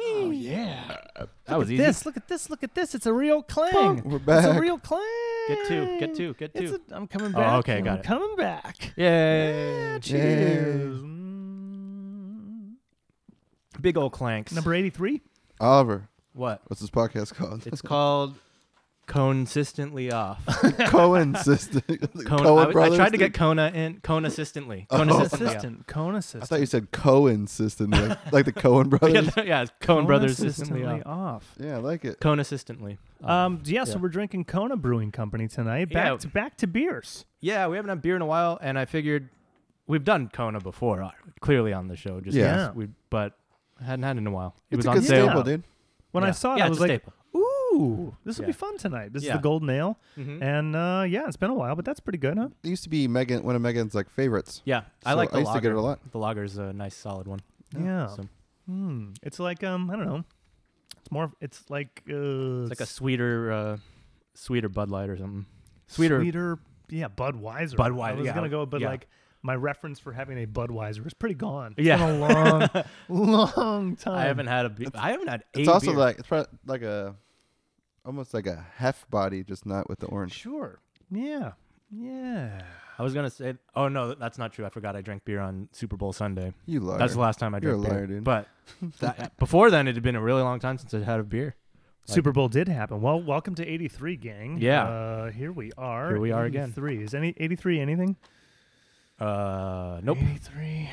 Oh, yeah. That was easy. This, look at this, look at this. It's a real clang. We're It's back. a real clang. Get two, get two, get It's two. Oh, a- I'm coming back. okay, I'm got it. coming back. Yay. Yeah, cheers. Mm. Big old clanks. Number 83. Oliver, what? what's this podcast called? It's called consistently off. Cohen sister. Cohen, Cone, I, was- I brothers. tried to dude. get Kona in Kona assistantly. Oh. Kona assistant. Assistant. Cone I assistant. thought you said Cohen sister, like, like the Cohen Yeah, brothers. th- yeah it's Cone Cone Brothers assistantly assistantly off. off. Yeah, I like it. Cone assistantly. off. Um, yeah, so Oh. yeah. we're drinking Kona Brewing Company tonight. Back Yeah. to back to beers. yeah, we haven't had beer in a while, and I figured we've done Kona before, uh, clearly on the show. Just Yeah. because we, but hadn't had it in a while. It it's was a on good sale. staple, dude. When I Yeah. saw it, Yeah, I it's was a like, staple. "Ooh, this will be Yeah. fun tonight." This is Yeah. the Golden Ale, Mhm. and uh, yeah, it's been a while, but that's pretty good, huh? It used to be Megan one of Megan's like favorites. yeah, I So like the I used to get it lager. a lot. The lager's a nice, solid one. Yeah. So Hmm. It's like um, I don't know. It's more. It's like uh, it's like a sweeter, uh, sweeter Bud Light or something. Sweeter. sweeter, yeah, Budweiser. I Budweiser, was yeah. gonna go, but Yeah. like my reference for having a Budweiser is pretty gone. It's Yeah. been a long, long time. I haven't had a. Be- I haven't had. It's a also beer. like it's probably like a almost like a hef body, just not with the orange. Sure. Yeah. Yeah. I was gonna say. Oh no, that's not true. I forgot I drank beer on Super Bowl Sunday. You liar. That's the last time I You're a drank beer. liar, dude. But that, before then, it had been a really long time since I had a beer. Like- Super Bowl did happen. Well, welcome to 83, gang. Yeah. Uh, here we are. Here we are again. 83. Is any 83 anything? Uh, nope. 83.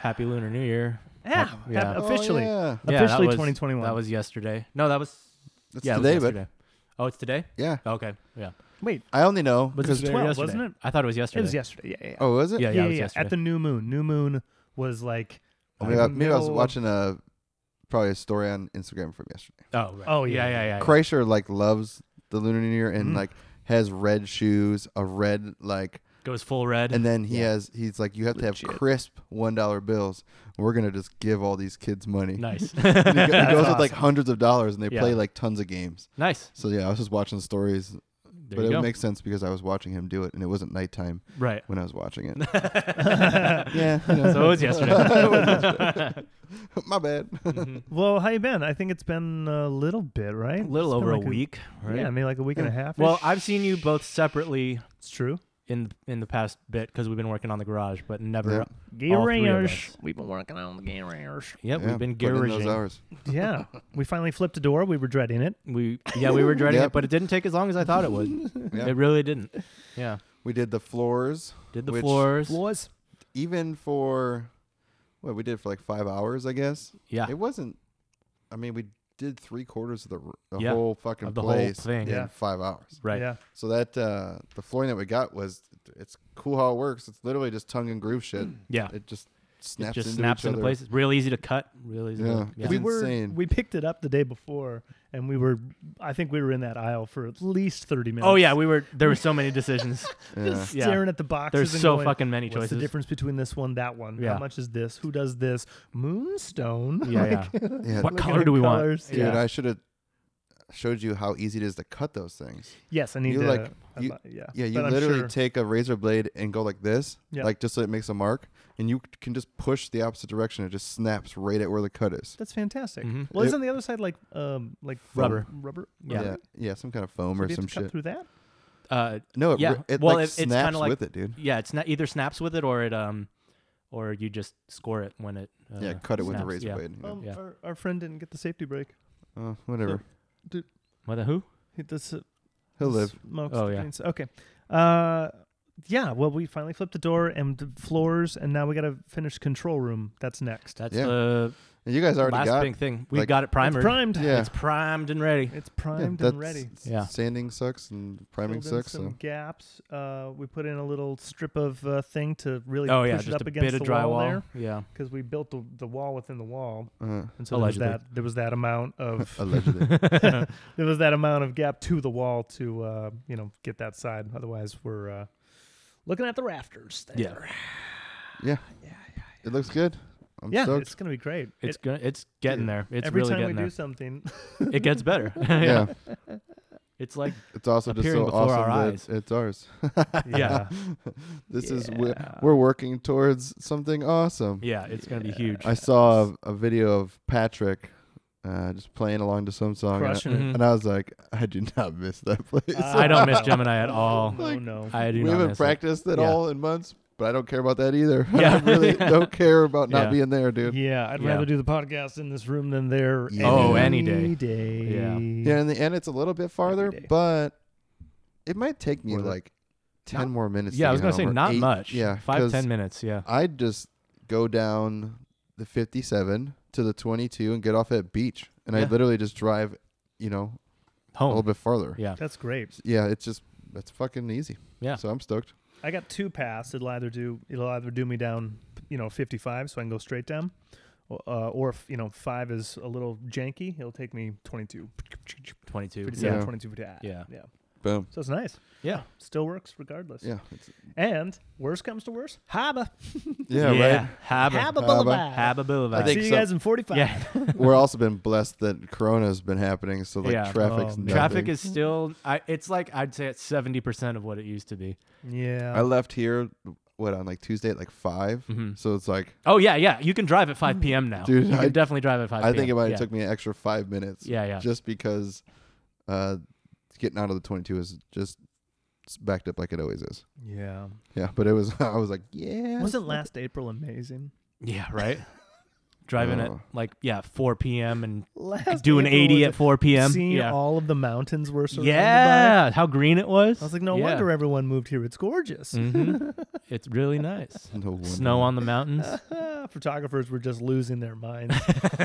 Happy Lunar New Year. Yeah. Hap- yeah. yeah. Oh, Ah, officially. yeah. Yeah, that Officially was- 2021. That was yesterday. No, that was. That's yeah, it was today, but yesterday. Oh, it's today. yeah. Okay. Yeah. Wait, I only know Was it because today or 12, yesterday? wasn't it? I thought it was yesterday. it was yesterday. Yeah, yeah. Oh, was it? Yeah, yeah, yeah, yeah, it was yeah. yesterday. At the new moon. New moon was like. Oh, maybe I, the maybe I was middle of- watching a probably a story on Instagram from yesterday. Oh, right. Oh, yeah, yeah, yeah, yeah. yeah. yeah. Kreischer like loves the Lunar New Year and Mm-hmm. Mm. like has red shoes, a red like, Goes full red. and then he Yeah. has he's like you have to Legit. have crisp one dollar bills. We're gonna just give all these kids money. nice, And he, go- he That's goes with like awesome. hundreds of dollars and they Yeah. play like tons of games. nice. So yeah, I was just watching stories, There but you it go. makes sense because I was watching him do it and it wasn't nighttime right. when I was watching it. yeah, you know. So it was yesterday. Mm-hmm. my bad. Well, how you been? I think it's been a little bit, right? a little It's been over like a week. Right? Yeah, maybe like a week and a half. Well, I've seen you both separately It's true. in in the past bit because we've been working on the garage, but never. Gear All three of us. We've been working on the gear Yeah, Yeah, we've been putting in those garaging. hours. Yeah, we finally flipped a door. We were dreading it. We yeah, we were dreading Yep. it, but it didn't take as long as I thought it would. Yeah. It really didn't. Yeah, We did the floors, did the Which- floors. Was even for what we did for like five hours, I guess. Yeah, It wasn't. I mean, we did three quarters of the, r- the Yeah, whole fucking of the whole place thing. in Yeah. five hours. right. Yeah, So that uh, the flooring that we got was it's cool how it works. It's literally just tongue and groove shit. Yeah. It just snaps It just into snaps each into other. place. It's real easy to cut. Real easy. Yeah. To, yeah. It's we insane. were. We picked it up the day before, and we were. I think we were in that aisle for at least thirty minutes. Oh yeah, we were. There were so many decisions. Yeah. Just Yeah. staring at the boxes. There's and so going, fucking many What's choices. the difference between this one, that one? Yeah. How much is this? Who does this? Moonstone. Yeah, yeah. Yeah, What Look at color the do we colors. want? dude, yeah. I should have showed you how easy it is to cut those things. Yes, I need You to. like- I'm you- not- yeah. Yeah, you but I'm literally sure- take a razor blade and go like this, Yeah. like just so it makes a mark, and you can just push the opposite direction. It just snaps right at where the cut is. That's fantastic. Mhm. Well, It- isn't the other side like um like Rubber. Rubber. Yeah. yeah, rubber? yeah, some kind of foam So or do you have some to cut shit. Through that. Uh, No, it, Yeah. ri- it Well, like it- it's kinda snaps like- with it, dude. yeah, it's not either snaps with it or it um, or you just score it when it. Uh, yeah, cut it with a snaps, razor yeah. blade. Yeah. Um, Yeah. Our, our friend didn't get the safety brake. Oh, whatever. What the who? He this uh, He'll live. smokes Oh, the yeah. greens. Okay. Uh, yeah. Well, we finally flipped the door and the floors, and now we got to finish control room. That's next. That's Yeah. the And you guys already last got. big thing. We like- got it primered. It's primed. Yeah. It's primed and ready. It's yeah, primed that's- and ready. s- Yeah. Sanding sucks and priming Filled in sucks. some So. gaps. Uh, we put in a little strip of uh, thing to really oh push yeah, it just up a against bit of the wall drywall. there Yeah, because we built the, the wall within the wall, Uh, and so there was Allegedly. that there was that amount of allegedly. there was that amount of gap to the wall to uh, you know get that side. Otherwise, we're uh, looking at the rafters. There. Yeah. it looks good. I'm yeah, stoked. it's gonna be great. it's It- gonna, it's getting there. It's every really time we getting do there. something, It gets better. yeah. it's like It's also just appearing so before awesome our that eyes. it's ours. yeah, This is we're, Yeah. we're working towards something awesome. yeah, it's gonna be huge. I saw a, a video of Patrick uh, just playing along to some song, and I, Crushing it. Mhm. and I was like, I do not miss that place. Uh, I don't miss Wow. Gemini at all. No, Oh, no. I do we not haven't miss it. practiced at Yeah. all in months, but I don't care about that either. I Yeah. really don't care about not Yeah. being there, dude. Yeah, I'd Yeah. rather do the podcast in this room than there. Yeah. Oh, any day. day. Yeah. Yeah, in the end, it's a little bit farther, day. but it might take me Worth it. like ten more minutes. Yeah, to I was get gonna say home, or not uh, eight- much. Yeah, five 'cause ten minutes. Yeah, I'd just go down the fifty-seven to the twenty-two and get off at beach, and I Yeah. literally just drive, you know, a little home. bit farther. Yeah, That's great. Yeah, it's just it's fucking easy. Yeah. so I'm stoked. I got two paths. It'll either do it'll either do me down, you know, 55, so I can go straight down, or, uh, or if you know five is a little janky, it'll take me 22, twenty two. 57, Yeah, Yeah. 22. Yeah, Yeah. yeah. Boom. So it's nice. yeah. Still works regardless. Yeah, it's, And worse comes to worse, Haba, yeah, right. Habba, Haba Haba. Boulevard. Habba Boulevard. I think See you so. guys in 45. Yeah, We're also been blessed that Corona's been happening, so like Yeah. traffic's Oh, man. traffic nothing. is still. I, it's like I'd say it's seventy percent of what it used to be. Yeah. I left here what on like Tuesday at like 5 so it's like Oh yeah, yeah. You can drive at five p.m. now. Dude, you can I- definitely drive at five. I think it PM. might have yeah. took me an extra five minutes. Yeah, yeah. Just because uh, getting out of the 22 is just s- backed up like it always is. yeah. Yeah, but it was. I was like, yeah. Wasn't last April amazing? Yeah, right. Driving at Oh. like yeah four p.m. and Last doing April eighty was at four p.m. Seeing Yeah, all of the mountains we're surrounded by. yeah. How green it was. I was like, no Yeah. wonder everyone moved here. It's gorgeous. Mhm. It's really nice. No wonder. Snow on the mountains. Photographers were just losing their minds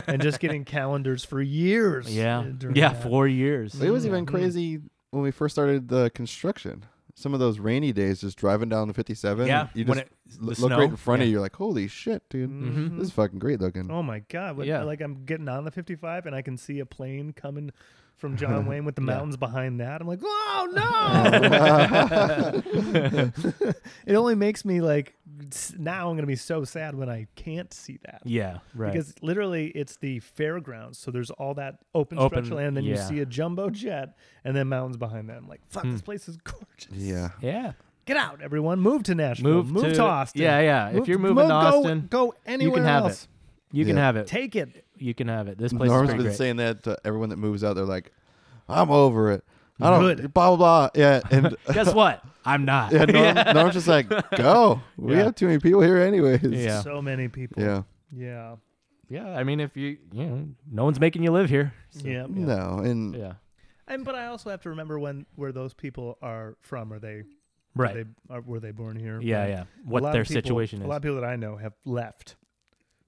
and just getting calendars for years. Yeah, uh, during yeah. that. Four years. It was even Mhm. crazy when we first started the construction. Some of those rainy days, just driving down the 57. Yeah, You when just it- l- the look snow, right in front yeah. Mm-hmm. of you. You're like, holy shit, dude. Mhm. This is fucking great looking. Oh my god! What, Yeah. Like I'm getting on the 55 and I can see a plane coming from John Wayne with the Yeah. mountains behind that. I'm like, oh no! it only makes me like s- now I'm gonna be so sad when I can't see that. Yeah, right. Because literally, it's the fairgrounds, so there's all that open, Open, stretch of land. Then you yeah. Hmm. see a jumbo jet, and then mountains behind that. I'm like, "Fuck, this place is gorgeous." Yeah. yeah, Get out, everyone! Move to Nashville. move move to, Austin. Yeah, yeah. Move if you're to- moving move- to go- Austin, go, anywhere have it. else. you can Yeah. have it. Take it. You can have it. This place Norm's is been pretty great. saying that to everyone that moves out. They're like, I'm over it. I don't. Good. Blah blah blah. Yeah, and Guess what? I'm not. yeah, Norm, Norm's just like, go. We Yeah. have too many people here, anyways. Yeah. So many people. Yeah. Yeah. Yeah, I mean, if you, you know, no one's making you live here. So, yeah. No, and Yeah. And but I also have to remember when where those people are from. Are they Right. Are they, are, were they born here? yeah, Like, yeah. a What lot of their people- situation A lot is. of people that I know have left.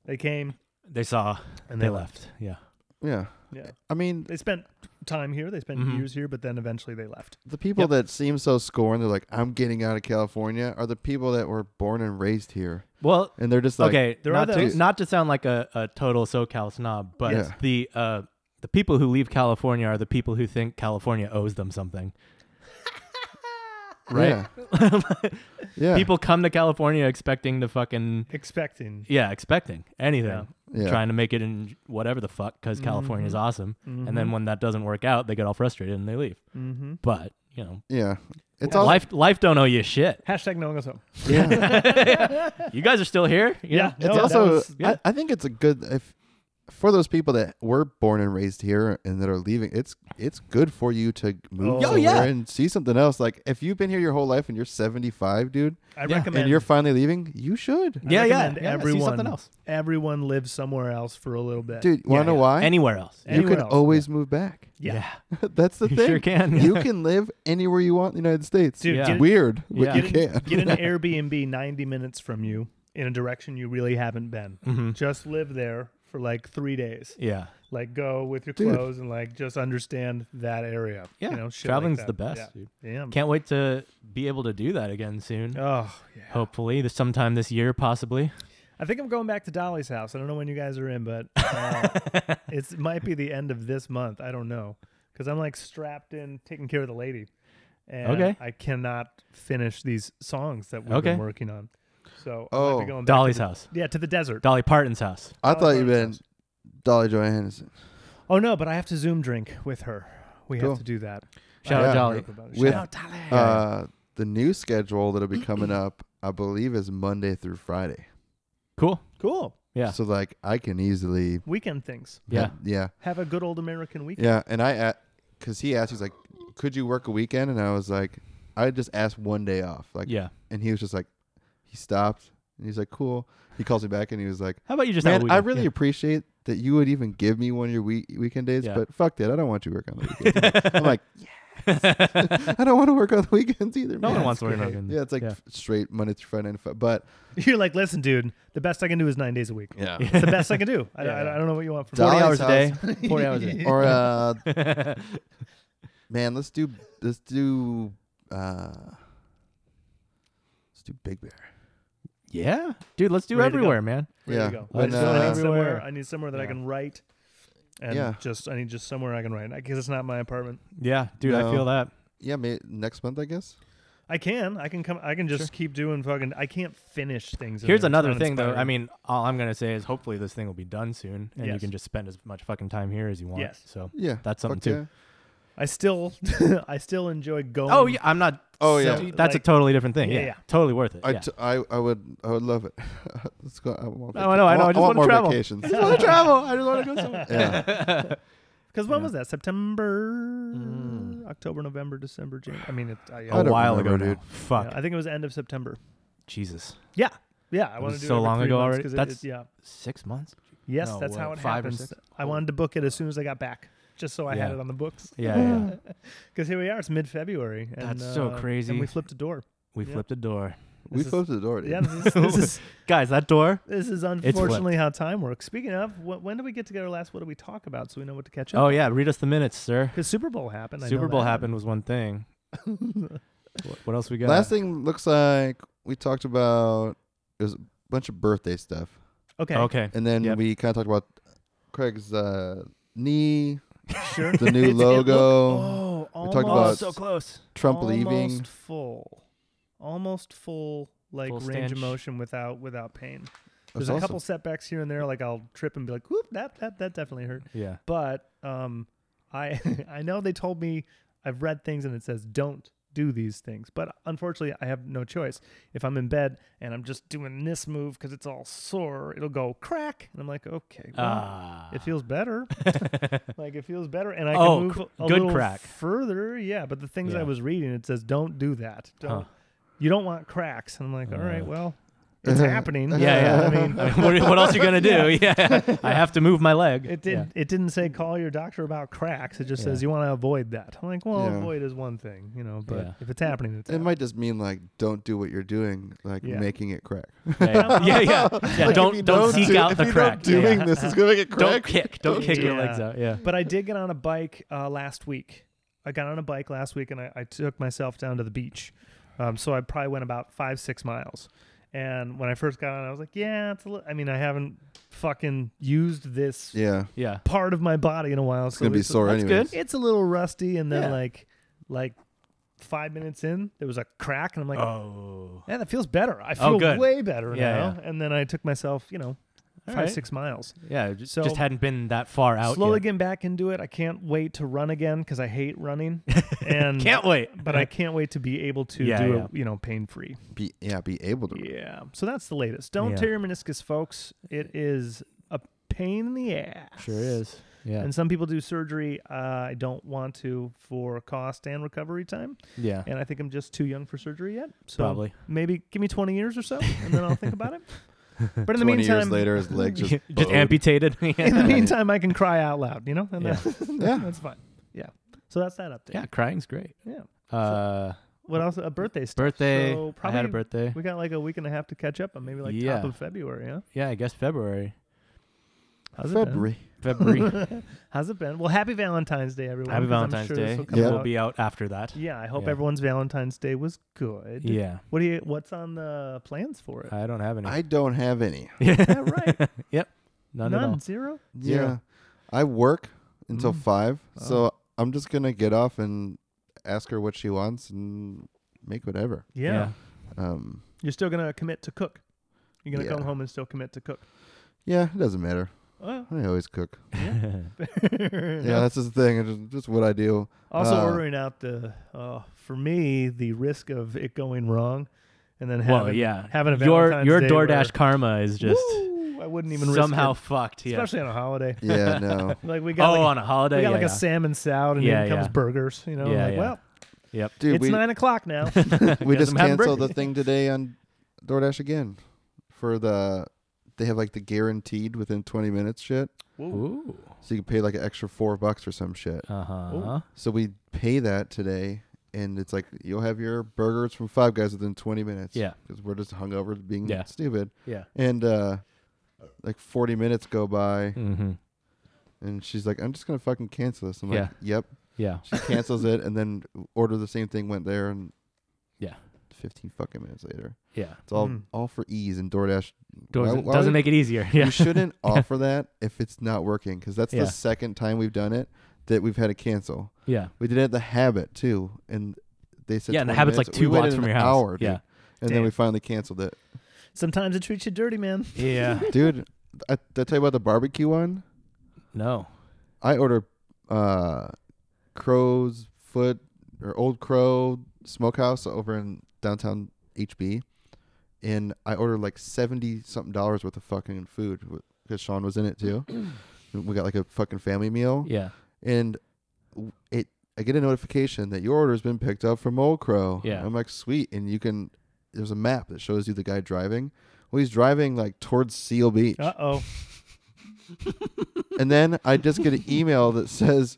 They came They saw and and they, they left. Yeah. yeah. Yeah. I mean, They spent time here. They spent Mhm. years here, but then eventually they left. the people Yep. that seem so scorned, they're like, I'm getting out of California, are the people that were born and raised here. Well, And they're just like, okay, there are not those- to not to sound like a, a total SoCal snob, but Yeah. the uh the people who leave California are the people who think California owes them something. right? Yeah. yeah. People come to California expecting to fucking Expecting. yeah, expecting anything, Yeah. trying to make it in whatever the fuck because California's awesome. And then when that doesn't work out, they get all frustrated and they leave. Mm-hmm. But you know, yeah. It's all life life don't owe you shit. Hashtag no one goes home. yeah. You guys are still here. you Yeah. know? It's No, that also was- yeah. I, I think it's a good if for those people that were born and raised here and that are leaving, it's it's good for you to move Oh, somewhere yeah. and see something else. Like if you've been here your whole life and you're 75, dude, I Yeah. recommend. and you're finally leaving, you should. I yeah, yeah. recommend yeah. See everyone- something else. everyone lives somewhere else for a little bit. Dude, you wanna Yeah, know yeah. why? Anywhere else. you Anywhere can else, always move back. Yeah. That's the You thing. sure can, yeah. You can live anywhere you want in the United States. Dude, Yeah. get- It's weird, but Yeah. you get, can. an, get an Airbnb 90 minutes from you in a direction you really haven't been. Just live there for like three days. Mm-hmm. Yeah. Like go with your Dude. clothes and like just understand that area. Yeah. You know, shit like Traveling's that. the best, dude. Yeah. Damn. Can't wait to be able to do that again soon. Oh yeah. Hopefully, this sometime this year, possibly. I think I'm going back to Dolly's house. I don't know when you guys are in, but uh, it's might be the end of this month. I don't know because I'm like strapped in taking care of the lady, and Okay. I cannot finish these songs that we've Okay. been working on. So I might Oh. be going back to Dolly's the- house, Yeah, to the desert. Dolly Parton's house. I thought Dolly you meant Parton's Dolly Joy Henderson Oh no, but I have to Zoom drink with her. We Cool. have to do that. Shout Yeah. out Dolly. Shout With- out Dolly. Uh, the new schedule that'll be coming up, I believe, is Monday through Friday. Cool. cool. Yeah. So like I can easily Weekend things. yeah. yeah Have a good old American weekend. yeah. And I because he asked he's like, could you work a weekend? And I was like, I just asked one day off like yeah. and he was just like he stopped and he's like cool. He calls me back and he was like. How about you just have a Man, I weekend? really Yeah. appreciate that you would even give me one of your week, weekend days, Yeah. but fuck that. I don't want you to work on the weekends. I'm like, yes. I don't want to work on the weekends either. no one man. wants to work great. on Yeah, it's like Yeah. f- straight Monday through Friday. And fu- but You're like, listen, dude, the best I can do is nine days a week. yeah. It's the best I can do. I, Yeah, I- yeah. I don't know what you want from Dolly's forty hours a day. house. Forty hours a day. or uh, man, let's do let's do uh, let's do Big Bear. Yeah, dude, let's do Ready to go. everywhere, man. Ready Yeah. to go. I, When, just, I uh, need somewhere. Everywhere. I need somewhere that I Yeah. can write. And Yeah. just I need just somewhere I can write. I guess it's not my apartment. Yeah, dude, I No. feel that. Yeah, may next month I guess. I can. I can come. I can just keep doing fucking. I can't finish things. in Here's there. It's another thing, though. uninspiring. I mean, all I'm gonna say is hopefully this thing will be done soon, and you Yes. can just spend as much fucking time here as you want. Yes. So. Yeah, That's something fuck too. yeah. I still, I still enjoy going. Oh yeah, I'm not. Oh, so- yeah. that's a Like- totally different thing. Yeah, Yeah, yeah. totally worth it. I, yeah. t- I, I would I would love it. Let's go. I, want Oh, I know, I know, I want- just wanna want more travel. vacations. I just want to travel. I just want to go somewhere. yeah. Because when Yeah. was that? September, Mm. October, November, December, January. I mean, it, I, yeah. I a don't while remember, ago, dude. dude. Fuck. Yeah, I think it was end of September. Jesus. Yeah, yeah. I That want to was do it so every long three ago months already. 'cause it- That's- it, yeah. Six months. Yes, no, that's how what, it five or happens. six? I wanted to book it as soon as I got back, just so I had Yeah. it on the books. Yeah, yeah. Because here we are. It's mid-February. And, That's so uh, crazy. And we flipped a door. We Yeah. flipped a door, We This is- closed the door. Dude. Yeah, this is, this is guys. That door. this is flipped. unfortunately how time works. Speaking of, wh- when do we get together last? What do we talk about so we know what to catch up? Oh yeah, read us the minutes, sir. because Super Bowl happened. I know Oh, Super Bowl that. happened was one thing. What- what else we got? Last thing looks like we talked about it was a bunch of birthday stuff, Okay, Okay. and then Yep. we kind of talked about Craig's uh, knee, sure. the new It- it looked- logo, oh, almost, talked about so close. Trump almost leaving. full, almost full like Full range stanch. of motion without without pain. That's There's a awesome. couple setbacks here and there. Like I'll trip and be like, "Whoop, that that that definitely hurt." Yeah. But um, I I know they told me I've read things and it says don't do these things, but unfortunately I have no choice. If I'm in bed and I'm just doing this move because it's all sore, it'll go crack, and I'm like, okay, well, Ah. it feels better. like it feels better, and I Oh, can move cr- a good little crack. further. Yeah, but the things Yeah. I was reading, it says don't do that. Don't. Huh. You don't want cracks, and I'm like, all right, Uh. well, it's happening. Yeah, yeah. I mean, what, what else you gonna do? Yeah. I have to move my leg. it did. Yeah. It didn't say call your doctor about cracks. It just says Yeah. you want to avoid that. I'm like, well, Yeah. avoid is one thing, you know, but Yeah. if it's happening, it's It might just mean like don't do what you're doing, like Yeah. making it crack. Yeah, yeah, yeah. yeah. Like, if don't you don't, seek do- out if the you crack. Don't Yeah, doing yeah. this is gonna get Don't crack. kick. Don't kick your Yeah. legs out. Yeah. But I did get on a bike uh, last week. I got on a bike last week and I, I took myself down to the beach. Um, so I probably went about five, six miles. And when I first got on, I was like, yeah, it's a little, I mean, I haven't fucking used this Yeah, Yeah. part of my body in a while. it's so gonna be it's, sore that's anyway. good. it's a little rusty. And then Yeah. like, like five minutes in, there was a crack and I'm like, Oh. yeah, that feels better. I Oh, feel good. way better Yeah, now. And then I took myself, you know, All five, right. six miles. Yeah. Just, So- just hadn't been that far out. slowly yet. getting back into it. I can't wait to run again because I hate running, and Can't wait. But I can't wait to be able to Yeah, do yeah. it, you know, pain free. Be yeah, be able to. Yeah. So that's the latest. Don't Yeah. tear your meniscus, folks. It is a pain in the ass. Sure is. Yeah. And some people do surgery. Uh, I don't want to for cost and recovery time. yeah. And I think I'm just too young for surgery yet. So Probably. maybe give me 20 years or so, and then I'll think about it. But in the Twenty meantime, years later, his legs just Just, bowed. amputated. in the meantime, I can cry out loud. You know, and Yeah. that- Yeah. that's fine. Yeah. So that's that update. yeah. Crying's great. Yeah. Uh, What else? A birthday stuff. birthday. So I probably had a birthday. We got like a week and a half to catch up on, maybe like Yeah. top of February. Huh? Yeah. I guess February. How's February. February. it been? How's it been? Well, happy Valentine's Day, everyone. Happy 'cause I'm Valentine's sure this Day. will It come Yeah. will out- be out after that. Yeah, I hope Yeah. everyone's Valentine's Day was good. Yeah. What do you? What's on the plans for it? I don't have any. I don't have any. yeah. yeah, right. Yep. None, at all. Zero. Yeah. Zero. I work until Mm. five. Oh. So I'm just gonna get off and ask her what she wants and make whatever. Yeah. Um You're still gonna commit to cook. You're gonna Yeah. come home and still commit to cook. Oh. yeah, it doesn't matter. Well, I always cook. Yeah. fair Yeah, that's just the thing. It's just, just what I do. Also Uh, ordering out the uh, for me the risk of it going wrong, and then having well, yeah. having a your Valentine's your Day DoorDash where- karma is just Woo! I wouldn't even risk somehow it, fucked. Yeah. especially on a holiday. Yeah, no. Like we oh, got like, on a holiday. we got yeah, like a yeah. salmon salad and Yeah, in comes yeah. burgers. You know, Yeah, like yeah. well, Yep. Dude, it's we, nine o'clock now. we Guess just I'm having canceled the burgers. thing today on DoorDash again for the they have like the guaranteed within 20 minutes shit. Ooh. So you can pay like an extra 4 bucks or some shit. Uh huh. So we pay that today and it's like you'll have your burgers from Five Guys within 20 minutes. Yeah. Cuz we're just hungover being Yeah. stupid. Yeah. And uh like 40 minutes go by Mm-hmm. and she's like I'm just going to fucking cancel this. I'm like, Yeah. "Yep." Yeah. She cancels it and then order the same thing went there and Yeah. 15 fucking minutes later. Yeah. It's all Mm. all for ease and DoorDash. Doesn't, why doesn't would- make it easier. Yeah. You shouldn't offer that if it's not working because that's Yeah. the second time we've done it that we've had to cancel. yeah. We did it at the Habit too, and they said Yeah. And the 20 habit's minutes. like We two waited blocks from an your house. hour, dude, yeah. Damn. and then we finally canceled it, Sometimes it treats you dirty, man. Yeah. dude. I, did I tell you about the barbecue one? no. I order uh, Crow's Foot or Old Crow Smokehouse over in downtown HB, and I ordered like seventy something dollars worth of fucking food because Sean was in it too. And we got like a fucking family meal, Yeah. and w- it I get a notification that your order has been picked up from Old Crow. Yeah. I'm like sweet, and you can there's a map that shows you the guy driving. Well, he's driving like towards Seal Beach. Uh oh. And then I just get an email that says,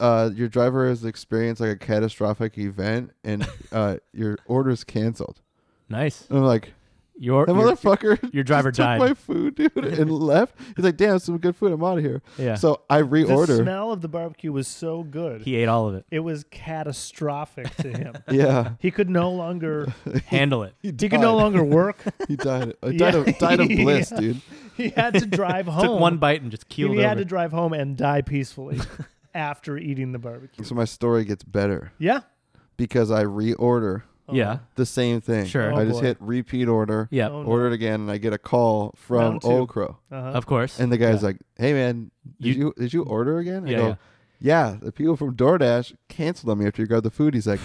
uh, "Your driver has experienced like a catastrophic event, and uh, your order is canceled." Nice. And I'm like, Your "That your, motherfucker your driver took died. my food, dude, and left." He's like, "Damn, some good food. I'm out of here." yeah. So I The reorder. smell of the barbecue was so good. he ate all of it. it was catastrophic to him. Yeah, He could no longer Handle it. he, he could no died. longer work. He died. I Yeah. died, of, died of bliss, Yeah. dude. He had to drive home. Took one bite and just Oh. he keeled over. had to drive home and die peacefully after eating the barbecue. So my story gets better Yeah. because I reorder yeah. the same thing. Sure. Oh, I just boy. hit repeat order, Yeah. Oh, no. order it again, and I get a call from Round two. Old Crow. Uh-huh. Of course. And the guy's like, "Hey man, did You- you, did you order again?" I Yeah, go, yeah. the people from DoorDash canceled on me after you grabbed the food." He's like,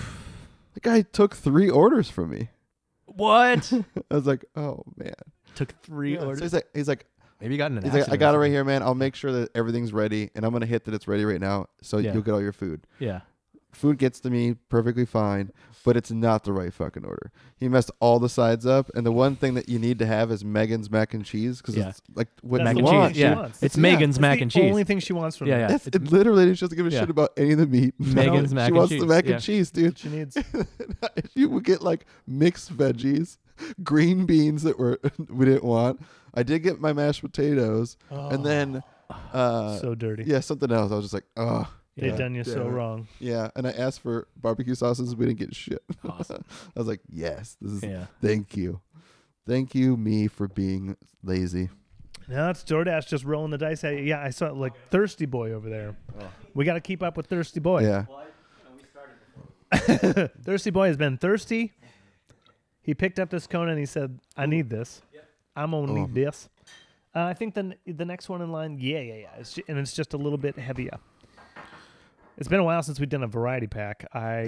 "The guy took three orders from me." what? I was like, "Oh man." Took three Yeah, so orders. he's like, he's like, Maybe he got in an he's accident. like, "I got it right here, man. I'll make sure that everything's ready, and I'm gonna hit that it's ready right now, so Yeah. you'll get all your food." Yeah. Food gets to me perfectly fine, but it's not the right fucking order. He messed all the sides up, and the one thing that you need to have is Megan's mac and cheese because Yeah. it's like what That's you Mac and the one want. cheese. she Yeah. wants. It's Yeah. Megan's That's mac the and cheese. only thing she wants from yeah. me. Yeah. That's, It's it literally just doesn't give a yeah. shit about any of the meat. Megan's she mac and wants cheese, the mac yeah. and cheese, dude. She needs. you would get like mixed veggies, green beans that were we didn't want. I did get my mashed potatoes, and then Oh, uh, Oh, so dirty. yeah, something else. I was just like, oh They've Yeah. done you so Yeah. wrong. yeah, and I asked for barbecue sauces. We didn't get shit. Awesome. I was like, yes, this is Yeah. thank you, thank you me for being lazy. Now it's DoorDash just rolling the dice at you. Yeah, I saw like Thirsty Boy over there. We got to keep up with Thirsty Boy. Oh. Yeah, Thirsty Boy has been thirsty. He picked up this cone and he said, "I need this. I'm gonna Um. need this." Uh, I think then the next one in line, yeah, yeah, yeah, it's ju- and it's just a little bit heavier. It's been a while since we've done a variety pack. I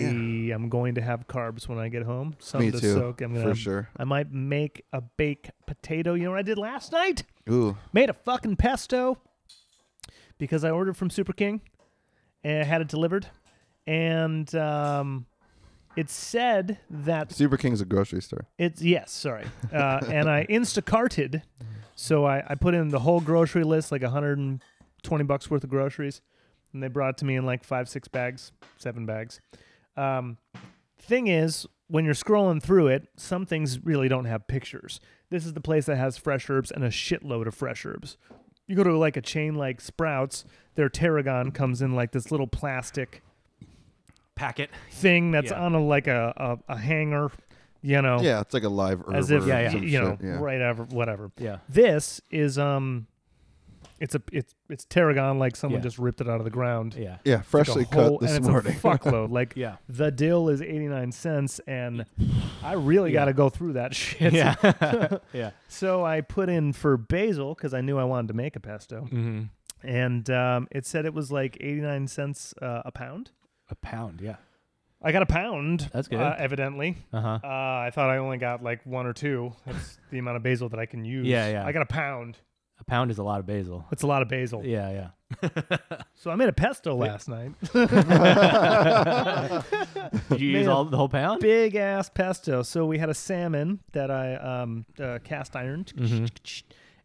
am going to have carbs when I get home. Some me to too, soak. I'm gonna. Um, for sure. I might make a baked potato. You know what I did last night? Ooh, made a fucking pesto because I ordered from Super King and had it delivered, and um, it said that Super King's a grocery store. it's yes, sorry, uh, and I Instacarted, so I, I put in the whole grocery list, like 120 bucks worth of groceries, and they brought it to me in like five, six bags, seven bags. Um, thing is, when you're scrolling through it, some things really don't have pictures. This is the place that has fresh herbs and a shitload of fresh herbs. You go to like a chain like Sprouts, their tarragon comes in like this little plastic Packet. thing that's Yeah. on a like a, a, a hanger, you know, Yeah, it's like a live herb. as if or Oh. Yeah, yeah. some you know, shit, yeah. right over whatever. Yeah. This is um, it's a it's it's tarragon like someone Yeah. just ripped it out of the ground. Yeah. Yeah, It's freshly like a whole- cut this and morning. It's a fuckload. Like Yeah. the dill is 89 cents and I really Yeah. got to go through that shit. yeah. yeah. So I put in for basil cuz I knew I wanted to make a pesto Mm-hmm. and um, it said it was like 89 cents uh, a pound. A pound. Yeah. I got a pound. That's good. Uh, evidently. Uh huh. Uh, I thought I only got like one or two. That's the amount of basil that I can use. Yeah, yeah. I got a pound. A pound is a lot of basil. That's a lot of basil. Yeah, yeah. So I made a pesto last night. Did you use Man. all the whole pound? Big ass pesto. So we had a salmon that I um, uh, cast ironed, Mm-hmm.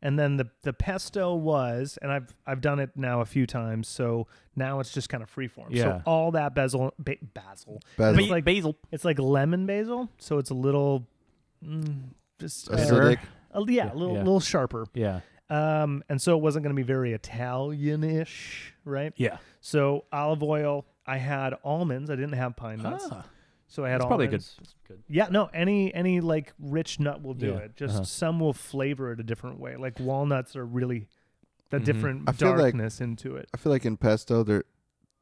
and then the the pesto was, and I've I've done it now a few times. So now it's just kind of freeform. Yeah. So all that basil, ba- basil. Basil. It's like basil. it's like lemon basil. So it's a little, mm, just uh, Bitter. Acidic. a- yeah, a little Yeah. little sharper. Yeah. Um, and so it wasn't going to be very Italianish, right? Yeah. So olive oil. I had almonds. I didn't have pine nuts, so I had almonds. that's probably good. Ah. good. Yeah, no, any any like rich nut will do Yeah, it. Just uh-huh. some will flavor it a different way. Like walnuts are really the Mhm. different I feel like- darkness into it. I feel like in pesto, they're,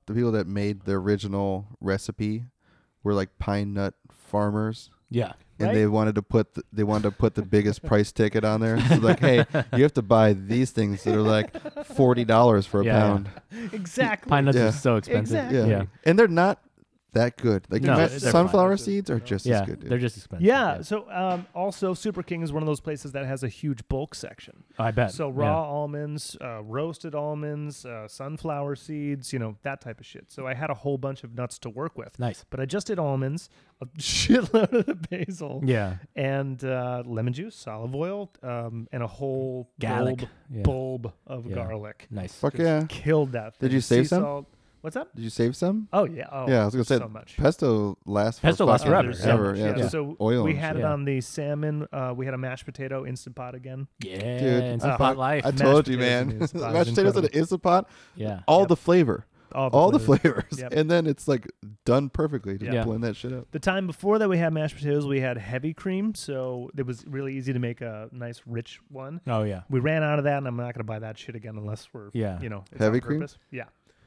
the people that made the original recipe were like pine nut farmers. Yeah. And Right? they wanted to put the, they wanted to put the biggest price ticket on there. So like, hey, you have to buy these things that are like forty dollars for a Yeah, yeah. pound. Exactly. Pine nuts Yeah. are so expensive. Exactly. Yeah. Yeah. And they're not that good. Like No, ma- they're sunflower fine. seeds are just Yeah, as good. dude. they're just expensive. yeah. So um, also Super King is one of those places that has a huge bulk section. I bet. So Yeah. raw almonds, uh, roasted almonds, uh, sunflower seeds, you know that type of shit. So I had a whole bunch of nuts to work with. Nice. But I just did almonds, a shitload of the basil, Yeah. and uh, lemon juice, olive oil, um, and a whole Garlic. bulb Yeah. bulb of Yeah. garlic. Nice. Fuck yeah. Killed that. Did thing. you save Sea some? salt- What's up? Did you save some? Oh yeah. Oh, yeah, I was gonna say so much. pesto lasts. for Pesto lasts fucking forever, There's so ever, much, Yeah, yeah. just So oil. we and had shit. it Yeah. on the salmon. Uh, we had a mashed potato instant pot again. Yeah. Dude, and some uh, pot life. I mashed told you, potatoes in man. the Instant Pot is mashed potatoes in an incredible. instant pot, yeah. all Yep. the flavor, all the flavors, Yep. and then it's like done perfectly. Just Yeah. blend that shit up. The time before that, we had mashed potatoes. We had heavy cream, so it was really easy to make a nice, rich one. Oh yeah. We ran out of that, and I'm not going to buy that shit again unless we're, Yeah. you know, it's Heavy on cream? purpose. Yeah,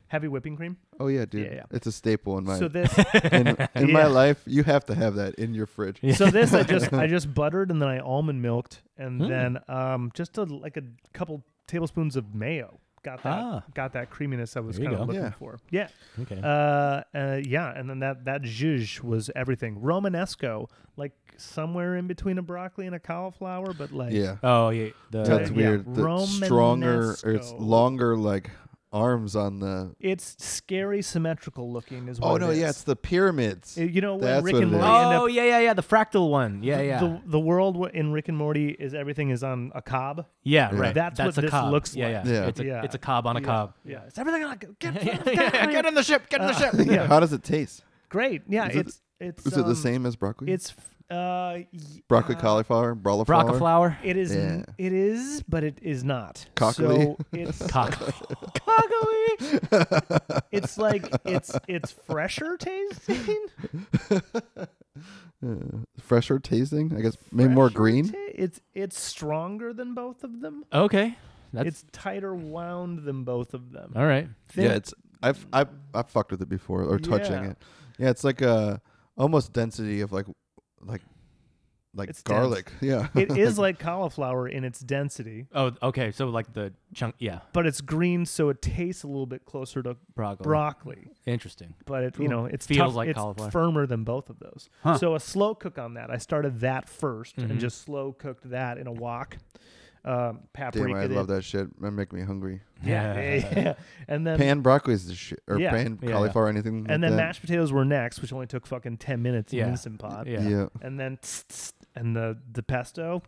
heavy whipping cream. Oh yeah, dude. Yeah, yeah. It's a staple in my So this, in, in my Yeah. life. You have to have that in your fridge. Yeah. so this, I just, I just buttered and then I almond milked, and Hmm. then um, just a, like a couple tablespoons of mayo. Got that, Ah. got that creaminess I was There you kind of go. looking Yeah. for. Yeah, Okay. Uh, uh, yeah, and then that that zhuzh was everything. Romanesco, like somewhere in between a broccoli and a cauliflower, but like uh, Yeah, oh yeah. The, that's yeah, weird. The stronger or it's Romanesco. longer like arms on the. it's scary symmetrical looking. Is what Oh it no, yeah, is. it's the pyramids. Uh, you know when That's Rick what and it is. Morty end Oh up. yeah, yeah, yeah. The fractal one. Yeah, yeah. The, the world wh- in Rick and Morty is everything is on a cob. yeah, Yeah. right. That's what a this cob. looks yeah, like. Yeah. Yeah. It's a Yeah. it's a cob on a cob. Yeah, it's everything on a cob. Get, get, Yeah, out of here. Uh, in the ship. Get in the ship. yeah. How does it taste? Great. Yeah, Is it- it's it's Is it um, the same as broccoli? It's f- uh y- broccoli uh, cauliflower, brawler flower. Broccoflower. It is. n- Yeah. It is, but it is not. Cockily. So it's Cock. cockily. it's like it's it's fresher tasting. fresher tasting. I guess maybe more Fresher green. ta- it's it's stronger than both of them. Okay. That's it's tighter wound than both of them. all right. yeah, it's I've I I fucked with it before or touching Yeah. it. Yeah, it's like a almost density of like like like It's dense. garlic. Yeah, it is like cauliflower in its density, Oh, okay. So like the chunk. Yeah. but it's green, so it tastes a little bit closer to Broccoli. broccoli. Interesting. But it, you Cool. know, it's Feels tough- like it's cauliflower. firmer than both of those. Huh. So a slow cook on that. I started that 1st Mhm. and just slow cooked that in a wok. Um, paprika. damn, I it. love that shit. That make me hungry. Yeah, yeah, yeah. And then Pan broccoli is the shit, or Yeah. pan Yeah, yeah. cauliflower, or anything. like and then that. mashed potatoes were next, which only took fucking ten minutes in Yeah. instant pot. Yeah. Yeah. And then tss, tss, and the the pesto,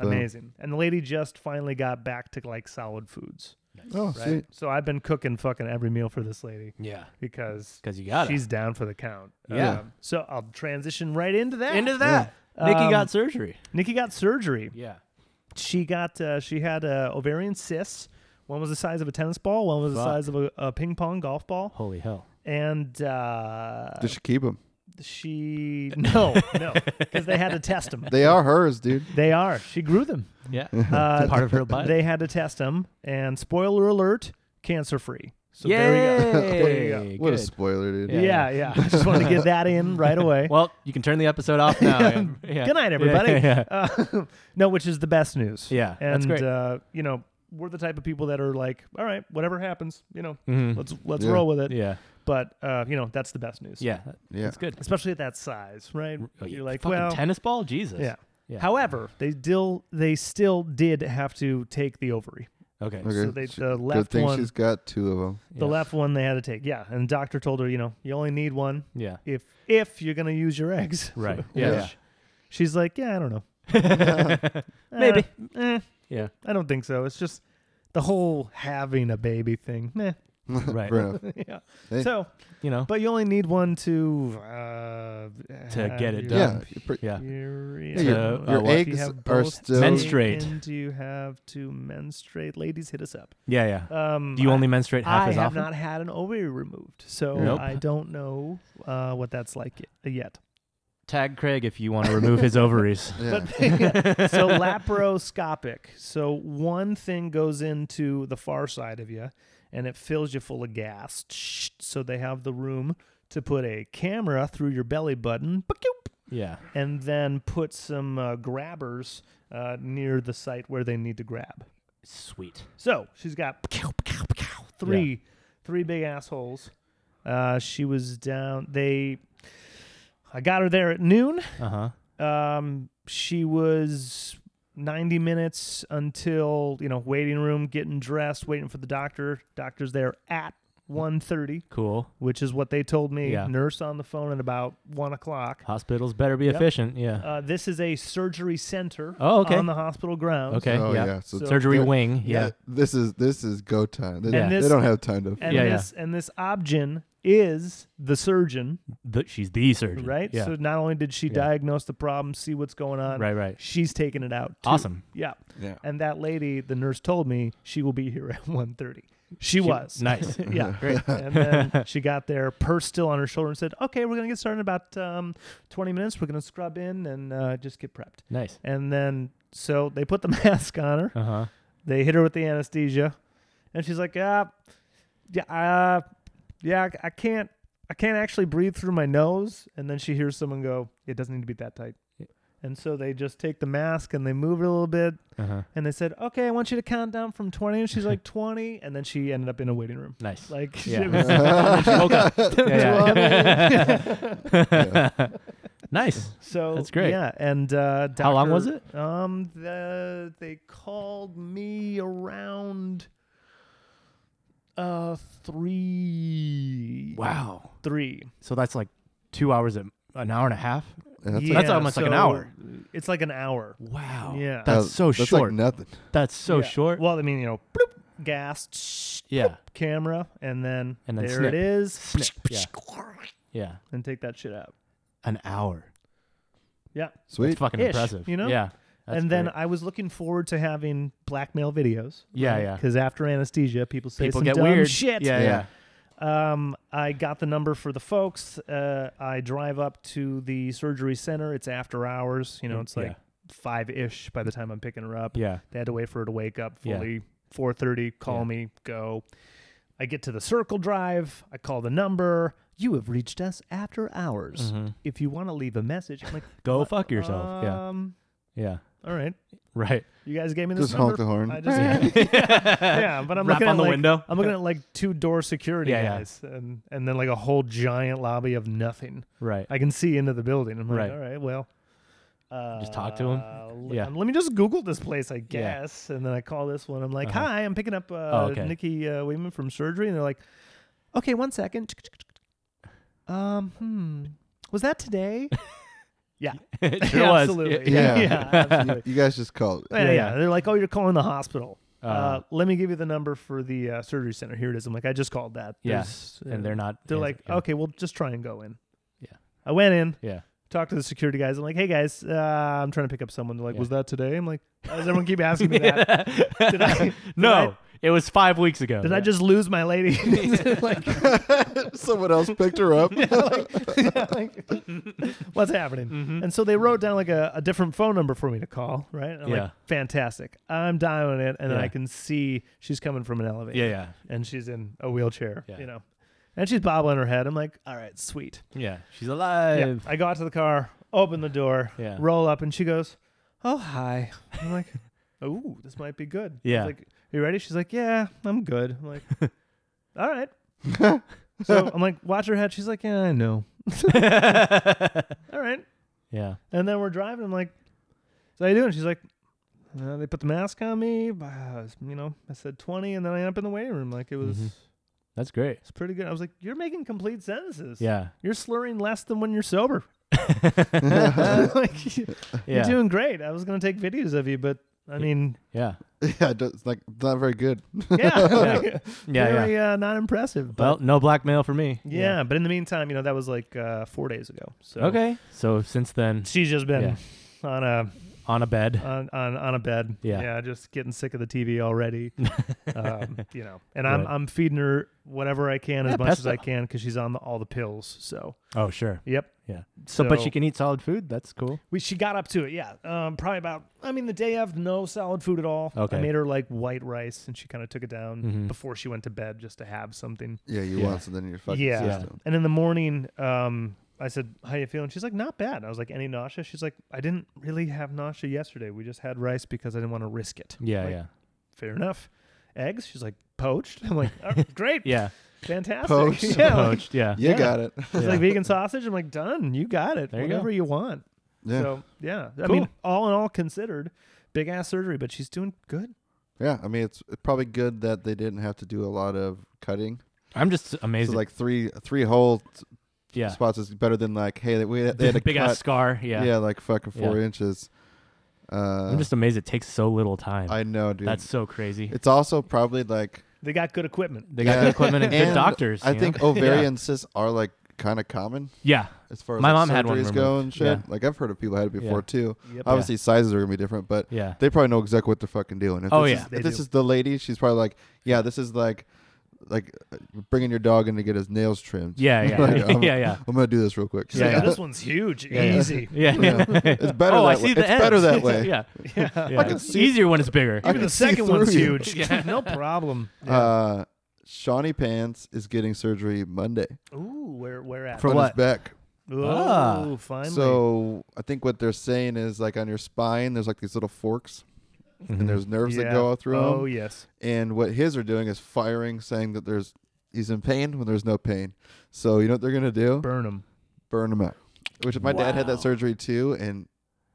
Boom. amazing. And the lady just finally got back to like solid foods. Oh, sweet. So I've been cooking fucking every meal for this lady Yeah. because Because you got she's down for the count. Yeah. Um, so I'll transition right into that. it. Into that. Yeah. Nikki Um, got surgery. Nikki got surgery. Yeah. She got uh, she had uh, ovarian cysts. One was the size of a tennis ball. One was the Fuck. size of a, a ping pong golf ball. Holy hell. And uh, Just should keep them. She no no because they had to test them. They are hers, dude. They are. She grew them. Yeah. Uh, Part of her body. They had to test them, and spoiler alert, cancer free. So Yay. there you go. There you What a Good. spoiler, dude. go. Yeah, Yeah, yeah. I just wanted to get that in right away. Well, you can turn the episode off now. and- yeah. Good night, everybody. Yeah. yeah. Uh, no, which is the best news. Yeah, and that's great. Uh, you know we're the type of people that are like, all right, whatever happens, you know, Mhm. let's let's Yeah. roll with it. yeah. But uh, you know that's the best news. Yeah. Yeah. That's good. especially at that size, right? Oh, yeah. You're like, fucking well, tennis ball? Jesus. yeah. Yeah. However, they still they still did have to take the ovary. Okay. Okay. So they she- the Good left thing one she's got two of them. the left one they had to take. Yeah, and the doctor told her, you know, you only need one Yeah. if if you're gonna use your eggs. Right. Which Yeah. She's like, yeah, I don't know. Uh, Maybe. eh, Yeah. I don't think so. It's just the whole having a baby thing. Meh. Right. Fair enough. yeah. Hey. So, You know. but you only need one to uh, have get it your Yeah. done. you're pre- Yeah. Period. So, yeah, your uh, your what- If you eggs have are both still menstruate. taken, Do you have to menstruate? Ladies, hit us up. Yeah. Yeah. Um, Do you I- only menstruate half I as have often? not had an ovary removed, so Nope. I don't know uh, what that's like y- yet. Tag Craig if you want to remove his ovaries. Yeah. But so laparoscopic. So one thing goes into the far side of you, and it fills you full of gas. So they have the room to put a camera through your belly button, yeah. and then put some uh, grabbers uh, near the site where they need to grab. Sweet. So she's got three, three big assholes. Uh, she was down. They, I got her there at noon. Uh huh. Um, she was ninety minutes until you know waiting room, getting dressed, waiting for the doctor. Doctor's there at one thirty, Cool. which is what they told me. Yeah. Nurse on the phone at about one o'clock. Hospitals better be Yep. efficient. Yeah. Uh, this is a surgery center. Oh, okay. On the hospital grounds. Okay. Oh yeah. yeah. So, So- Surgery they're- wing. Yeah. This is this is go time. They, And they this- don't have time to. And Yeah, yeah. this and this Obgyn is the surgeon, The- she's the surgeon. right? Yeah. So uh, not only did she Yeah. diagnose the problem, see what's going on, right. Right. she's taking it out. Too. Awesome. Yeah. yeah. And that lady, the nurse told me she will be here at 1.30. She, was. Nice. yeah. Great. and then she got there, purse still on her shoulder, and said, "Okay, we're gonna get started in about um, 20 minutes. We're gonna scrub in and uh, just get prepped." Nice. And then so they put the mask on her. Uh huh. They hit her with the anesthesia, and she's like, "Yeah, yeah, uh, yeah, I- I can't, I can't actually breathe through my nose." And then she hears someone go, "It doesn't need to be that tight." Yeah. And so they just take the mask and they move it a little bit, Uh huh. and they said, "Okay, I want you to count down from 20. And she's like, "20," and then she ended up in a waiting room. Nice. Like, Yeah. it was- She woke up. Yeah, yeah. nice. so That's great. Yeah, and uh, How long was doctor- Um, the, they called me around uh three. Wow. three. So that's like two hours, a, an hour and a half. And that's Yeah. almost like an hour. It's like an hour. Wow. Yeah. That's so Uh, that's short. like nothing. that's so Yeah. short. Well, I mean, you know, bloop, gas, tsh, yeah. camera, and then, And then there it snip. is, Yeah. Yeah. and take that shit out. An hour. Yeah. It's Sweet. fucking Ish, impressive. you know? Yeah. That's and then great. I was looking forward to having blackmail videos. Yeah, yeah. Because after anesthesia, people say people some get dumb weird. shit. Yeah. Yeah. Yeah. Um, I got the number for the folks. Uh, I drive up to the surgery center. It's after hours. You know, it's like five ish by the time I'm picking her up. Mm, Yeah. They had to wait for her to wake up Yeah. fully. Four thirty. Call Yeah. me. Go. I get to the circle drive. I call the number. You have reached us after hours. Mhm. If you want to leave a message, I'm like, Go "Uh, fuck yourself. yeah. Um, Yeah. All right. Right. You guys gave me this Just honk number. the horn. I just, yeah, but I'm Rap looking on at the like, window. I'm looking at like two door security Yeah, yeah. guys, and and then like a whole giant lobby of nothing. Right. I can see into the building. I'm like, Right. all right, well, uh, Just talk to 'em? l- Yeah. Let me just Google this place, I Yeah. guess, and then I call this one. I'm like, Uh-huh. hi, I'm picking up uh, okay. Nikki uh, Weeman from surgery, and they're like, okay, one second. Um, hmm, was that today? it sure was. absolutely. Yeah. yeah absolutely. You guys just called. Yeah, yeah, Yeah. They're like, oh, you're calling the hospital. Uh, Uh, let me give you the number for the uh, surgery center. Here it is. I'm like, I just called that. Yeah. There's, uh, and they're not. They're yeah, like, yeah. okay, well, just try and go in. Yeah. I went in, Yeah. talked to the security guys. I'm like, hey guys, uh, I'm trying to pick up someone. They're like, Yeah. was that today? I'm like, why does everyone keep asking me that? Did I- did no, it was five weeks ago. Did Yeah. I just lose my lady? like, Someone else picked her up. like, what's happening? Mm-hmm. And so they wrote down like a, a different phone number for me to call, right? And I'm Yeah. like, fantastic. I'm dialing it, and then Yeah. I can see she's coming from an elevator. Yeah, yeah, and she's in a wheelchair, Yeah. you know. And she's bobbling her head. I'm like, all right, sweet. yeah. She's Yeah. alive. I go out to the car, open the door, Yeah. roll up, and she goes, oh, hi. I'm like, oh, this might be good. I was Yeah. like, you ready? She's like, yeah, I'm good. I'm like, all right. so I'm like, watch her head. She's like, yeah, I know. Yeah. All right. yeah. And then we're driving. I'm like, So I do, and she's like, uh, they put the mask on me. uh, You know, I said twenty, and then I end up in the waiting room. Like it was, Mhm. That's great. it's pretty good. I was like, you're making complete sentences. Yeah. you're slurring less than when you're sober. yeah. like you- you're doing great. I was gonna take videos of you, but I mean, Yeah. yeah, it does- it's like it's not very good. yeah, like, Yeah. very Uh, not impressive. But Well, no blackmail for me. yeah, but in the meantime, you know, that was like uh, four days ago. So Okay. So since then, she's just been Yeah. on a on a bed. on, on on a bed. Yeah. yeah, just getting sick of the TV already. um, you know, and I'm Right. I'm feeding her whatever I can Yeah, as much as I pesto. can because she's on the, all the pills. So oh, sure. yep. Yeah. So, but she can eat solid food. That's cool. We, she got up to it, yeah. Um, probably about, I mean, the day of no solid food at all. Okay. I made her like white rice and she kind of took it down Mhm. before she went to bed just to have something. yeah, you Yeah. want something in your fucking Yeah. Yeah. system. And in the morning, um, I said, How you feeling? She's like, Not bad. I was like, Any nausea? She's like, I didn't really have nausea yesterday. We just had rice because I didn't want to risk it. Yeah. Like, yeah. Fair enough. Eggs? She's like, Poached? I'm like, "Oh, Great. Yeah. Fantastic. Poached. Yeah. like, Poached. Yeah. You Yeah. got it. She's Yeah. like, Vegan sausage? I'm like, Done. You got it. There you go. Whatever you want. Yeah, So yeah, I Cool. mean, all in all considered, big ass surgery, but she's doing good. yeah. I mean, it's it's probably good that they didn't have to do a lot of cutting. I'm just So amazed. like three three whole t- yeah. spots is better than like hey they, we, they had a big cut, ass scar. Yeah. like fucking four Yeah. inches. Uh, I'm just amazed it takes so little time. I know, dude. That's so crazy. it's also probably like They got good equipment. They got Yeah. good equipment and good And doctors. I you know? think ovarian cysts are like kind of common Yeah. as far as My mom like, had one surgeries go removed. and shit. Yeah. Like I've heard of people had it before Yeah. too. Yep. Obviously, sizes are gonna be different, but Yeah. they probably know exactly what they're fucking doing. If Oh, this yeah. is, They if this do. is the lady, she's probably like, yeah, this is like, like uh, bringing your dog in to get his nails trimmed. Yeah. Like, um, Yeah. I'm- yeah. Yeah. I'm gonna do this real quick. She's Yeah, like, yeah. "Oh, this one's huge, Yeah, yeah. easy. Yeah. Yeah. It's better oh, that I way. see the It's ends. better that way. yeah. Yeah. yeah. can It's see- easier when it's bigger. I Even can the see second one's through you. huge. no problem. Uh, Shawnee Pants is getting surgery Monday Ooh, where where at? For on what? his back. Ooh, Ah. finally. So I think what they're saying is like on your spine, there's like these little forks, Mhm. and there's nerves Yeah. that go through Oh 'em. yes. And what his are doing is firing, saying that there's he's in pain when there's no pain. So you know what they're gonna do? Burn them. burn him out. Which my dad had Wow. that surgery too, and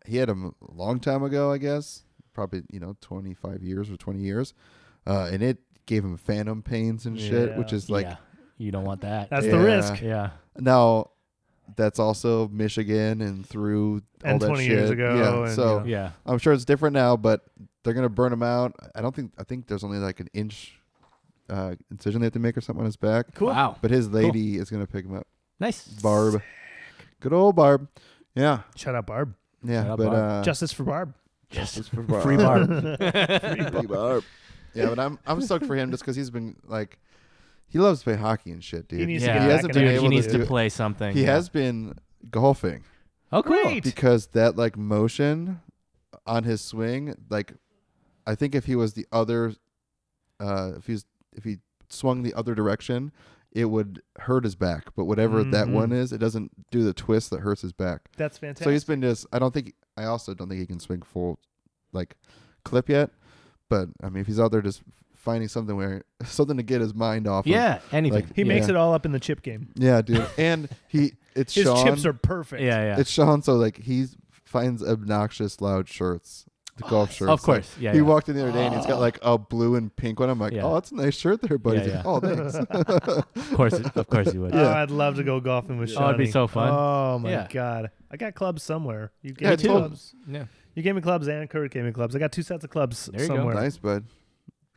he had him a long time ago, I guess, probably you know twenty five years or twenty years, uh, and it gave him phantom pains and shit, Yeah. which is like yeah. You don't want that. That's Yeah. the risk. yeah. now that's also Michigan and through And all that 20 shit. years ago yeah. and, so you know. Yeah. I'm sure it's different now, but they're gonna burn him out. I don't think I think there's only like an inch uh, incision they have to make or something on his back, Cool. Wow. but his lady is gonna pick him up. Nice. Barb, good old Barb, yeah. Shout out Barb. Yeah, Shout out but Barb. uh, Justice for Barb. Just It's for Barb. free Barb. Free Barb. Yeah, but I'm I'm stoked for him just because he's been like, he loves to play hockey and shit, dude. He needs Yeah. to He get hasn't back been in Dude, there. he able to needs to do- play something. he yeah. has been golfing Oh, cool. Great. because that like motion on his swing, like, I think if he was the other, uh, if he's if he swung the other direction, it would hurt his back. But whatever that Mhm. one is, it doesn't do the twist that hurts his back. That's fantastic. So he's been just. I don't think. I also don't think he can swing full, like, clip yet. But I mean, if he's out there just finding something where something to get his mind off. of. Yeah. Anything. Like, he makes Yeah. it all up in the chip game. Yeah, dude. And he. It's His Sean. chips are perfect. Yeah. Yeah. It's Sean. So like he finds obnoxious loud shirts. The golf shirts. Of Like, course. Yeah. he yeah. walked in the other day and he's got like a blue and pink one. I'm like, Yeah. oh, that's a nice shirt there, buddy. Yeah, He's like, yeah. oh, thanks. Of course. Of course he would. Oh, I'd love to go golfing with Shawnee. Oh, it'd be so fun. Oh my Yeah. god, I got clubs somewhere. You Yeah, Me gave too. me clubs. Yeah. You gave me clubs, and Kurt gave me clubs. I got two sets of clubs There you go. somewhere. nice, bud.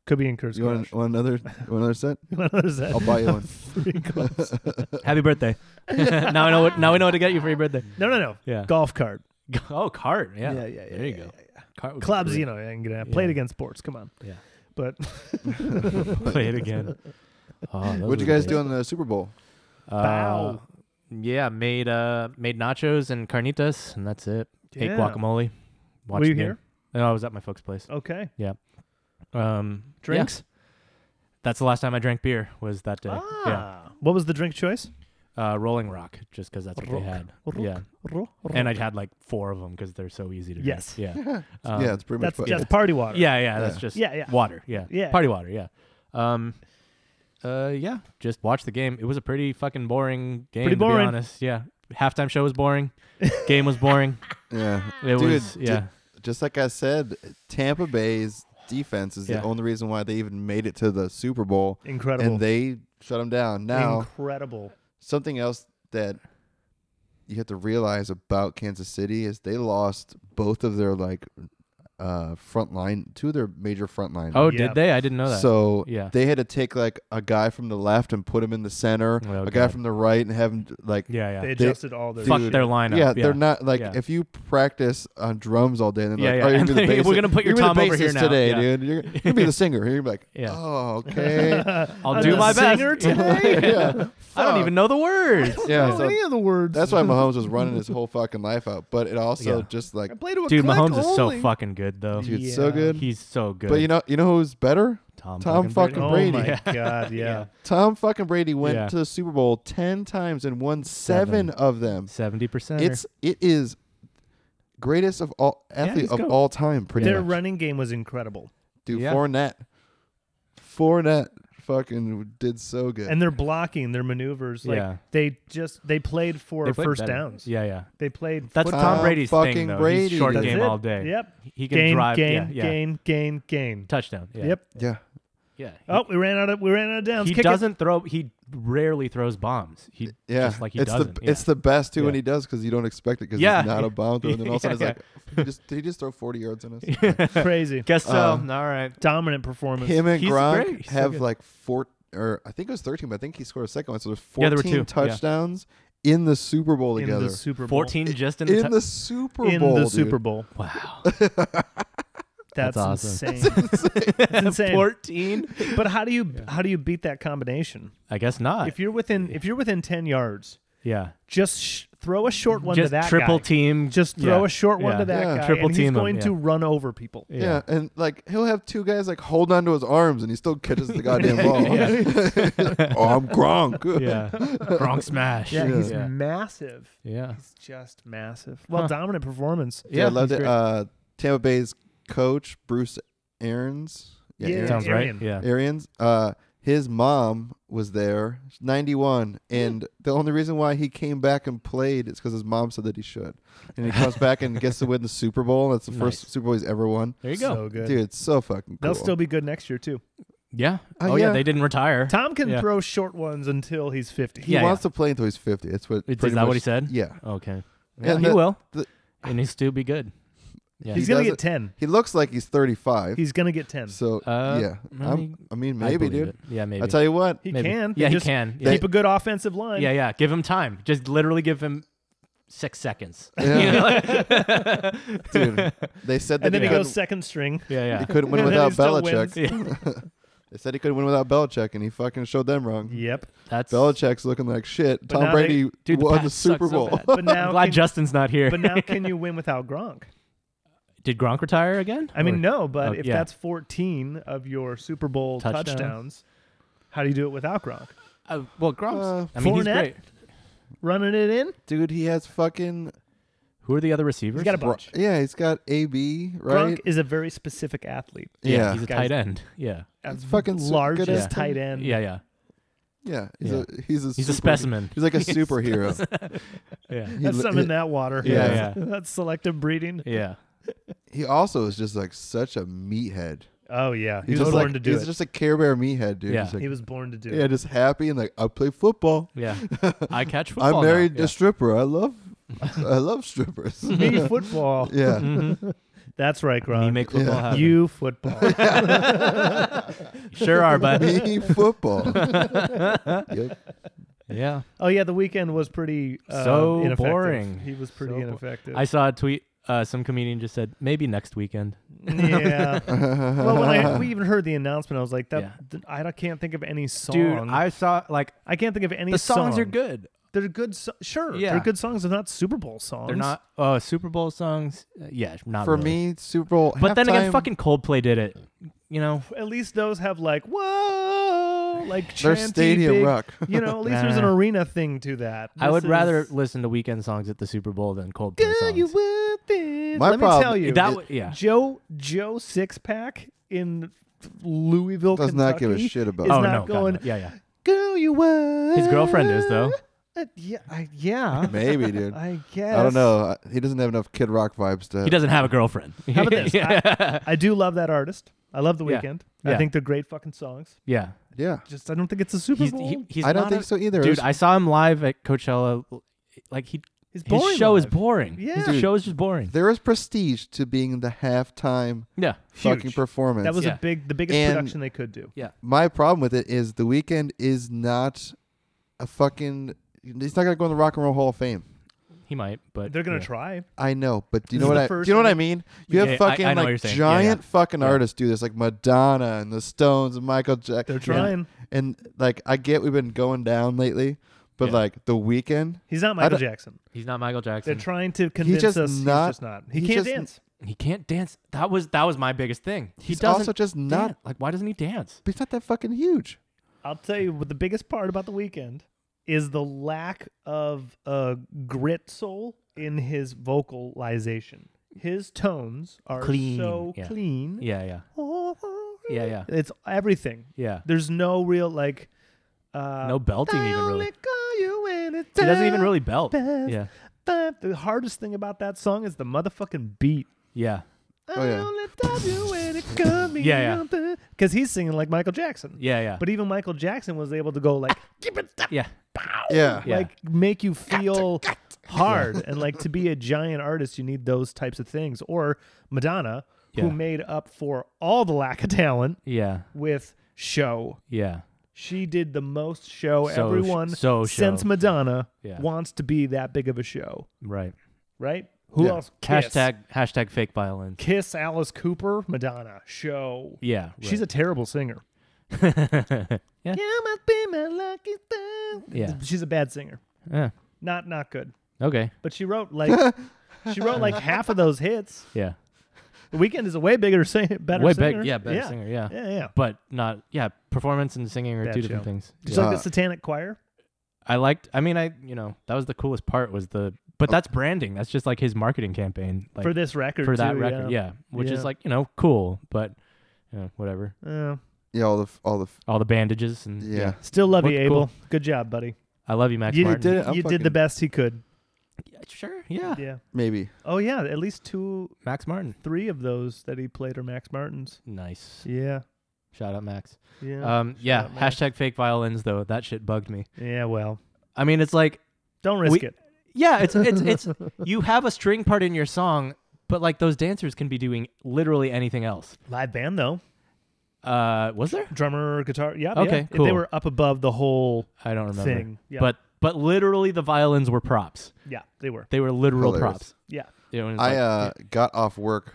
Could be in Kurt's You want, garage. want another? You want another set? What is that? I'll buy you one. Three clubs. Happy birthday. now I know what. Now we know what to get you for your birthday. No, no, no. Yeah. Golf cart. Oh, cart. Yeah. yeah, yeah. There you yeah, go. yeah, yeah. Cart would be Clubs, great. you know, I can get out. Played Yeah. against sports. Come on. Yeah. But Play it again. Oh, What'd you guys do on the Super Bowl? Wow. Uh, yeah, made uh made nachos and carnitas, and that's it. Ate Yeah. guacamole. Watched were you the game. here? No, I was at my folks' place. Okay. Um, yeah. Drinks? That's the last time I drank beer. Was that day? Ah. What was the drink choice? Yeah. Uh, Rolling Rock, just because that's what Rock. they had. Rock. Yeah. Ro- ro- And I had like four of them because they're so easy to drink. Yes. Yeah. Yeah, Um, yeah, it's pretty That's much. just party water. Yeah, yeah, that's Yeah. just Yeah, yeah. water. Yeah. Yeah. Party water, yeah. Um uh yeah, just watch the game. It was a pretty fucking boring game Pretty to be boring. honest. Yeah. Halftime show was boring. game was boring. yeah. It Dude, was did- yeah. just like I said, Tampa Bay's defense is Yeah. the only reason why they even made it to the Super Bowl, Incredible. and they shut them down. Now, Incredible. something else that you have to realize about Kansas City is they lost both of their like uh front line two of their major front line Oh, Yeah. did they? I didn't know that. so yeah. they had to take like a guy from the left and put him in the center Oh, a guy God. from the right and have him like yeah, yeah. They They They- adjusted all their Fuck shit. their lineup. yeah, they're not like Yeah. if you practice on drums all day, and Yeah, they're yeah. like, "Oh, you're And gonna be the they- we're bassist- gonna put your you're gonna be Tom over the here bassist now." today, Yeah. dude. You're gonna you're gonna be the singer. You're gonna be like, Yeah. oh, okay. I'll I'm do a my best. singer today? yeah, I don't fuck. even know the words. Yeah, know so any of the words. That's why Mahomes was running his whole fucking life out. But it also Yeah. just like I play to a Dude, click Mahomes is so only. fucking good though. dude, so Yeah. good. He's so good. But you know, you know who's better? Tom, Tom fucking fucking Brady. Oh Brady. my Yeah. god, yeah. Yeah. Tom fucking Brady went Yeah. to the Super Bowl ten times and won seven, Seven. of them. Seventy percent. It's it is greatest of all athlete he's of good. all time, pretty Their much. running game was incredible. Dude, Yeah. Fournette, Fournette, fucking did so good. And their blocking, their maneuvers, like Yeah. they just they played for first downs. Yeah, yeah. They played That's foot- Tom Tom Brady's fucking thing though. Brady. He's short That's game it. all day. Yep. He can Gain, drive. gain, yeah, yeah. gain, gain, gain. Touchdown. Yeah. Yep. yeah, Yeah. Oh, we ran out of we ran out of downs. he Kick it. doesn't throw. He rarely throws bombs. He yeah. just like he it's doesn't. the yeah. it's the best too when Yeah. he does because you don't expect it because Yeah. he's not a bounder, and then all of a sudden Yeah, it's like, he just did he just throw forty yards on us? crazy Guess so. Uh, All right. dominant performance. Him and He's Gronk great. He's so have good. like four, or I think it was thirteen, but I think he scored a second one. So there's Yeah, fourteen there were two, yeah. touchdowns in the Super Bowl in together. the Super Bowl. Fourteen just in, in the. the Super in Bowl, the dude. Super Bowl. t- wow. That's, That's awesome. insane. That's insane. Fourteen. but how do you how do you beat that combination? I guess not. If you're within if you're within 10 yards, yeah. just sh- throw a short one to Just that triple guy. team. Just throw yeah. a short one Yeah. to that Yeah. guy. Triple and team He's him, going to yeah. run over people. Yeah. and like he'll have two guys like hold onto his arms, and he still catches the goddamn ball. oh, I'm Gronk. Yeah. Gronk smash. Yeah, he's Yeah. massive. Yeah. He's just massive. Well, Huh. dominant performance. Yeah, I loved he's it. great. Uh, Tampa Bay's coach Bruce Arians. Yeah. Arians. Sounds Arian. right. Yeah. Arians. Uh, his mom was there, 91, and the only reason why he came back and played is because his mom said that he should. And he comes back and gets to win the Super Bowl. That's the first Nice. Super Bowl he's ever won. There you go. So good. Dude, it's so fucking cool. They'll still be good next year too. yeah. Uh, oh yeah. yeah. They didn't retire. Tom can Yeah. throw short ones until he's 50. he yeah, wants to play until he's 50. That's what. Is- pretty is that what much- he said? Yeah. Okay. And Yeah, he the- will. the- and he'll still be good. Yeah. He's He going to does get 10. He looks like he's 35. He's going to get 10. so, Uh, yeah. I I'm, mean, I mean, I maybe, believe dude. it. Yeah. Maybe. I tell you what. He Maybe. can. Yeah. He just can. Yeah. They- Keep a good offensive line. yeah. Yeah. Give him time. Just literally give him six seconds. Yeah. You know, like- Dude, they said that And then he he couldn't- goes second string. yeah. He couldn't win And then he still without Belichick. wins. they said he couldn't win without Belichick, and he fucking showed them wrong. Yep. That's Belichick's looking like shit. Tom now Brady Dude, the won the Pats suck Super so Bowl. bad. But I'm now glad can, Justin's not here. but now can you win without Gronk? Did Gronk retire again? I mean, Or- no, but Oh, if yeah. that's 14 of your Super Bowl Touchdown. touchdowns, how do you do it without Gronk? Uh, well, Gronk's. Uh, I mean, he's Fournette? great. Running it in? Dude, he has fucking Who are the other receivers? He's got a Bro- bunch. yeah. He's got AB right. Gronk is a very specific athlete. yeah, yeah, he's a Guys- tight end. Yeah, A It's fucking so good largest at- tight end. yeah, yeah. yeah. He's Yeah. a he's He's a a super- specimen. He's like a superhero. Yeah, He That's li- something in that water. Yeah, yeah. That's selective breeding. yeah. he, he also is just like such a meathead. Oh yeah. He He's was just born like- to do He's it. just a Care Bear meathead, dude. Yeah. He's like, he was born to do yeah, it. just happy and like I play football. Yeah, I catch I football. married now. a stripper. I love I love strippers. Me football. Yeah. yeah. Mhm. That's right, Me Gronk. make football happen. You football. sure are, bud. Me football. Yep. yeah, oh yeah, the weekend was pretty uh, So ineffective. boring. He was pretty So bo- ineffective. I saw a tweet. Uh, some comedian just said maybe next weekend. yeah. well, when I, we even heard the announcement, I was like, "That Yeah. th- I don't- can't think of any song. Dude, I saw like I can't think of any. the songs song. are good. They're good. So- sure, Yeah. they're good songs. They're not Super Bowl songs. They're not uh, Super Bowl songs. Uh, yeah, not For really. me, Super Bowl. But then again, halftime- fucking Coldplay did it. You know, At least those have like whoa, like They're chanty, stadium big- rock. You know, at least there's an Nah. arena thing to that. I would This rather is- listen to weekend songs at the Super Bowl than Coldplay Girl, songs. you with it. My Let problem- me tell you, that It- would yeah. Joe Joe Sixpack in Louisville Does Kentucky, not give a shit about is oh not no, God, no. going- Yeah, yeah. Girl, you were. His girlfriend is though. Uh, yeah, I, yeah. Maybe, dude. I guess. I don't know. He doesn't have enough Kid Rock vibes to. He doesn't have a girlfriend. How about this? yeah. I do love that artist. I love The Yeah. Weeknd. I Yeah. think they're great fucking songs. yeah. Yeah, Just I don't think it's a Super He's, Bowl. he- he's I don't not think a- so either. Dude, It was- I saw him live at Coachella. Like he, He's his boring. show is live. boring. Yeah. His Dude. show is just boring. there is prestige to being the halftime Yeah. fucking Huge. performance. That was Yeah. a big, the biggest And- production they could do. my problem with it is the weekend is not a fucking. He's not gonna go in the Rock and Roll Hall of Fame. He might, but They're gonna yeah. try. I know, but do you This know is what the I? Do first you know what I thing- mean? You have Yeah, I- I fucking know what you're like saying. giant Yeah, yeah. fucking Yeah. artists do this, like Madonna and the Stones and Michael Jackson. They're trying. And like, I get we've been going down lately, but Yeah. like the weekend, He's not Michael don't- Jackson. He's not Michael They're Jackson. trying to convince just us not- he's just not. He he's can't just- dance. he can't dance. That was that was my biggest thing. He he's doesn't also just not. dance. like why doesn't he dance? He's not that fucking huge. I'll tell you what the biggest part about the weekend is the lack of uh, grit soul in his vocalization. His tones are Clean, so yeah. clean. Oh, Yeah, yeah. Yeah, yeah. It's everything. Yeah. There's no real like. Uh, No belting I even really. only call you when it's He doesn't even time, really belt. best Yeah. time. The hardest thing about that song is the motherfucking beat. Yeah. Oh, yeah. Yeah, Because he's singing like Michael Jackson. Yeah, yeah. But even Michael Jackson was able to go like, keep it up, yeah. Yeah. Yeah. like make you feel hard. and like to be a giant artist, you need those types of things. Or Madonna, Yeah. who made up for all the lack of talent Yeah. with show. Yeah. She did the most show So sh- everyone so show. since Madonna Yeah. wants to be that big of a show, Right. right? Who Yeah. else? Kiss. Hashtag hashtag fake violence. Kiss Alice Cooper, Madonna, show. Yeah. She's a terrible singer. a Yeah. You must be my lucky star. Yeah. She's a bad singer. Yeah. Not not good. Okay. But she wrote like she wrote like half of those hits. Yeah. The weekend is a way bigger singer, better Way singer. big. Yeah, better singer. Yeah. Yeah, yeah. But not yeah, performance and singing are Bad two different show. things. Just Yeah. like Uh, the Satanic Choir. I liked I mean I you know, that was the coolest part was the but that's branding. That's just like his marketing campaign. Like Oh. for this record. for that too, record. Yeah. Which is Yeah. like, you know, cool, but you know, whatever. Yeah. Yeah, all the f- all the f- All the bandages and yeah. Still love Looked you, cool. Abel. Good job, buddy. I love you, Max You Martin. did it. I'm you did the fucking- best he could. Yeah, sure. Yeah. Yeah. maybe. Oh yeah. At least two Max Martin. three of those that he played are Max Martin's. Nice. Yeah. Shout out Max. Yeah. Um yeah, out Max. hashtag fake violins though. That shit bugged me. yeah, well. I mean, it's like Don't risk We- it. yeah, it's it's it's you have a string part in your song, but like those dancers can be doing literally anything else. Live band though. Uh was there? drummer, guitar. Yeah. Okay, yeah. They cool. were up above the whole I don't remember. thing. Yeah. But but literally the violins were props. yeah, they were. They were literal props. Hilarious. Yeah. You know, and it's I like- uh got off work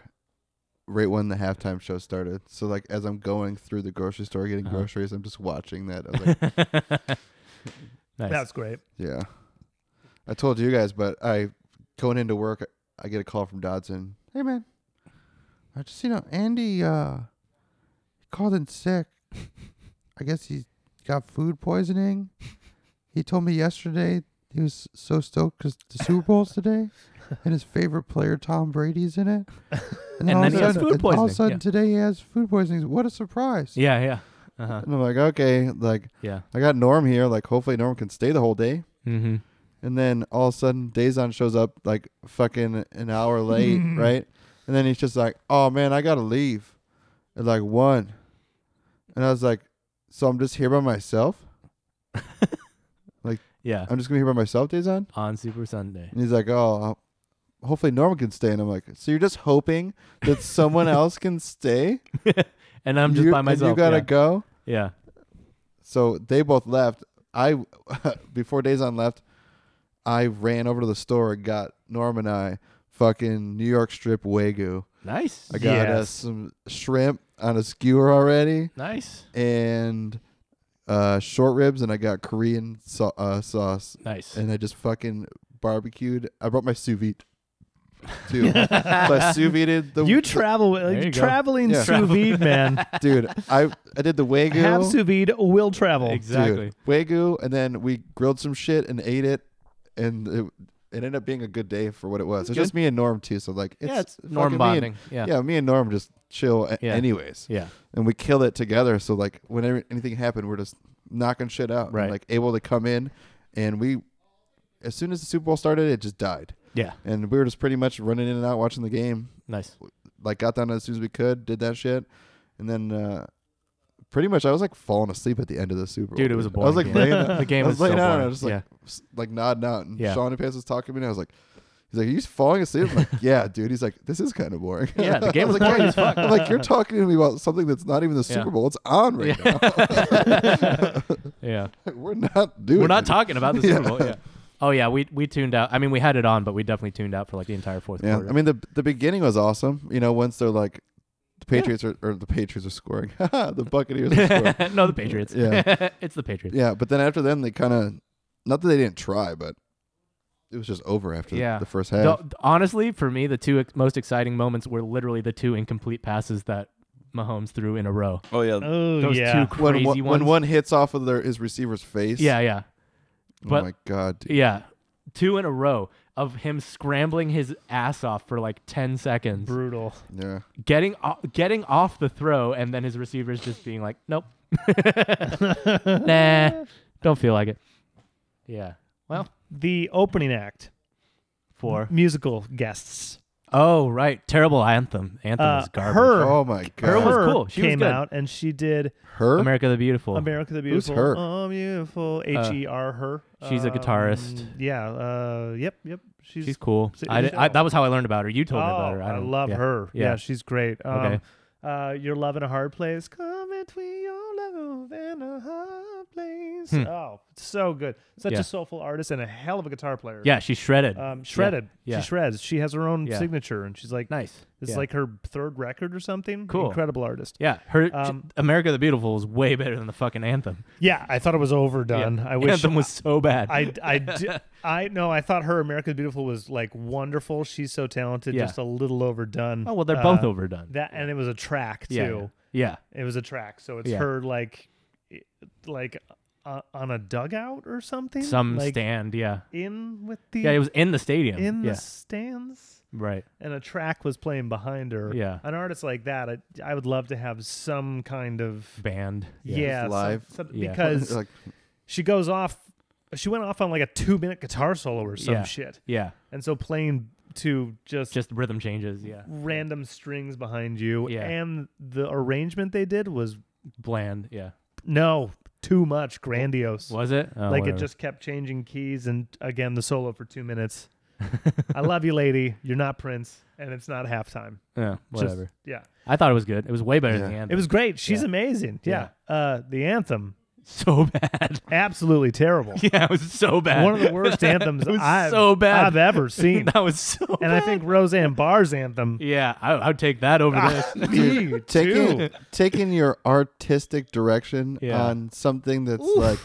right when the halftime show started. So like as I'm going through the grocery store getting Uh-huh. groceries, I'm just watching that. I was like, nice. That's great. yeah. I told you guys, but I going into work, I get a call from Dodson. Hey man, I just you know Andy uh called in sick. I guess he got food poisoning. He told me yesterday he was so stoked because the Super Bowl's today, and his favorite player Tom Brady's in it. And all then of he a has food sudden- All of poisoning, a sudden yeah. today he has food poisoning. What a surprise! yeah, yeah. Uh-huh. And I'm like, okay, like Yeah. I got Norm here. Like hopefully Norm can stay the whole day. Mm-hmm. And then all of a sudden, Dazon shows up like fucking an hour late, right? And then he's just like, "Oh man, I gotta leave at like one." And I was like, "So I'm just here by myself? Yeah. I'm just gonna be here by myself, Dazon?" On Super Sunday. And he's like, "Oh, I'll- hopefully Norman can stay." And I'm like, "So you're just hoping that someone else can stay? And I'm just You're- by and myself. you gotta yeah. go." Yeah. So they both left. I before Dazon left, I ran over to the store and got Norm and I fucking New York strip wagyu. Nice. I got Yes. us some shrimp on a skewer already Nice. and uh, short ribs, and I got Korean sau- uh, sauce, Nice. and I just fucking barbecued. I brought my sous vide too. so I sous vide the you travel There you go. traveling Yeah. sous vide, man. dude. I I did the wagyu. Have sous vide, will travel. exactly. Dude, Wagyu, and then we grilled some shit and ate it, and it, it ended up being a good day for what it was. It's Good. just me and Norm too, so like it's, yeah, it's norm fucking Me bonding. yeah. and, yeah. me and Norm just chill a- Yeah. anyways, Yeah. and we kill it together. So like whenever anything happened, we're just knocking shit out, and, Right. like able to come in, and we as soon as the Super Bowl started, it just died. Yeah. And we were just pretty much running in and out watching the game. Nice. Like got down as soon as we could, did that shit, and then uh, pretty much I was like falling asleep at the end of the Super Bowl. Dude, it was a I was like boring laying, The game I was was so laying out and I boring. was just like yeah. s- like nodding out, and Yeah. Sean Pants was talking to me, and I was like. He's like, are you falling asleep? I'm like, yeah, dude. He's like, this is kind of boring. Yeah, the game I was boring as fuck. I'm like, you're talking to me about something that's not even the Yeah. Super Bowl. It's on right yeah. now. We're not doing. We're not it. talking about the Super Yeah. Bowl. Yeah. Oh yeah, we we tuned out. I mean, we had it on, but we definitely tuned out for like the entire fourth Yeah, quarter. I mean the the beginning was awesome. You know, once they're like, the Patriots are or the Patriots are scoring, the Buccaneers are scoring. no, the Patriots. Yeah. it's the Patriots. yeah, but then after them they kind of, not that they didn't try, but it was just over after the- Yeah. the first half. Th- honestly, for me, the two ex- most exciting moments were literally the two incomplete passes that Mahomes threw in a row. Oh yeah, Oh Those yeah. two when crazy one, ones. when one hits off of their his receiver's face, yeah, yeah, oh but- my god, dude. yeah. Two in a row of him scrambling his ass off for like ten seconds, Brutal. yeah, getting o- getting off the throw, and then his receivers just being like, "Nope, nah, don't feel like it." Yeah. Well, The opening act. four. Musical guests. Oh right, terrible anthem. Anthem Uh, was garbage. her. oh my Her god, was cool. She was came good. out and she did her, America the Beautiful. Uh, America the Who's Beautiful. her? Oh, beautiful. H E R her. she's a guitarist. Um, Yeah. Uh, yep. Yep. She's. She's cool. She's- I, she's did- I- dope. that was how I learned about her. You told me about Oh, her. I, don't- love yeah. her. Yeah. Yeah. she's great. Um, Okay. Uh, your love in a hard place. Come between your love and a hard place. Hmm. Oh, so good. Such Yeah. a soulful artist and a hell of a guitar player. Yeah, she shredded. Um, shredded. Yeah. She shreds. She has her own Yeah. signature, and she's like, nice. This is Yeah. like her third record or something. Cool. Incredible artist. yeah, her um, America the Beautiful was way better than the fucking anthem. Yeah, I thought it was overdone. Yeah. I wish anthem was so bad. I, I, d- I no, I thought her America the Beautiful was like wonderful. She's so talented, Yeah. just a little overdone. oh well, they're both Uh, overdone. That and it was a track too. yeah, yeah, It was a track, so it's Yeah. her like, i- like uh, on a dugout or something. yeah. some like, stand. Yeah, in with the yeah, it was in the stadium. in yeah, the stands, right. and a track was playing behind her. Yeah. an artist like that, I, I would love to have some kind of Band. yeah, some- live. some- Yeah. because like she goes off. She went off on like a two minute guitar solo or some Yeah. shit. yeah, And so playing to just, just rhythm changes. Yeah, random strings behind you. Yeah. And the arrangement they did was bland. Yeah, no, too much grandiose. was it? Oh, like whatever. it just kept changing keys and again the solo for two minutes. I love you, lady. You're not Prince, and it's not halftime. yeah, Just- whatever. yeah. I thought it was good. It was way better Yeah. than the anthem. It was great. She's Yeah. amazing. Yeah. Yeah. Uh the anthem. so bad. Absolutely terrible. yeah, it was so bad. One of the worst anthems It was I've, so bad. I've ever seen. that was so. and I think Roseanne Barr's anthem. Yeah, I, I would take that over this. Me taking too. taking your artistic direction Yeah. on something that's like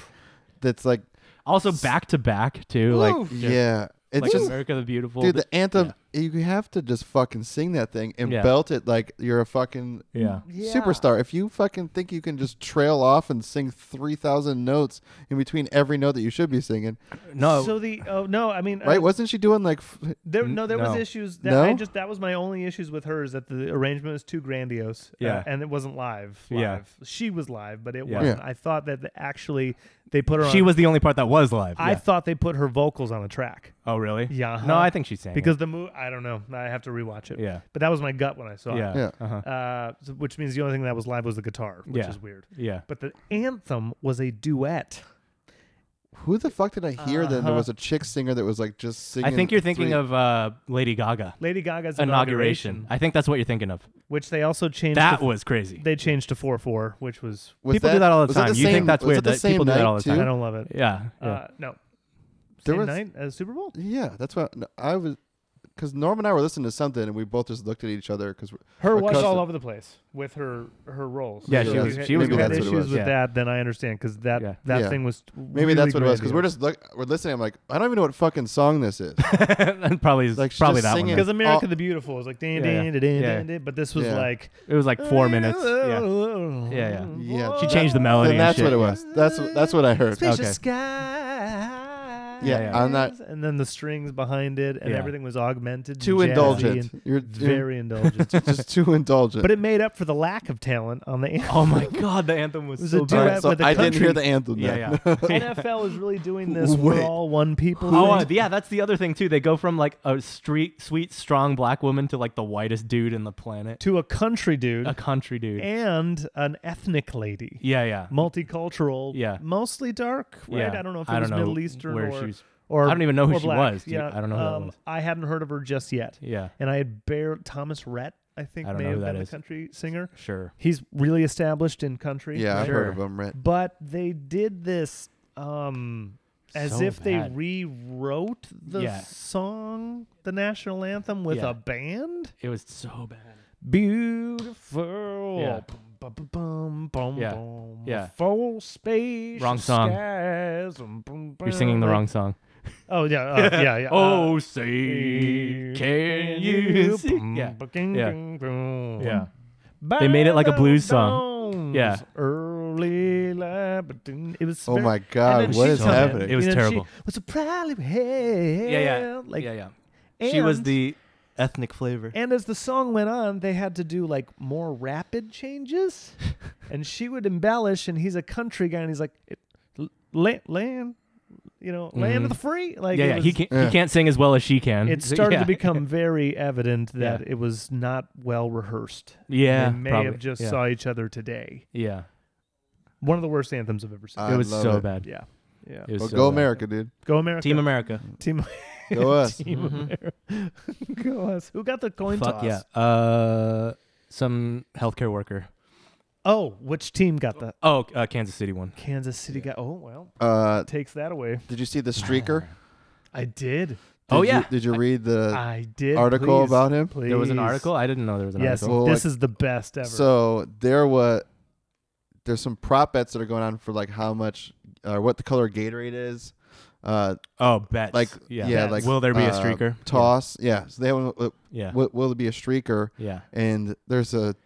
that's like Also, back to back too. like Like, just- yeah, it's like just America the Beautiful. dude the anthem you have to just fucking sing that thing and Yeah. belt it like you're a fucking yeah, superstar if you fucking think you can just trail off and sing 3000 notes in between every note that you should be singing no, So the oh no, I mean Uh, right I, wasn't she doing like f- there no there was No. issues that No? I just that was my only issues with her is that the arrangement was too grandiose. uh, Yeah. and it wasn't live. live. Yeah. She was live, but it Yeah. wasn't. I thought that the- actually they put her she on was the only part that was live. I yeah. thought they put her vocals on a track. oh really? Yeah. No, I think she sang it. because the movie I don't know. I have to rewatch it. Yeah. But that was my gut when I saw Yeah. Yeah. Uh-huh. it. Uh so- which means the only thing that was live was the guitar, which Yeah. is weird. Yeah. But the anthem was a duet. who the fuck did i hear that there Uh-huh. was a chick singer that was like just singing I think you're thinking three- of uh, Lady Gaga Lady Gaga's inauguration. inauguration, I think that's what you're thinking of. which they also changed That to- was crazy. they changed to four four, which was was people do that all the was that time. You think same- that's was weird that the that same people do that night all the too? time. I don't love it. yeah. yeah. Uh, no. There Same was- night as Super Bowl? Yeah, that's what no, I was. Because Norm and I were listening to something, and we both just looked at each other. Because Her was Acosta. all over the place with her her roles. Yeah, So she if was- you had- she was if you good. had That's what it issues was. with Yeah. that, then I understand because that Yeah. that Yeah. thing was maybe that's what it was. Because we're just look, we're listening. I'm like, I don't even know what fucking song this is. And probably Like, she's probably just that singing. one. because America the Beautiful was like dan Yeah, yeah. dan dan dan, Yeah. dan dan, but this was Yeah. like It was like four minutes. Yeah. Yeah, yeah. Yeah, Oh, She changed the melody. and Then that's shit. what it was. That's that's what I heard. Okay. sky. Yeah, yeah. I'm not- And then the strings behind it, and Yeah. everything was augmented. and Too jazzy and indulgent. You're, you're Very indulgent. just too indulgent. But it made up for the lack of talent on the anthem. Oh my god, the anthem was, It was so a bad. All duet right, so with a I didn't hear country- the anthem. then. Yeah, NFL is really doing this. We're Wait. all one people. Oh uh, thing. yeah, that's the other thing too. They go from like a street sweet strong black woman to like the whitest dude in the planet, to a country dude a country dude. and an ethnic lady. yeah, yeah. Multicultural. Yeah. Mostly dark, right? Yeah. I don't know if it I was don't know Middle Eastern where or, she was- or I don't even know who or she black. was, dude. Yeah. I don't know who that um, was. I hadn't heard of her just yet. Yeah, And I had bare Thomas Rhett, I think I don't may know have who that been a is. country singer. sure. He's really established in country. yeah, I've right? heard Sure. of them. Right? but they did this um as So if bad. they rewrote the Yeah. song the national anthem with Yeah. a band It was so bad. beautiful Yeah. Bum, bum, bum, bum, Yeah. bum. Yeah. Full space. Wrong song. Skies. Bum, bum, You're singing the bum. wrong song. Oh yeah, uh, yeah, yeah. oh, uh, say can you? see- Yeah, Yeah. yeah. They made it like a blues song. Yeah. Early life, but didn't- it was. Oh very- my and God, then what she is come in, happening? It was and then terrible. She was a problem. Hey, Yeah, yeah, Like, yeah, yeah. She was and- the ethnic flavor. And as the song went on, they had to do like more rapid changes, and she would embellish. And he's a country guy, and he's like, it, l- land, land, you know, land of the free. Like, Mm-hmm. yeah, it yeah. was- he can't. Yeah. He can't sing as well as she can. It So, started yeah. to become very evident Yeah. that it was not well rehearsed. Yeah, they may probably. have just yeah. saw each other today. Yeah, One of the worst anthems I've ever seen. I it was love so it. bad. yeah, yeah. It was uh, Well, so go bad. America, dude. Go America. Team America. Team, Go us. Team America. Go us. Who got the coin Mm-hmm. Fuck toss? yeah. Uh, some healthcare worker. Oh, which team got the Oh, uh, Kansas City one. Kansas City got? Oh well, Uh, takes that away. did you see the streaker? I did. Oh, Did you- yeah. did you read the I did. Uh, article please, about him? Please. There was an article. I didn't know there was an Yes, article. Well, this like- is the best ever. So there was there's some prop bets that are going on for like how much or what the color Gatorade is. Uh, Oh, bets. like yeah, yeah, Bets. like will there be a uh, streaker? toss? Yeah. So they have uh, Yeah. will, will there be a streaker? yeah. And there's a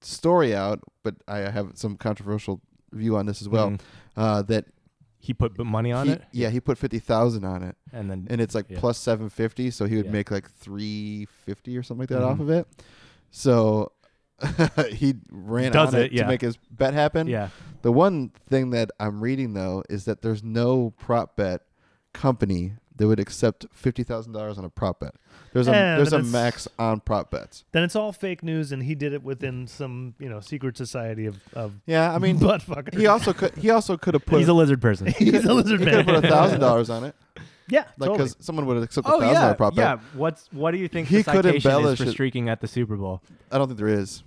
story out, but I have some controversial view on this as well. Mhm. Uh, that he put b- money on he, it, yeah, he put fifty thousand on it, and then and it's like Yeah. plus seven fifty, so he would Yeah. make like three fifty or something like that Mhm. off of it. So he ran Does on it, it, yeah. to make his bet happen. yeah, The one thing that I'm reading though is that there's no prop bet company that would accept fifty thousand dollars on a prop bet. There's a Yeah, there's but a it's- max on prop bets. then it's all fake news, and he did it within some you know secret society of of Yeah, I mean, butt fuckers. he also could he also could have put he's a lizard person. he he's a could- lizard he man. could have put thousand dollars on it, yeah, like totally. because someone would accept a thousand dollar prop bet. Oh, yeah. What's what do you think He the could citation is embellish for it. streaking at the Super Bowl? I don't think there is.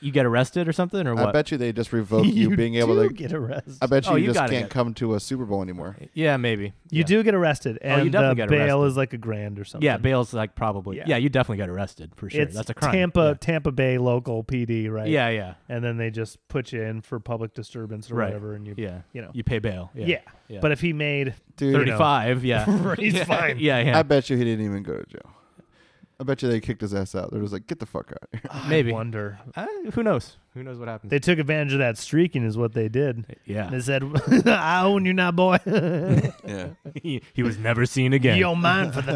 You get arrested or something, or what? I bet you they just revoke you, being able do to. get arrested. I bet you, Oh, you you just gotta can't get- come to a Super Bowl anymore. yeah, maybe. You yeah. do get arrested, Oh, you and the definitely get bail arrested. is like a grand or something. Yeah, bail's like probably. Yeah. Yeah, you definitely get arrested for sure. it's That's a crime. Tampa, Tampa Bay local PD, Yeah, right? yeah, yeah. and then they just put you in for public disturbance or Right. whatever, and you, yeah. you know, You pay bail. yeah. Yeah, Yeah. But if he made Dude, Thirty- thirty-five. Yeah, He's yeah. fine. Yeah, yeah. I bet you he didn't even go to jail. I bet you they kicked his ass out. They're just like, get the fuck out. Of here. Maybe. Ah, I wonder Uh, who knows? Who knows what happens? they took advantage of that streaking, is what they did. yeah. They said, "I own you now, boy. Yeah. he, he was never seen again. You're mine for the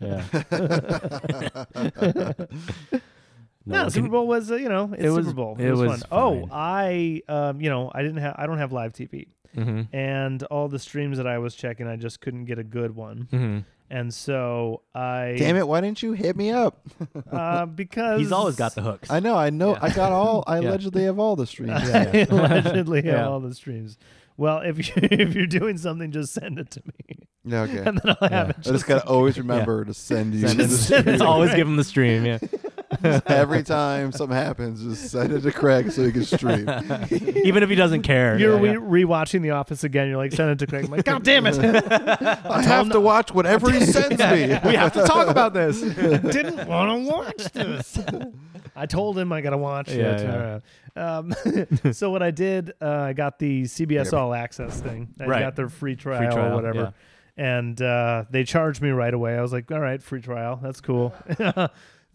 night." Yeah. no, it Super can- Bowl was, uh, you know, it's It was- Super Bowl. it was, was fun. Oh, I, fine. um, you know, I didn't have, I don't have live TV, Mhm. and all the streams that I was checking, I just couldn't get a good one, Mhm. and so I, Damn it! Why didn't you hit me up? uh, because He's always got the hooks. I know. I know. I got all. I Yeah. allegedly have all the streams. Yeah, yeah. allegedly Yeah. all the streams. Well, if you if you're doing something, just send it to me, Yeah. Okay. and then I'll have Yeah. it. I just gotta always remember to send you Send him the Just stream. send it always right. give him the stream. Yeah. every time something happens. Just send it to Craig so he can stream. Even if he doesn't care. You're yeah, yeah. re- rewatching The Office again. You're like, send it to Craig. I'm like, God damn it! I have to watch whatever he sends me. we have to talk about this. didn't want to watch this. I told him I gotta watch Yeah, it. Um, so what I did, uh, I got the CBS All Access thing. I Right. got their free trial, trial, or whatever. And uh, they charged me right away. I was like, all right, free trial. That's cool.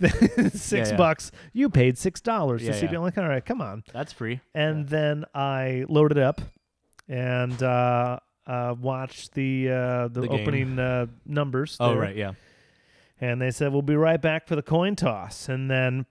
six yeah. bucks. You paid six dollars Yeah, to CBS. yeah. I'm like, all right, come on. That's free. And then I loaded up and uh, uh, watched the uh, the, The game. opening uh, numbers. Oh there, right, yeah. And they said we'll be right back for the coin toss, and then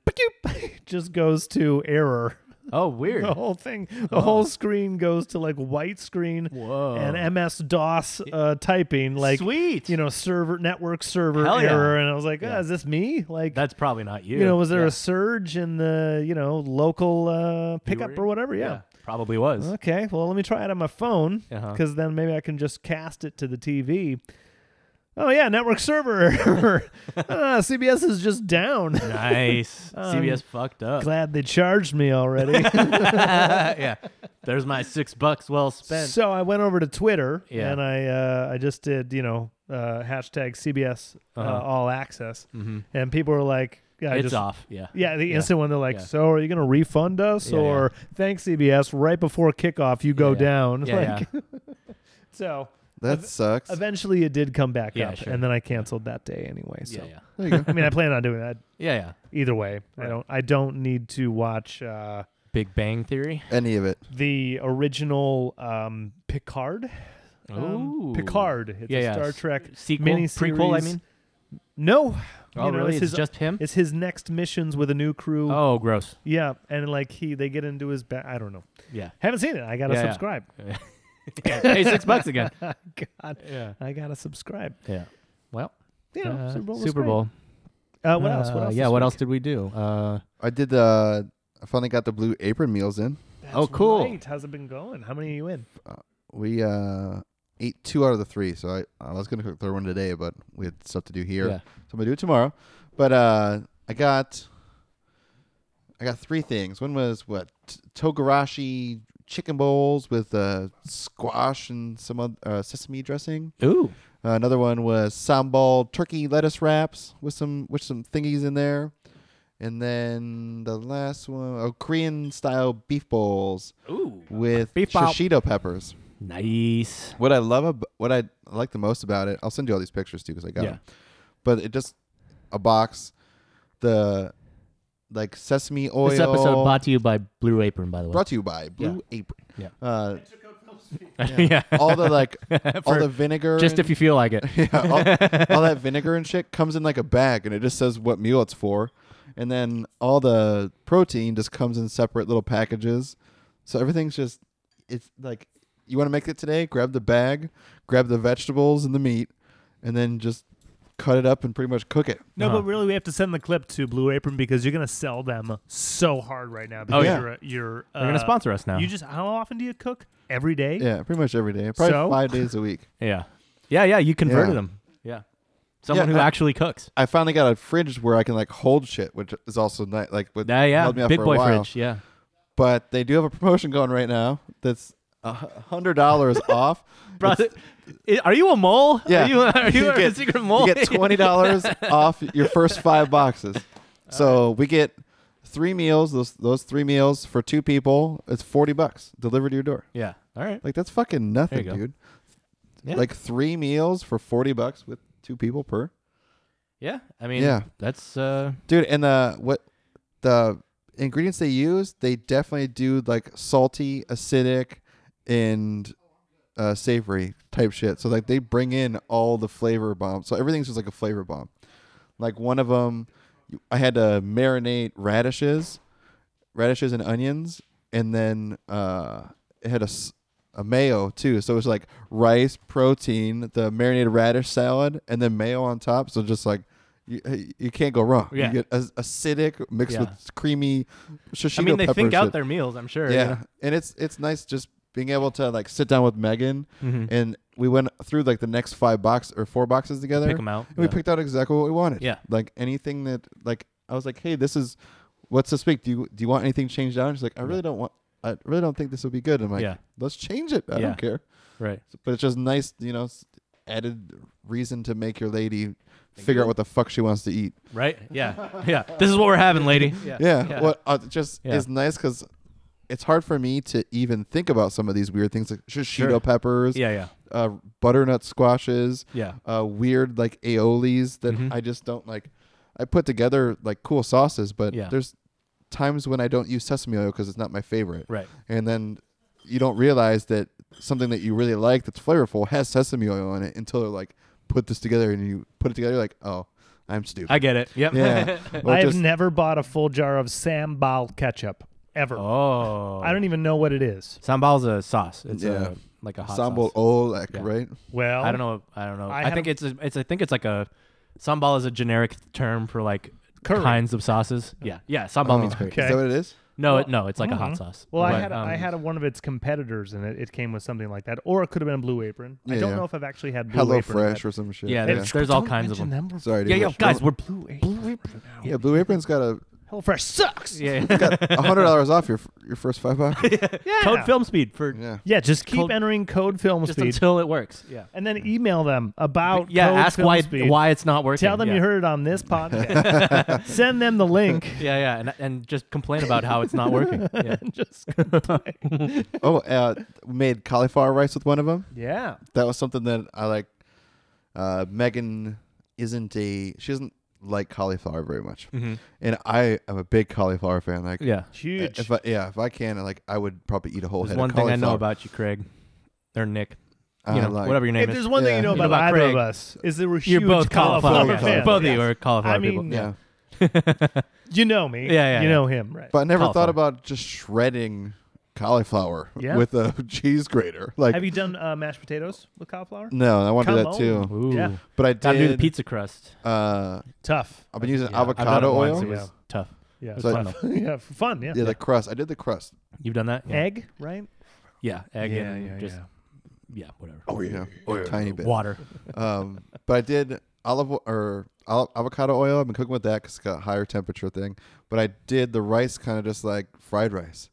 just goes to error. Oh weird. The whole thing, the whole screen goes to like white screen Whoa. and MS DOS uh, typing, like sweet. you know, server network server Hell yeah. error. And I was like, oh, Yeah. is this me? Like, that's probably not you. you know, was there Yeah. a surge in the you know local uh, pickup or whatever? Yeah. Probably was. Okay, well, let me try it on my phone Uh-huh. because then maybe I can just cast it to the TV. Oh yeah, network server. error. Ah, CBS is just down. Nice. Um, CBS fucked up. Glad they charged me already. yeah. There's my six bucks well spent. So I went over to Twitter Yeah. and I uh, I just did you know uh, hashtag CBS uh Uh-huh. All Access, mm-hmm. and people were like, yeah, I It's just, off. Yeah. Yeah, the instant one they're like, Yeah. so are you gonna refund us Yeah, yeah. or thanks CBS right before kickoff you go yeah. down. Yeah, like, So That Ev- sucks. eventually it did come back Yeah, up, sure. and then I canceled that day anyway. So yeah. Yeah. there you go. I mean, I plan on doing that Yeah. Yeah. either way. I Right. don't I don't need to watch uh, Big Bang Theory. Any of it. the original um, Picard. Um, Ooh. Picard. It's yeah, a yeah. Star S- Trek sequel, miniseries. prequel. I mean. No. Oh You know, really? It's It's, his, just him. it's his next missions with a new crew. Oh, gross. Yeah, and like he, they get into his back. I don't know. Yeah. Haven't seen it. I gotta Yeah, yeah. subscribe. Pay six bucks again. God, Yeah. I gotta subscribe. Yeah. Well, Yeah, uh, Super Bowl. was Super great. Bowl. Uh, what else? What Uh, else? yeah. this What week? else did we do? Uh, I did the. I finally got the blue apron meals in. That's Oh, cool. right. How's it been going? How many are you in? We uh, ate two out of the three, so I, I was gonna cook the third one today, but we had stuff to do here, Yeah. so I'm gonna do it tomorrow. But uh, I got I got three things. One was what t- togarashi chicken bowls with uh, squash and some oth- uh, sesame dressing. Ooh. Uh, another one was sambal turkey lettuce wraps with some with some thingies in there, and then the last one, oh, Korean style beef bowls Ooh. with Beef bowl. shishito peppers. Nice. What I love, ab- what I like the most about it, I'll send you all these pictures too because I got Yeah. them. But it just a box, the like sesame oil. This episode brought to you by Blue Apron, by the way. brought to you by Blue Apron. Yeah. Uh, yeah. all the like, all For- the vinegar. just if you feel like it. yeah, all, all that vinegar and shit comes in like a bag, and it just says what meal it's for, and then all the protein just comes in separate little packages. So everything's just it's like you want to make it today, grab the bag, grab the vegetables and the meat, and then just cut it up and pretty much cook it. No, Uh-huh. but really, we have to send the clip to Blue Apron because you're gonna sell them so hard right now. Because Oh, yeah. you're, a- you're uh, They're gonna sponsor us now. You just how often do you cook? Every day. Yeah, pretty much every day, probably So? five days a week. yeah. Yeah, yeah. You converted Yeah. them. Yeah. Someone Yeah, who I- actually cooks. I finally got a fridge where I can like hold shit, which is also nice. Like, what Yeah, yeah. held me up Big for a boy while. fridge. Yeah. But they do have a promotion going right now that's a hu- hundred dollars off. Bro, i- are you a mole? Yeah. Are you, are you, a get- secret mole? You get twenty dollars off your first five boxes. So we get three meals. Those those three meals for two people. It's forty bucks delivered to your door. yeah. All right. Like that's fucking nothing, go. dude. Yeah. Like three meals for forty bucks with two people per. Yeah. I mean, Yeah. that's, uh, Dude, and the what the ingredients they use, they definitely do like salty, acidic, and uh, savory type shit. So like they bring in all the flavor bombs. So everything's just like a flavor bomb. Like one of them, I had to marinate radishes, radishes and onions, and then uh, it had a, s- a mayo too. So it was like rice, protein, the marinated radish salad, and then mayo on top. So just like you, you can't go wrong. Yeah. You get as acidic mixed Yeah. with creamy shishito I mean, they pepper think out shit. their meals, I'm sure. Yeah, and it's it's nice just being able to like sit down with Megan, Mhm. and we went through like the next five box or four boxes together. Pick 'em out. And we Yeah. picked out exactly what we wanted. Yeah. like anything that like I was like, hey, this is what's this week? Do you do you want anything changed out? And she's like, I really don't want. I really don't think this will be good. I'm like, Yeah. let's change it. I Yeah. don't care. Right. But it's just nice, you know, s- added reason to make your lady figure out what the fuck she wants to eat. Right. Yeah. Yeah. This is what we're having, lady. Yeah. Yeah. Well, uh, it just Yeah. is nice because it's hard for me to even think about some of these weird things like shishito peppers, Yeah. Yeah. uh, butternut squashes, Yeah. uh, weird like aiolis that Mm-hmm. I just don't like. I put together like cool sauces, but Yeah. there's times when I don't use sesame oil because it's not my favorite. Right. And then you don't realize that something that you really like that's flavorful has sesame oil in it until they're like put this together and you put it together you're like oh I'm stupid. I get it. Yep. yeah. Or I have just- never bought a full jar of sambal ketchup ever. oh. I don't even know what it is. Sambal's a sauce. It's Yeah. a like a hot sambal sauce. olek, Yeah. right? Well, I don't know. I don't know. I I, think it's a, it's I think it's like a sambal is a generic term for like Curry. kinds of sauces. Yeah. Yeah, sambal means curry. Oh, okay. Is that what it is? No, Well- it, no, it's like a Mhm. hot sauce. Well, I But, had a, I um, had a, one of its competitors, and it, it came with something like that, or it could have been a Blue Apron. I Yeah, don't yeah. know if I've actually had Blue Hello Apron. Fresh or some shit. Yeah, yet. there's- there's all kinds of mention them. Sorry. Yeah, dude. yo, guys, we're Blue Apron. Blue Apron. now. Yeah, Blue Apron's got a Hello Fresh sucks. yeah. got hundred dollars off your your first five bucks. Yeah. Code film speed for Yeah. Yeah, just keep Code- entering code film just speed, until it works. Yeah. and then email them about Yeah, code ask film why speed. why it's not working. Tell them yeah. you heard it on this podcast. Send them the link. Yeah, yeah, and and just complain about how it's not working. Yeah. just Oh, uh, we made cauliflower rice with one of them. yeah. That was something that I like. Uh, Megan isn't a she doesn't like cauliflower very much, Mhm. and I am a big cauliflower fan. Like, uh, Yeah. Huge. if I, yeah, if I can, like I would probably eat a whole There's head one of thing I cauliflower. know about you, Craig, or Nick, you I know, like- whatever your name if there's is. one thing Yeah. you know You know about, about either Craig. of us is that we're You're huge both cauliflower. cauliflower fans. people. fans. Both Yes. of you are cauliflower I mean, people. Yeah. Yeah. You know me. Yeah, yeah, You yeah. know him, right? but I never Cauliflower. thought about just shredding cauliflower Yeah. with a cheese grater. Like, Have you done uh, mashed potatoes with cauliflower? no, I want to do Come that too. Ooh. Yeah. But I Gotta do the did. pizza crust. uh, Tough. I've been using Yeah, I've done avocado it oil. once. It Yeah. was tough. Yeah. So I- tough. yeah. For fun. Yeah. yeah, the crust. I did the crust. You've done that? Yeah. Egg, right? Yeah. Egg yeah, and yeah, just yeah. yeah, whatever. Oh yeah, tiny bit. Water. Um, but I did olive o- or al- avocado oil. I've been cooking with that because it's got a higher temperature thing. But I did the rice kind of just like fried rice.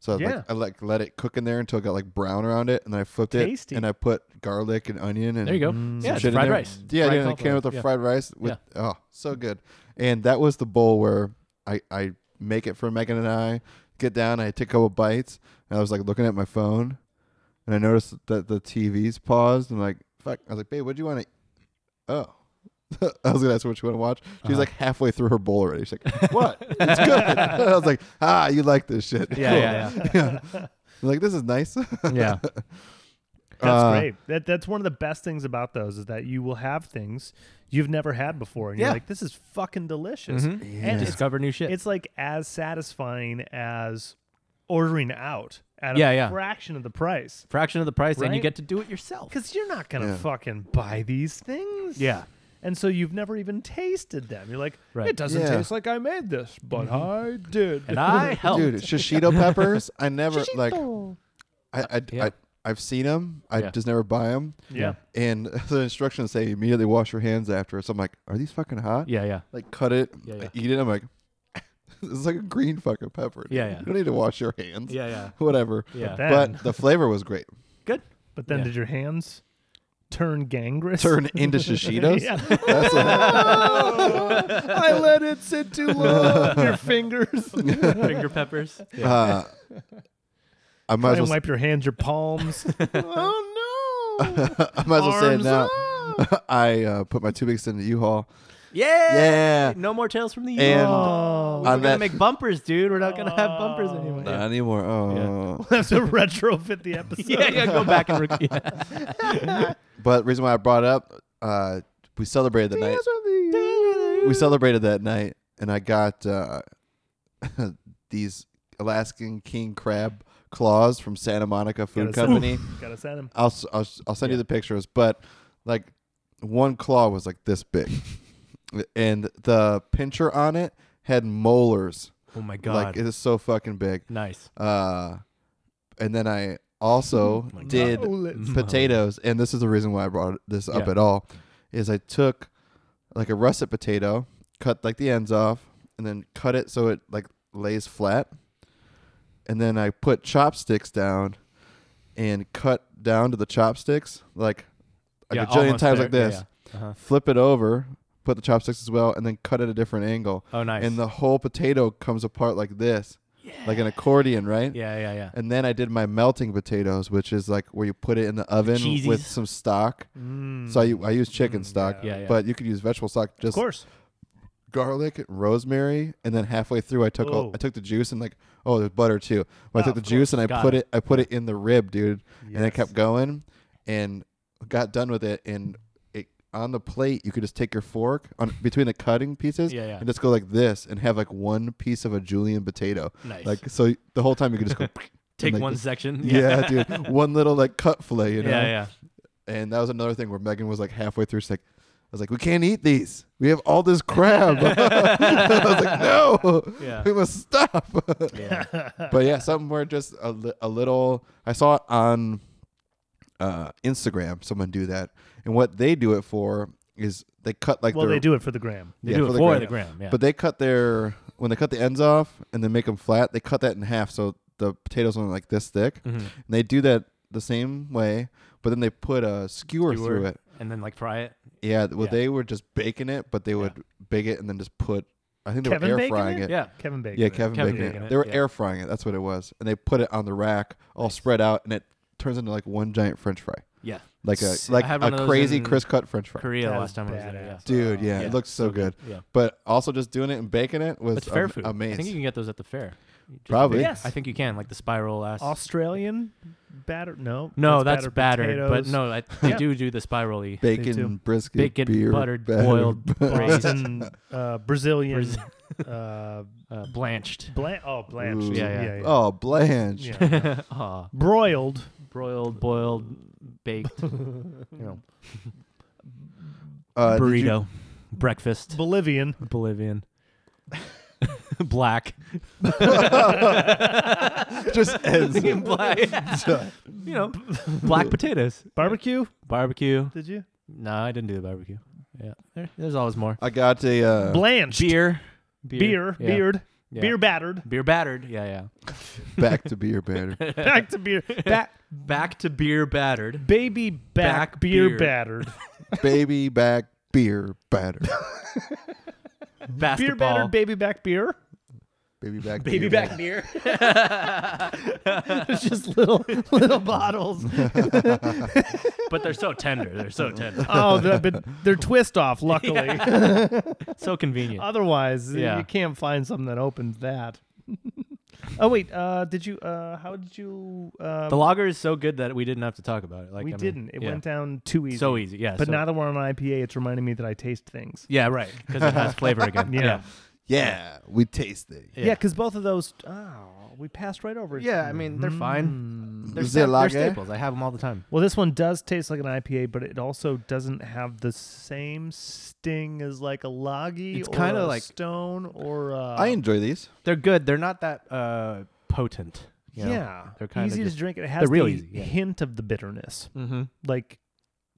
So I Yeah. like I like let it cook in there until it got like brown around it, and then I flipped Tasty. it and I put garlic and onion and There you go. Mm. yeah, some it's shit in fried there. rice. Yeah, Fried yeah, and it came cauliflower. with a Yeah. fried rice with oh so good. And that was the bowl where I I make it for Megan and I. Get down, I take a couple bites, and I was like looking at my phone, and I noticed that the TV's paused. And like, fuck, I was like, babe, what do you want to? Oh. I was gonna ask her what you want to watch. She's Uh-huh. like halfway through her bowl already. She's like, "What? it's good." I was like, "Ah, you like this shit? Yeah, Cool." yeah, yeah. Oh. I'm like this is nice. yeah. That's Uh, great. That that's one of the best things about those is that you will have things you've never had before, and Yeah. you're like, "This is fucking delicious." Mhm. And it's, Discover new shit. it's like as satisfying as ordering out at Yeah, a yeah. fraction of the price Fraction of the price, and you Right? get to do it yourself. because you're not gonna Yeah. fucking buy these things. Yeah. and so you've never even tasted them. You're like, Right. Mm-hmm. "It doesn't Yeah. taste like I made this, but I did." And I helped. Dude, shishito peppers. I never like. I I, Yeah. I I've seen them. I Yeah. just never buy them. yeah. And the instructions say immediately wash your hands after. So I'm like, are these fucking hot? Yeah, yeah. Like cut it, Yeah, yeah. I eat it. I'm like, this is like a green fucking pepper. dude. Yeah, yeah. You don't need to wash your hands. Yeah, yeah. Whatever. that- Yeah. Then- But the flavor was great. Good. But then Yeah. did your hands turn gangrenous? Turn into shishitos. Yeah. That's a, I let it sit too long. your fingers. Finger peppers. uh, I might Try as and well. wipe your hands, your palms. oh no! I might as well say Arms it now. I uh, put my two bigs in the U-Haul. Yeah. Yeah. No more tales from the U. And- Oh, We're I gonna met- make bumpers, dude. We're not gonna have bumpers anymore. Not anymore. Oh. we'll have to retrofit the episode. Yeah, yeah. Go back and rec- yeah. But reason why I brought it up, uh, we celebrated the night. we celebrated that night, and I got uh, these Alaskan king crab claws from Santa Monica Food Gotta send 'em. Company. Gotta send him. I'll, s- I'll s- I'll send you the pictures, but like one claw was like this big, and the pincher on it had molars. Oh my Like god. it is so fucking big. nice. Uh, and then I Oh also did Molars. potatoes, and this is the reason why I brought this up Mm-hmm. Yeah. at all, is I took like a russet potato, cut like the ends off, and then cut it so it like lays flat, and then I put chopsticks down, and cut down to the chopsticks like a Yeah, gajillion almost times there. like this. Yeah, yeah. Uh-huh. Flip it over, put the chopsticks as well, and then cut at a different angle, Oh, nice. and the whole potato comes apart like this, like an accordion, right? yeah, yeah, yeah. And then I did my melting potatoes, which is like where you put it in the oven Cheesies. with some stock. Mm, So I, u- I use chicken Mm, stock, yeah. Yeah, yeah. but you could use vegetable stock. of Just course. garlic, rosemary, and then halfway through, I took all, Oh. I took the juice and like, oh, there's butter too. But Ah, I took the of juice and I Got put it. it. I put it in the rib, dude, and I Yes. kept going, and got done with it, and it on the plate, you could just take your fork on between the cutting pieces, Yeah, yeah. and just go like this, and have like one piece of a julienne potato, Nice. like so the whole time you could just go. Take like one this- section. Yeah, dude. One little like cut fillet, you know. Yeah, yeah. And that was another thing where Megan was like halfway through, she's like, I was like, we can't eat these. We have all this crab. I was like, no, Yeah. we must stop. but yeah, something where just a, li- a little, I saw it on uh, Instagram, someone do that. And what they do it for is they cut like well, their, they do it for the gram. They Yeah, do for it the for gram. the gram. Yeah. but they cut their, when they cut the ends off and then make them flat, they cut that in half. So the potatoes only like this thick. Mhm. And they do that the same way, but then they put a skewer, Skewer. through it. and then like fry it. Yeah, well, Yeah. they were just baking it, but they Yeah. would bake it and then just put. I think they Kevin were air baking frying it? it. Yeah. Kevin Bacon. Yeah, Kevin, Kevin baking, baking it. it, They were yeah. air frying it. That's what it was, and they put it on the rack, all spread out, and it turns into like one giant French fry, Yeah. like a S- I like had one of a those crazy in crisp cut French fry. Korea That last is time I was there. Yeah. badass. Dude, yeah, Yeah, it looks so, good. Yeah. But also just doing it and baking it was It's fair am- food. amazing. I think you can get those at the fair. Just Probably. big- Yes. I think you can like the spiral ass. Australian batter? No. no, that's battered, but potatoes. no, I, they Yeah. do do the spirally. Bacon, too. brisket, Bacon, beer, buttered, batter. boiled, braised, Boston, uh, Brazilian, Brazil- uh, uh, blanched, blan- oh, blanched. Ooh. Yeah, yeah. Oh, blanched. Yeah, yeah. Aw, Broiled. broiled, boiled, baked, you know, Uh, did you- burrito, breakfast, Bolivian. Bolivian, black. just ends. Thinking black. you know, black potatoes, Barbecue? barbecue. Did you? No, I didn't do the barbecue. Yeah, There- there's always more. I got a uh, Blanched. Beer, Beer. yeah, Beard. yeah. Beer battered. beer battered. Yeah, back to beer batter. yeah. Back to beer. Back. Back to beer battered. Baby back, Back beer beard. battered. baby back beer batter. beer Basketball. battered, baby back beer. Baby back baby beer back beer. It's just little little bottles. but they're so tender. They're so tender. Oh, they're, but they're twist off, luckily. So Uh, convenient. Otherwise, Yeah. you can't find something that opens that. oh wait, uh, did you? Uh, how did you? Uh, The lager is so good that we didn't have to talk about it. Like we I mean, didn't. It yeah. went down too easy. so easy. Yeah. But so- now that we're on IPA, it's reminding me that I taste things. Yeah, right. Because it has flavor again. Yeah. yeah. Yeah, we taste it. Yeah. Yeah, because both of those. Oh, we passed right over. Hmm. it. Yeah, I mean, they're fine. They're, Is it sta- they're lager? staples. I have them all the time. Well, this one does taste like an IPA, but it also doesn't have the same sting as like a laggy It's or kinda a like- stone or uh, a, Oh. I enjoy these. They're good. They're not that uh, potent. you know? yeah, they're kinda easy just- to drink. It has they're real the easy, yeah. hint of the bitterness, Mm-hmm. like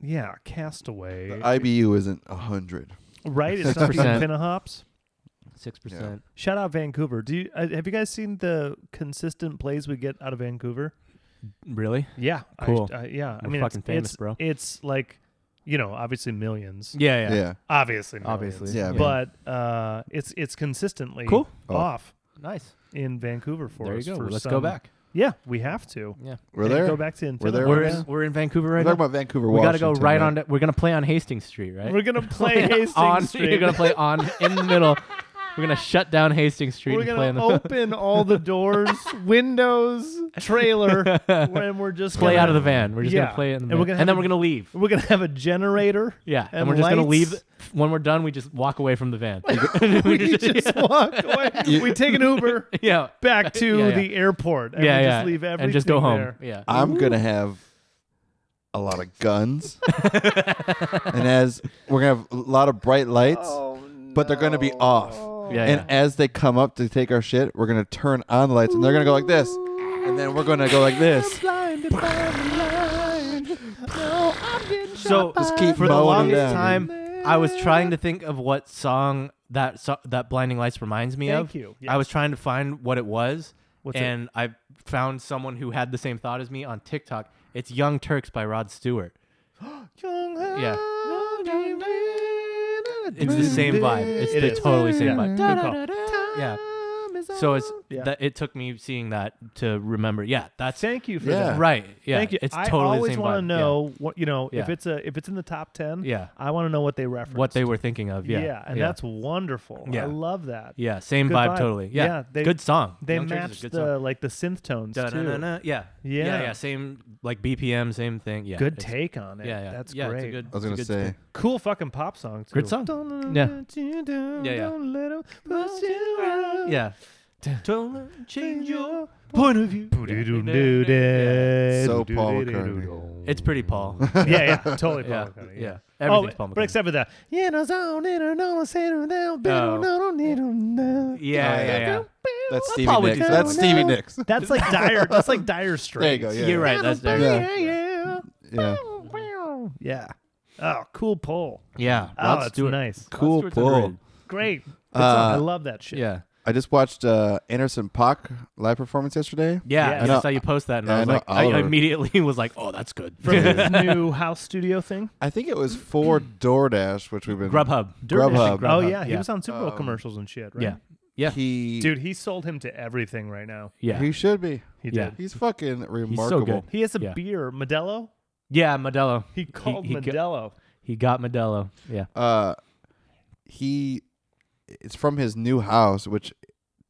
yeah, Castaway, The IBU isn't a hundred. right? It's not 6%. even hops. Six percent. Shout out Vancouver. Do you uh, have you guys seen the consistent plays we get out of Vancouver? Really? Yeah, I- Cool. I, yeah, I We're mean, fucking it's, famous, it's- bro. It's like you know, obviously millions, Yeah. Yeah, Yeah. obviously, millions. Obviously. Yeah, man. but uh, it's it's consistently Cool. Off. off Nice. in Vancouver for there you us. go. for Well, let's go some- back. Yeah, we have to. Yeah. we're And there. Go back to Infinite. We're there. We're right in, now? we're in Vancouver right we're talking now. about Vancouver. we gotta Washington, go right on. To, we're gonna play on Hastings Street, right? We're gonna play Hastings on, Street. You're gonna play on in the middle. We're gonna shut down Hastings Street we're and play in gonna the open all the doors, windows, trailer, and we're just play gonna, out of the van. We're just Yeah. gonna play it, in the And we're van. gonna and have then a- we're gonna leave. We're gonna have a generator. Yeah, and, And we're just gonna leave. lights. When we're done, we just walk away from the van. we just walk away. We take an Uber yeah, back to Yeah, yeah. the airport. And yeah, we yeah. Just leave everything and just go home. there. Yeah, I'm gonna have a lot of guns, and as we're gonna have a lot of bright lights, Oh, but they're gonna be off. yeah, and yeah. as they come up to take our shit, we're gonna turn on the lights, and they're gonna go like this, and then we're gonna go like this. so Just keep for the mowing 'em longest down, time, I was trying to think of what song that so- that Blinding Lights reminds me Thank of. you. I was trying to find what it was, What's it? and I found someone who had the same thought as me on TikTok. It's Young Turks by Rod Stewart. Yeah. It's the same vibe. It's It the is. totally same Yeah. vibe. Good call. Yeah. is out. So it's Yeah. that it took me seeing that to remember. Yeah, that's Thank you for Yeah. that. right. Yeah, Thank you. It's I totally the always same want to vibe. know what you know if Yeah. it's a if it's in the top ten. Yeah. I want to know what they Yeah. reference. what they were thinking of. Yeah, and that's wonderful. I Yeah. love that. yeah, same Good vibe, vibe. totally. Yeah, Yeah, they- good song. They Young Church is a match good the song. like the synth tones too. Da-na-na-na. Yeah. yeah, Yeah. yeah, Same like BPM, same thing. Yeah, Good it's- take on it. Yeah, yeah, that's yeah, great. It's a good, I was it's a gonna good say spin. Cool fucking pop song. Too. Good song. Don't Yeah. let you down, Yeah, yeah. Don't let 'em push you around. Yeah. Don't let- change your point of view. Boo-doo-doo-doo-doo. So Paul McCartney. Boo-doo-doo-doo-doo. It's pretty Paul. yeah, yeah, totally Paul yeah, McCartney. yeah. Oh, Everything's Paul but McCartney. except for that. Yeah, no, no, no, no, no, no, no, Oh. no, no, no, no. yeah, Oh, yeah, yeah. yeah. That's I'll Stevie probably Nicks. do That's that. Stevie Nicks. That's like dire. That's like dire straits. There you go. Yeah. You're right. That's yeah, there. Yeah. yeah. Yeah. Yeah. Oh, cool pull. Yeah. Oh, Rod that's Stewart. nice. Rod Cool Stewart's pull. underrated. Great. Good Uh, song. I love that shit. Yeah. I just watched uh, Anderson Pock live performance yesterday. Yeah. Yeah, I I know- just saw you post that, and yeah, I I was know like, I, I Oliver- immediately was like, "Oh, that's good." From his new house studio thing. I think it was for DoorDash, which we've been Grubhub. Dirt Grubhub. Dish. Oh Grubhub, yeah, he yeah. was on Super Bowl Um, commercials and shit, right? Yeah, yeah, He Dude, he sold him to everything right now. yeah, he should be. He Yeah. did. He's fucking remarkable. good. He has a Yeah. beer, Modelo. yeah. Modelo. He called he got- Modelo. He got Modelo. Yeah, Uh, he it's from his new house, which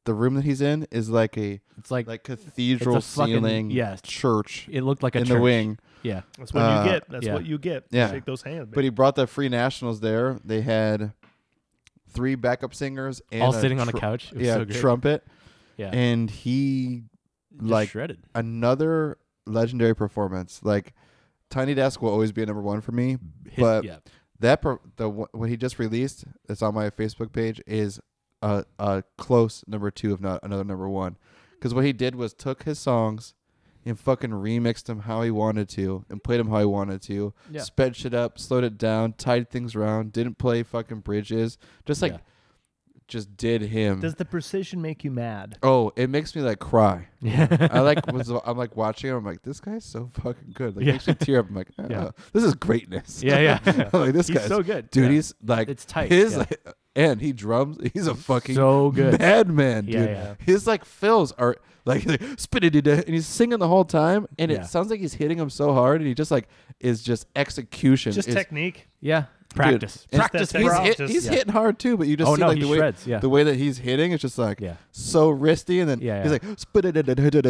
the room that he's in is like a it's like, like cathedral It's a fucking- ceiling yes. church it looked like a in church. the wing. Yeah, That's what Uh, you get. That's yeah. what you get. Yeah. Shake those hands. But he brought the Free Nationals there. They had three backup singers and all a sitting on a tru- couch. It was Yeah, so great. trumpet, Yeah, and he Just like shredded. another legendary performance. Like Tiny Desk will always be a number one for me, His- but yeah, that per- the one- what he just released that's on my Facebook page is a a close number two, if not another number one, because what he did was took his songs and fucking remixed them how he wanted to and played them how he wanted to, Yeah. sped shit up, slowed it down, tied things around, didn't play fucking bridges, just like Yeah. just did him. Does the precision make you mad? oh, it makes me like cry. yeah. I like was I'm like watching him. I'm like, this guy's so fucking good. Like Yeah. makes me tear up. I'm like, Yeah. "Ah, this is greatness. Yeah, yeah. I'm like this He's guy's so good. dude. Yeah. He's like It's tight, His yeah. like, and he drums. He's a fucking so good. madman, dude. Yeah, yeah. His like fills are like, like spit it and he's singing the whole time, and Yeah. it sounds like he's hitting him so hard, and he just like is just execution. Just is, technique. Yeah, practice. Dude, Practice, He's, bro. hit- Just- he's yeah. hitting hard too, but you just Oh see no, like he the way shreds. Yeah, the way that he's hitting, it's just like yeah, so wristy, and then Yeah, he's yeah. like,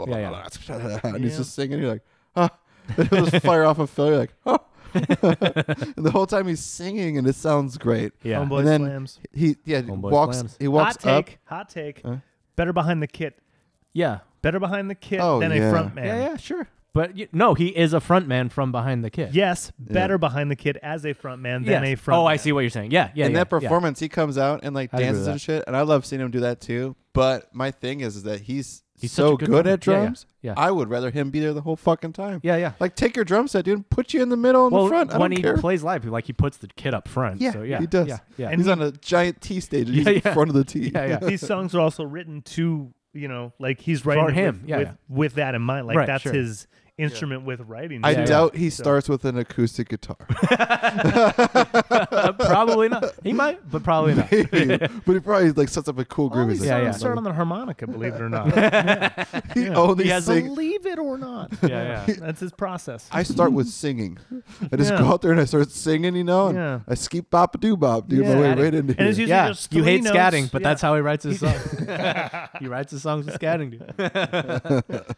and he's Yeah. just singing. You're like, ah, then he'll just fire off a fill. You're like, oh. and the whole time he's singing, and it sounds great. yeah. Homeboy And then- slams. He yeah he Homeboy walks slams. he walks hot take. up. Hot take. Huh? Better behind the kit. yeah, Better behind the kit Oh, than a yeah. front man. yeah, yeah. Sure, but you, no, he is a front man from behind the kid. Yes, better behind the kid as a front man than a Yes. front. Oh, I man. see what you're saying. Yeah, yeah. in yeah, that performance, he comes out and like I agree with dances that. and shit, and I love seeing him do that too. But my thing is, is that he's, He's such so a good drummer. good, at Yeah, yeah, drums. yeah. I would rather him be there the whole fucking time. Yeah, yeah. yeah. Like take your drum set, dude, and put you in the middle and well, the front. I when don't he care. plays live, he, like he puts the kid up front. Yeah, so, yeah, he does. Yeah, yeah. And he's on a giant T stage. And Yeah, he's yeah. in front of the T. yeah, yeah. These songs are also written to you know, like he's writing For it him, With, yeah, with, yeah. with that in mind. Like Right, that's sure. his instrument with writing. I Yeah, yeah. doubt he So- starts with an acoustic guitar. probably not. He might, but probably not. Maybe. but he probably like sets up a cool All groove. these songs He's Yeah, like, yeah. start on the harmonica, believe it or not. He only He has a sing- believe it or not. Yeah, yeah. That's his process. I start with singing. I just Yeah. go out there and I start singing, you know, and Yeah. I skip bop a doo bop, dude, Yeah. my way right into And it's here. usually yeah, just you three hate notes. scatting, but Yeah. that's how he writes his songs. he writes his songs with scatting, dude.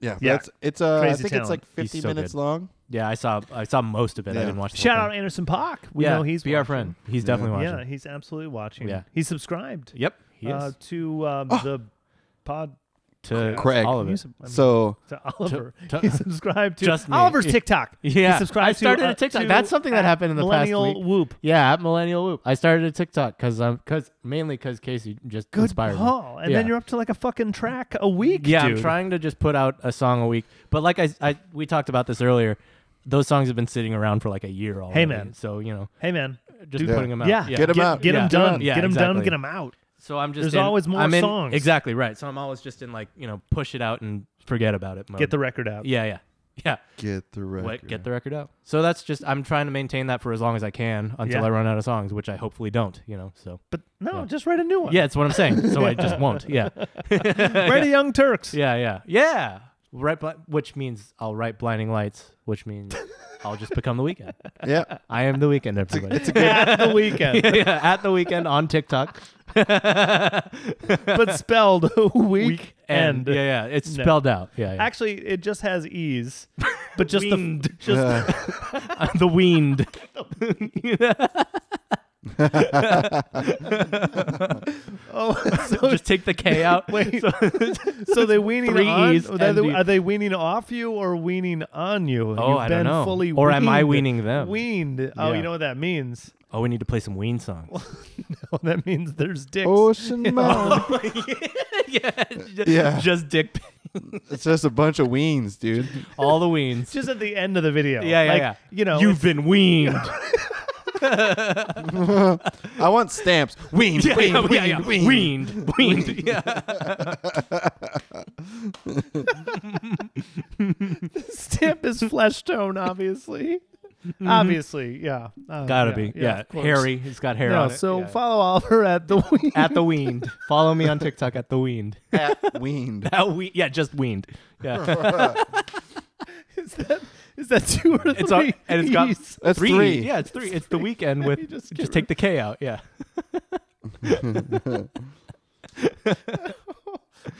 yeah, but Yeah. It's, it's uh, I Crazy think it's talent. like He's 50 so minutes good. long. Yeah, I saw. I saw most of it. I Yeah. didn't watch. the Shout whole out thing. Anderson Park. We yeah, know he's be our watching. friend. He's Yeah. definitely watching. Yeah, he's absolutely watching. Yeah. He's subscribed Yep, he uh, is to uh, Oh. the pod. to Craig. all of you it. sub- I mean, So to Oliver. to- he subscribed to Just me. Oliver's TikTok. Yeah, he subscribed I started to, uh, a TikTok. to That's something at that happened in the past millennial week. Whoop. Yeah, at Millennial Loop, I started a TikTok because I'm because mainly because Casey just Good inspired me. call. And then Yeah. you're up to like a fucking track a week. Yeah, dude. I'm trying to just put out a song a week. But like I, I we talked about this earlier. Those songs have been sitting around for like a year already. man. So you know, Hey man, just Yeah. putting them out. Yeah. Get 'em get, out. Get 'em Yeah. done. Yeah, get 'em done. exactly. Get 'em out. So I'm just There's in- always more I'm in- songs. Exactly right. So I'm always just in like you know push it out and forget about it. Mode. Get the record out. yeah yeah Yeah. Get the record. What, get the record out. So that's just I'm trying to maintain that for as long as I can until Yeah. I run out of songs, which I hopefully don't. You know. So But no, Yeah. just write a new one. yeah, it's what I'm saying. So I just won't. Yeah. write a Young Turks. Yeah, yeah, yeah. Right, bli- which means I'll write blinding lights, which means I'll just become the weekend. yeah. I am the weekend, everybody. It's a, At the weekend, yeah, at the weekend on TikTok. but spelled week And end. yeah, yeah, it's No. spelled out. Yeah, yeah. Actually, it just has e's, but just the Weaned. just Uh, the weaned. oh, so, just take the K out. Wait. so they weaning Three on? E's are, they, and are they weaning off you or weaning on you? Oh, You've I been don't know. Fully Or am I weaned. weaning them? Weaned. Oh, Yeah. you know what that means? oh, we need to play some Ween songs. Well, that means there's dicks. Oh, Ocean Man. yeah, just, Yeah. just dick pic- It's just a bunch of weens, dude. all the weens. just at the end of the video. yeah, yeah, like, yeah. You know, you've been weaned. I want stamps. Ween, yeah, ween, yeah, ween, yeah, yeah. ween. weaned, weaned. Yeah. Mm-hmm. stamp is flesh tone, obviously. Obviously, yeah. Uh, Mm-hmm. Gotta yeah, be. yeah, Yeah. of course. Hairy. He's got hair No, on it. so Yeah. follow Oliver at the week. at the weaned. Follow me on TikTok at the weaned. At weaned. At we- yeah, just weaned. Yeah. Is that is that two or three? It's on, and it's got E's? That's three. three. Yeah, it's three. It's the weekend with You just, just get take the K out. Yeah.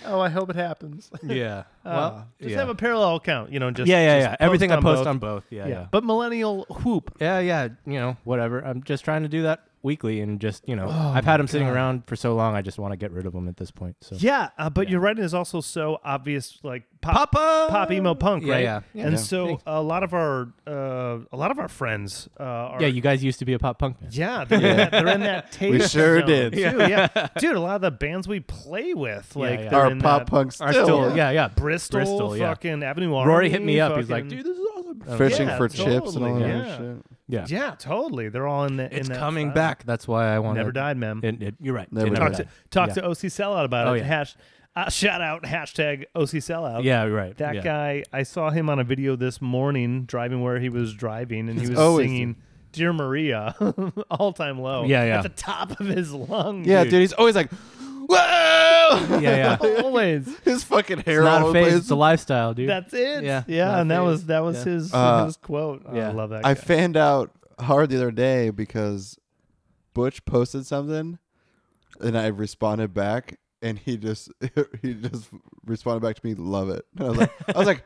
Oh, I hope it happens. Yeah. Uh, well, just yeah. have a parallel account, you know. Just yeah, yeah, just yeah. Everything I post both. on both. Yeah, Yeah. yeah. but millennial whoop. Yeah, yeah, you know, whatever. I'm just trying to do that weekly and just, you know, Oh I've had them sitting around for so long, I just want to get rid of them at this point. So Yeah, uh, but your writing is also so obvious, like pop Papa pop emo punk, Yeah, right? yeah. Yeah. And Yeah. so a lot of our uh, a lot of our friends uh, are Yeah, you guys used to be a pop punk band. Yeah, they're, In, that, they're in that taste. We sure zone, did. too. Yeah. dude. A lot of the bands we play with, like yeah. they're Our in pop that punk Are still. still, yeah, yeah. Bristol, Bristol, yeah. fucking Avenue Orange. Rory hit me up. He's like, fucking- dude, this is awesome. Oh, Fishing Yeah, for chips and all totally, that yeah. shit. yeah. yeah, totally. They're all in the. It's in that coming style. back. That's why I want Never died, man. It, it, you're right. Never It died. talk to talk Yeah. to OC sellout about Oh, it. yeah. Hash, uh, shout out hashtag OC sellout. Yeah, you're right. that yeah. guy. I saw him on a video this morning driving where he was driving, and he was always singing. Dear Maria, all time low. Yeah, yeah. At the top of his lungs. Yeah, dude. he's always like, whoa! Yeah, yeah. Always. His fucking hair It's not all a over the phase. place. It's a lifestyle, dude. That's it. Yeah, yeah, not and that phased. was that was Yeah. his Uh, his quote. Oh, yeah. I love that. guy. I fanned out hard the other day because Butch posted something, and I responded back, and he just he just responded back to me, "Love it." And I was like, I was like,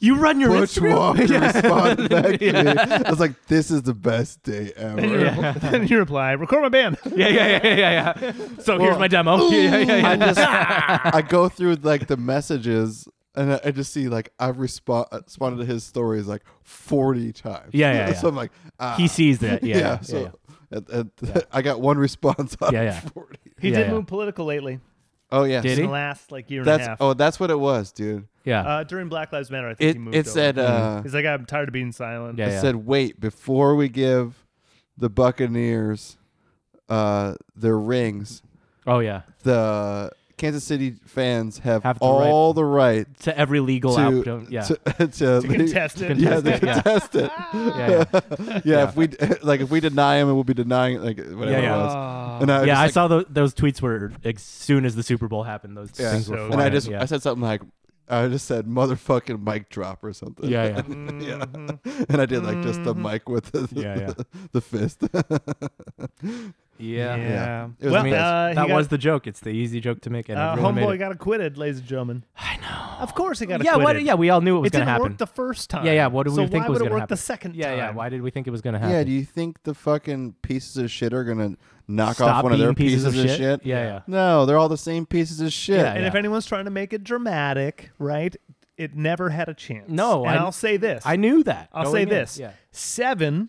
you run your Butch Instagram? Walker Yeah. responded back to me. I was like, "This is the best day ever." Then you reply- then you reply, record my band. yeah, yeah, yeah, yeah, yeah. So here's Well, my demo. yeah, yeah, yeah, I yeah. just I go through like the messages. And I- I just see like I've respo- responded to his stories like forty times. Yeah, yeah, So yeah. I'm like, ah. he sees that. Yeah, yeah, yeah, yeah, so yeah. at- at- I got one response out Yeah, of yeah. 40. He Yeah, did yeah. move political lately. Oh yeah. Did In he? the last like year and a That's half. oh, that's what it was, dude. Yeah. Uh, during Black Lives Matter, I think It he moved. it over. Mm-hmm. said uh, he's like, I'm tired of being silent. Yeah. it said wait before we give the Buccaneers uh their rings. oh yeah. The Kansas City fans have, Have the all the right To every legal to outcome. Yeah. to, to, Contest it. yeah, contest they it, yeah. contest it. yeah, yeah. Yeah, if we like if we deny him, we'll be denying like whatever Yeah, yeah. it was. And I yeah, just, I like, saw tho- those tweets were as soon as the Super Bowl happened. Those Yeah. things So- were. And and I flying, just yeah. I said something like I just said motherfucking mic drop or something. yeah, yeah, Mm-hmm. yeah. Uh, And I did like just the mic with the, the, Yeah, yeah. the fist. yeah, Yeah. It was well, amazing. uh, he that got- was the joke. It's the easy joke to make, and uh, everyone made homeboy it. got acquitted, ladies and gentlemen. I know. Of course, he got yeah, acquitted. what, yeah, we all knew it was it gonna didn't happen. work the first time. yeah, yeah. What did so we think why was would gonna it work happen? the second yeah, time? yeah. Why did we think it was gonna happen? yeah, do you think the fucking pieces of shit are gonna knock Stop off one of being their pieces, of, shit? Yeah, yeah. No, they're all the same pieces of shit. Yeah, And if yeah. anyone's trying to make it dramatic, right, it never had a chance. No, and I- I, will say this. I knew that. I'll going say in. this. Yeah, Seven,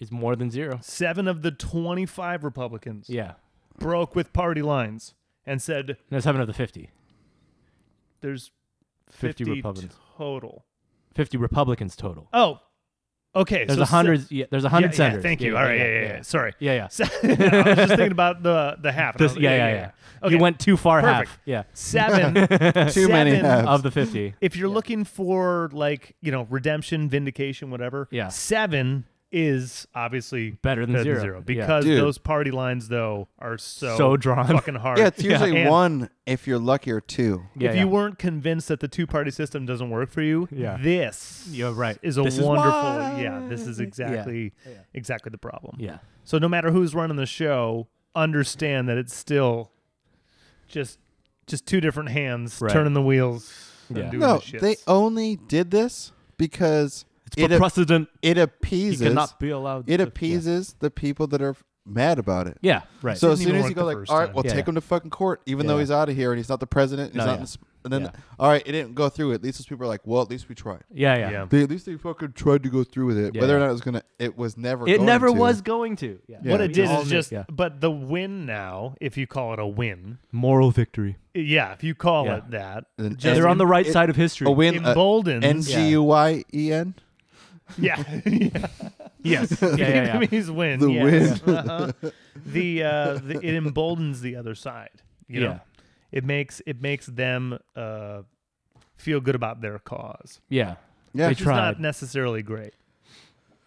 it's more than zero. seven of the 25 Republicans Yeah, broke with party lines and said no, seven of the fifty. there's 50, 50 Republicans. total. Fifty Republicans total. Oh, Okay, There's so a hundred. yeah, there's a hundred yeah, senders. Yeah, thank you. All right, yeah, yeah, yeah. Sorry. yeah, yeah. So- I was just thinking about the the half. and I Just- was like, yeah, yeah, yeah. Okay. You went too far Perfect. half. Yeah, seven. Too many seven- halves. of the fifty. If you're looking for like you know redemption, vindication, whatever, Yeah. seven is obviously Better than zero. Yeah. because Dude. those party lines though are so So drawn. fucking hard. Yeah, it's usually And- one if you're lucky or two. Yeah, if yeah. you weren't convinced that the two party system doesn't work for you, Yeah. this You're right. is a This is wonderful why. yeah, this is exactly exactly the problem. yeah, So no matter who's running the show, understand that it's still just just two different hands Right. turning the wheels and Yeah. doing No, the shits. they only did this because it's it, for ap- precedent. it He appeases cannot be allowed. it to- yeah. appeases the people that are f- mad about it. Yeah, right. So Didn't as even soon as work you the go like, first all right, time." we'll Yeah, take yeah. him to fucking court, even Yeah, though yeah. he's out of here and he's not the president. He's No, not. yeah. In this, and then, Yeah. all right, it didn't go through. At least those people are like, well, at least we tried. yeah, yeah. yeah, They at least they fucking tried to go through with it. Yeah. Whether or not it was gonna, it was never. It going never to. was going to. Yeah. Yeah. What We it did all is knew- just yeah. but the win now, if you call it a win, moral victory. yeah, if you call Yeah. it that, And- and They're on the right it- side of history. E A win. uh, emboldens N G U Y E N. Yeah. yeah. Yes. yeah, yeah, yeah. Vietnamese win. The yes. Uh-huh. the, uh, the it emboldens the other side. You know, Yeah. it makes it makes them uh, feel good about their cause. yeah. Yeah, They It's not tried. necessarily great.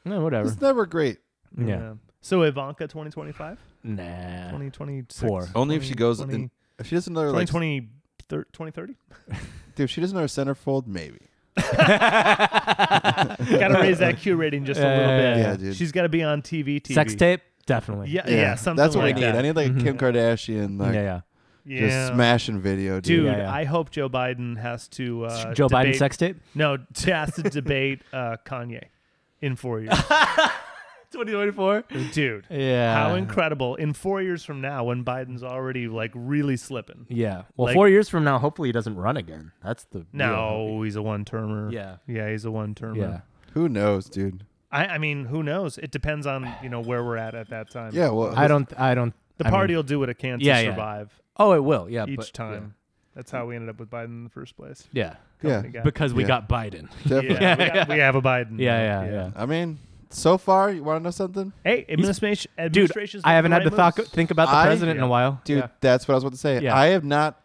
No, whatever. it's never great. Yeah. So Ivanka 2025, Nah. 2026. Four. Only if she goes in- 20, If she does another like, 2020, thir- 2030. dude, if she does another centerfold, maybe. Got to raise that Q rating just a Yeah, little yeah, bit. yeah. Yeah, dude. She's got to be on TV. TV. Sex tape, definitely. Yeah, yeah, something That's what like we need. that. I need like Mhm. Kim Kardashian, like yeah, yeah. yeah. just smashing video, dude. Dude, Yeah, yeah. I hope Joe Biden has to uh, Joe Biden debate, sex tape. No, has to debate uh, Kanye in four years. 2024. Dude, Yeah. how incredible! In four years from now, when Biden's already like really slipping. Yeah. Well, Like- four years from now, hopefully he doesn't run again. That's the real hope. No, he's a one termer. Yeah. yeah, he's a one termer. Yeah. Who knows, dude? I, I mean, who knows? It depends on you know where we're at at that time. Yeah, well, I don't. I don't. the I party mean- will do what it can to Yeah, yeah. survive oh, it will. Yeah. each but- time. That's how we ended up with Biden in the first place. Yeah. Yeah, Company guy. Because we Yeah. got Biden. definitely. yeah, we, got, we have a Biden. Yeah. Yeah. Yeah. I mean, so far, you want to know something, Hey, administration, Dude, administration's I haven't had making to the right thought, moves. think about the I- president in a Yeah. while. dude? Yeah. That's what I was about to say. Yeah. I have not,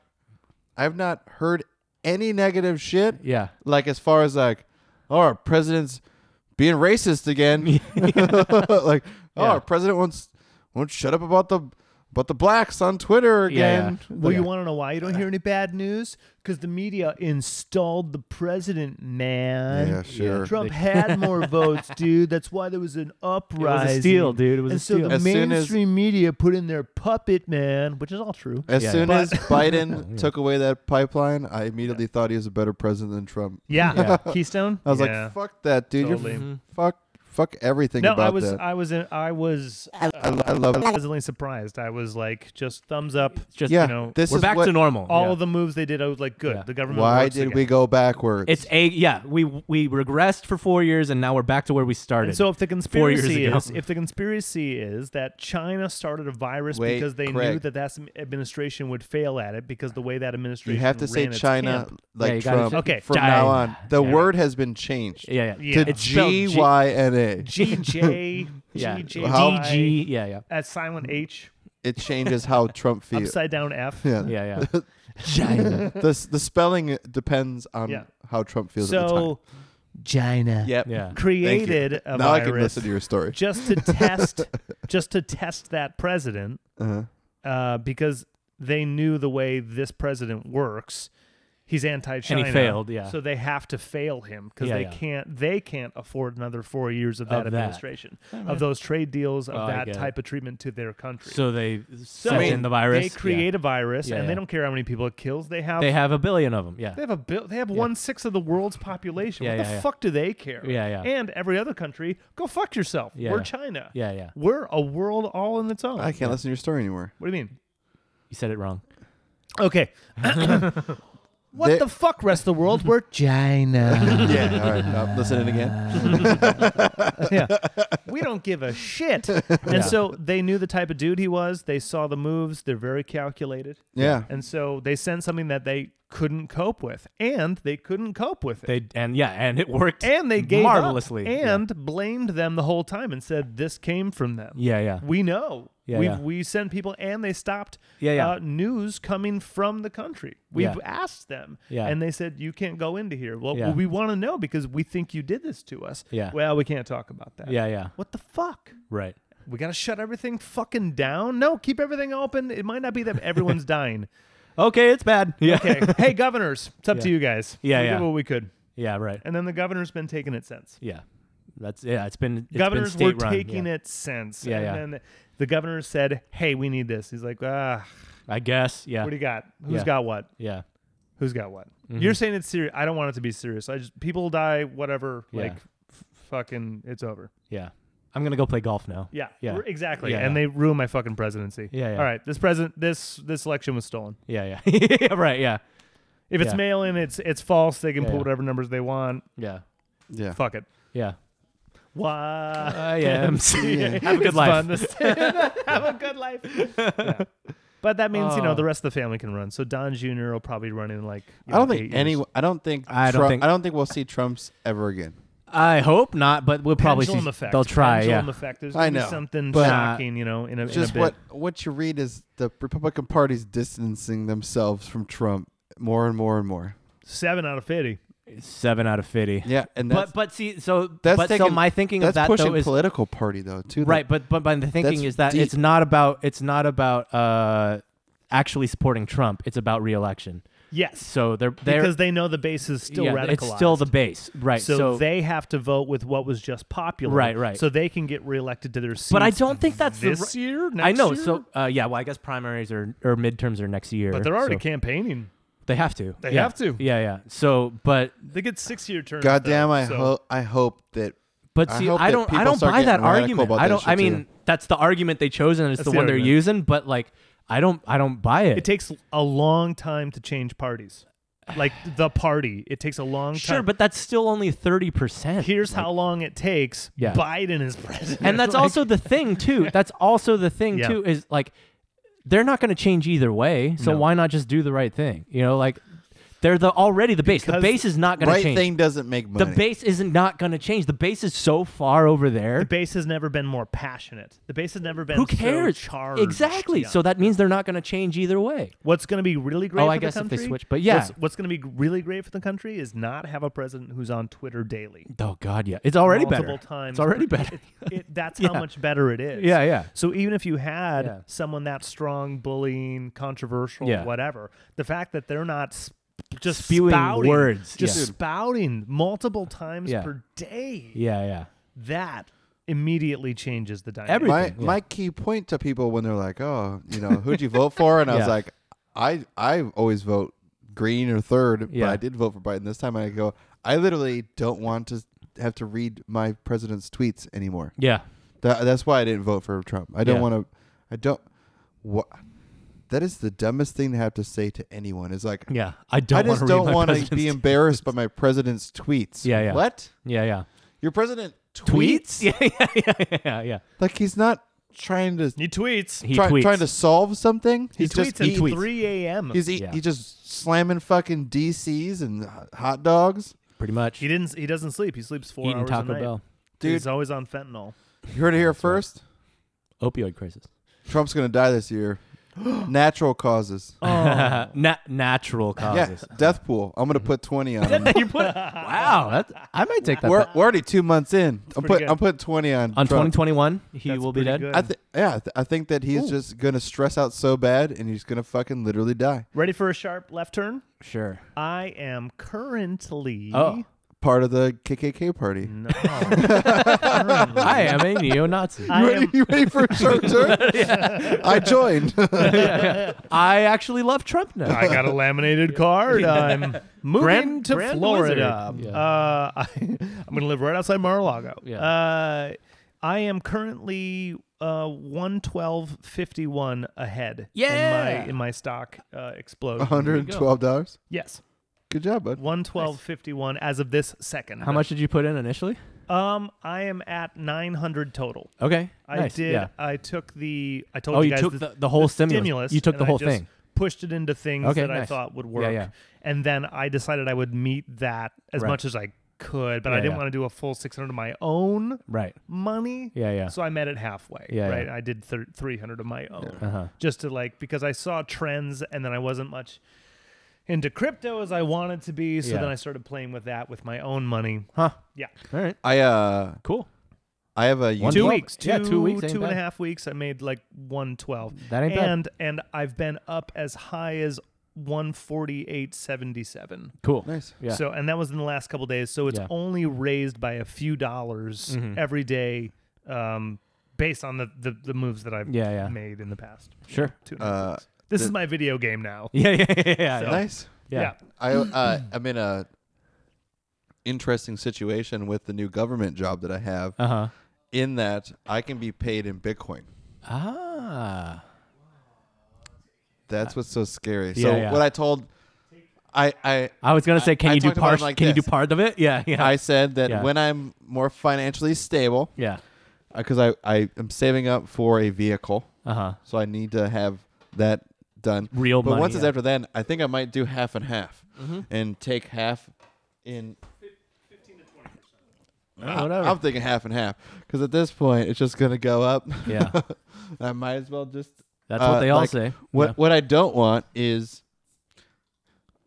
I have not heard any negative shit. Yeah. Like as far as like, oh, our president's being racist again. like, oh, Yeah. our president won't won't shut up about the about the blacks on Twitter Yeah, yeah. again. Well, you want to know why you don't hear any bad news? Because the media installed the president, man. Yeah, sure. Trump had more votes, dude. That's why there was an uprising. steal, dude. It was and a so steal. the As soon as- mainstream media put in their puppet, man, which is all true. As Yeah. soon But- as Biden took away that pipeline, I immediately thought he was a better president than Trump. Yeah, Keystone. I was Yeah. like, "Fuck that, dude! Totally. You're Mhm. fuck, fuck everything no, about I was, that." I was, in, I was uh, I, I love it. pleasantly surprised. I was like, just thumbs up. Just Yeah, you know, this we're is back what, to normal. All yeah. of the moves they did, I was like, good. Yeah. The government. Why works did again. we go backwards? It's a yeah. We we regressed for four years and now we're back to where we started. And so if the Four years conspiracy ago. is if the conspiracy is that China started a virus Wait, because they knew Craig. that that administration would fail at it because the way that administration you have to ran say its China camp- Yeah, you like gotta Trump say- Okay, from China. now on. The Yeah. word has been changed yeah, yeah, Yeah. to It's spelled G G- Y N A. GJ yeah, GJ DG, yeah, yeah, at silent H It changes how Trump feels. upside down F. Yeah, yeah, yeah. China. the s- the spelling depends on Yeah. how Trump feels at the time. So China Yep. Yeah. Thank you. created a now I can virus listen to your story. just to test just to test that president Uh-huh. uh, because they knew the way this president works. He's anti-China, failed, yeah. So they have to fail him because Yeah, they yeah. can't. They can't afford another four years of that Of that. administration, of those trade deals, of Oh, I that get it. type of treatment to their country. So they sent wait, in the virus. they yeah. create a virus, Yeah, and they yeah. don't care how many people it kills. They have. They They have have a billion of them. Yeah. a bill. They have one sixth of the world's population. Yeah, what the yeah, yeah. fuck do they care? Yeah, yeah. And every other country, go fuck yourself. Yeah, We're yeah. China. Yeah, yeah. We're a world all in its own. I can't listen to your story anymore. what do you mean? You said it wrong. Okay. what There- the fuck, rest of the world? We're China. Yeah. All right. Now listen in again. yeah. We don't give a shit. And so they knew the type of dude he was. They saw the moves. They're very calculated. Yeah. And so they sent something that they couldn't cope with, and they couldn't cope with it. They and yeah, and it worked. and they gave up marvelously. Yeah. and blamed them the whole time and said this came from them. yeah, yeah, We know. Yeah, we yeah. we send people, and they stopped Yeah, yeah. Uh, news coming from the country. We've Yeah. asked them, Yeah. and they said you can't go into here. Well, Yeah. we want to know because we think you did this to us. Yeah. Well, we can't talk about that. yeah, yeah. What the fuck? Right. We gotta shut everything fucking down. No, keep everything open. It might not be that everyone's dying. Okay, it's bad. Yeah, Okay. hey, governors, it's up to Yeah. you guys. Yeah, we yeah. did what we could, yeah, right. and then the governor's been taking it since. Yeah, that's yeah. It's been it's governors been state were run. taking yeah. it since. Yeah, and yeah. then the governor said, "Hey, we need this." He's like, "Ah, I guess. Yeah, what do you got? Who's Yeah. Mm-hmm. got what? yeah, Who's got what?" You're saying it's serious. I don't want it to be serious. I just people die, whatever. Yeah. Like, f- fucking, it's over. yeah. I'm gonna go play golf now. Yeah, Yeah. r- exactly. Yeah, and yeah. they ruined my fucking presidency. Yeah, yeah. All right, this president, this this election was stolen. Yeah, yeah, yeah. right. Yeah, If it's Yeah. mail in, it's it's false. They can Yeah, put yeah. whatever numbers they want. yeah, Yeah. Fuck it. yeah. Why? I am. Yeah. Have a good It's life. fun to- Have a good life. Yeah. But that means you know Oh. the rest of the family can run. So Don Jr. will probably run in like. you I don't know, think eight any. years. I don't think. I don't Trump- think- I don't think we'll see Trumps ever again. I hope not, but we'll probably Pendulum see. effect. They'll try. Pendulum yeah. effect. There's I gonna be know. something But, uh, shocking, you know, in a, Just in a what bit. what you read is the Republican Party's distancing themselves from Trump more and more and more. seven out of fifty. Seven out of fifty. Yeah, and that's But but see, so That's but so taking- my thinking that's of that pushing though is political party though too. Like, right. But but but the thinking That's is that deep. it's not about it's not about uh actually supporting Trump. It's about reelection. Yes, So they're they're because they know the base is still yeah, radicalized. It's still the base, right? so, So, they have to vote with what was just popular. Right, right. So they can get reelected to their seats. but I don't think that's the this ri- year. Next I know. year? So uh, yeah, well, I guess primaries are or midterms are next year. but they're already so campaigning. they have to. They yeah. have to. Yeah, yeah. So, but They get six year terms. Goddamn, though, I so- hope I hope that but I see, hope I that don't I people don't start buy that getting radical argument. about I that don't. I shit, too. mean, that's the argument they chose, and it's That's the, the one they're argument. using. But like, I don't I don't buy it. It takes a long time to change parties. Like the party, it takes a long sure, time. but that's still only thirty percent. here's how long it takes. Yeah. Biden is president. and that's Like, also the thing too. That's also the thing Yeah. too is like they're not going to change either way. So No. why not just do the right thing? You know, like they're the already the base. the Because base is not going right to change. thing doesn't make the money. base is not going to change. The base is so far over the there. base has never been more passionate. The base has never been Who cares? so charged. exactly. Yeah. So that means they're not going to change either way. what's going to be really great? Oh, for I the guess if they country- switch, but yeah. what's, what's going to be really great for the country is not have a president who's on Twitter daily. Oh God, yeah, it's already multiple better. times. It's already per- better. It, it, that's Yeah. how much better it is. Yeah, yeah. So even if you had Yeah. someone that strong, bullying, controversial, Yeah. whatever, the fact that they're not sp- just Spewing spouting, words, just yeah. spouting multiple times Yeah. per day, yeah, yeah, that immediately changes the dynamic. Every- my everything, yeah. my key point to people when they're like, oh, you know, who'd you vote for? And I was Yeah. like, I I always vote green or third, Yeah. but I did vote for Biden this time. And I go, I literally don't want to have to read my president's tweets anymore. yeah. That, that's why I didn't vote for Trump. I don't Yeah. want to. I don't. What? That is the dumbest thing to have to say to anyone. Is like, Yeah, I don't. I just wanna read don't my want to president's- be embarrassed by my president's tweets. Yeah, yeah. What? Yeah, yeah. Your president tweets? Tweets? Yeah, yeah, yeah, yeah, yeah. Like he's not trying to he tweets. He try, tweets. trying to solve something. He He's tweets just at eat- 3 a.m. He's eat, Yeah. he's just slamming fucking DCs and h- hot dogs. pretty much. He didn't. He doesn't sleep. He sleeps four Eating hours Taco a night. Bell. He's Dude, always on fentanyl. you heard it here first. Opioid crisis. Trump's gonna die this year. Natural causes. Na- natural yeah, causes. death pool. I'm gonna put twenty on him. Wow, that's, I might take that. we're, bet. we're already two months in. I'm pretty put, good. I'm putting twenty on. On Trump. 2021, he That's will be pretty dead. good. I th- yeah, I, th- I think that he's just gonna stress out so bad, and he's gonna fucking literally die. Ready for a sharp left turn? Sure. I am currently. Oh. Part of the KKK party. No. Currently- I am a neo-Nazi. I You ready, am- you ready for a short turn? I joined. I actually love Trump now. I got a laminated card. I'm moving Grand- to Grand Florida. Wizard. Yeah. Uh, I, I'm going to live right outside Mar-a-Lago. Yeah. Uh, I am currently uh, 112.51 ahead in Yeah. my in my stock uh, explosion. $112. Yes, Good job, bud. 112.51 as of this second. How much did you put in initially? Um, I am at 900 total. Okay. I nice. did. Yeah. I took the. I told Oh, you you guys took this- the, the whole stimulus. stimulus. You took and the I whole just thing. pushed it into things Okay, that I nice. thought would work. Yeah, yeah. And then I decided I would meet that as Right. much as I could, but I Yeah, didn't yeah. want to do a full 600 of my own Right. money. Yeah, yeah. So I met it halfway, Yeah, right? yeah. I did thir- 300 of my own Uh huh. just to like because I saw trends and then I wasn't much into crypto as I wanted to be. So Yeah. then I started playing with that with my own money. Huh. Yeah. All right. I uh Cool. I have a One two twelve. weeks, two, Yeah, two weeks ain't two and a bad. half weeks. I made like one twelve. That ain't bad. and and I've been up as high as one forty eight seventy seven. Cool. Nice. Yeah. So and that was in the last couple days. So it's Yeah. Mm-hmm. only raised by a few dollars every day, um, based on the, the the moves that I've Yeah, yeah. made in the past Sure. two and a half Uh, weeks. This the- is my video game now. Yeah, yeah, yeah, yeah. So- Nice. yeah. yeah. I uh, I'm in a interesting situation with the new government job that I have Uh huh. in that I can be paid in Bitcoin. Ah. That's what's so scary. so Uh, Yeah, yeah. what I told I I I was gonna say, can I you do talked about part? it like can you this. do part of it? Yeah, yeah, I said that Yeah. when I'm more financially stable yeah. because I I am saving up for a vehicle, Uh huh. so I need to have that done. Real but money, once it's yeah. Mm-hmm. after then, I think I might do half and half and take half in Ah, Oh, whatever. I'm thinking half and half because at this point it's just gonna go up. Yeah. I might as well just. That's what uh, they all like, say. What Yeah. What I don't want is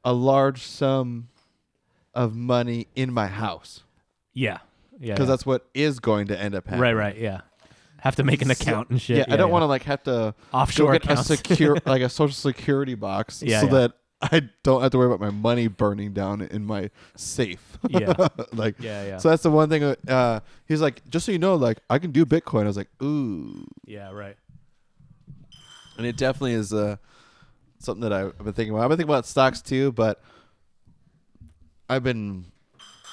a large sum of money in my house Yeah. Yeah. because yeah. that's what is going to end up happening. right. Right. Yeah. Have to make an So- account and shit. Yeah, I don't want to like have to Offshore go get a accounts. secure like a social security box Yeah, so yeah. that I don't have to worry about my money burning down in my safe. Yeah. like Yeah, yeah. So that's the one thing. Uh, he's like, just so you know, like I can do Bitcoin. I was like, ooh, Yeah. Right. and it definitely is uh, something that I've been thinking about. I've been thinking about stocks too, but I've been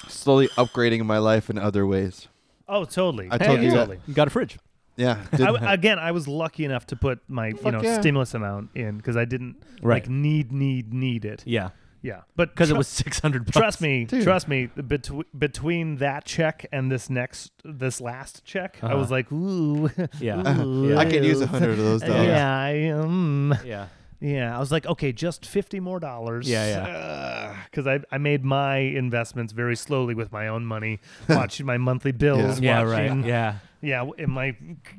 slowly upgrading my life in other ways. Oh, totally. I told Hey, you that. totally. You got a fridge. Yeah. I, didn't have- again, I was lucky enough to put my you Fuck know yeah. stimulus amount in because I didn't Right. like need need need it. Yeah. Yeah, but Because it tru- was six hundred bucks. trust me, Dude. trust me. Between between that check and this next this last check, I Uh-huh. was like, ooh, Yeah. ooh, I could use a hundred of those uh, dollars. Yeah, I um, Yeah. yeah. I was like, okay, just fifty more dollars. Yeah, yeah. Because I, I made my investments very slowly with my own money, watching my monthly bills, Yeah. watching Right. Yeah. yeah, w- am I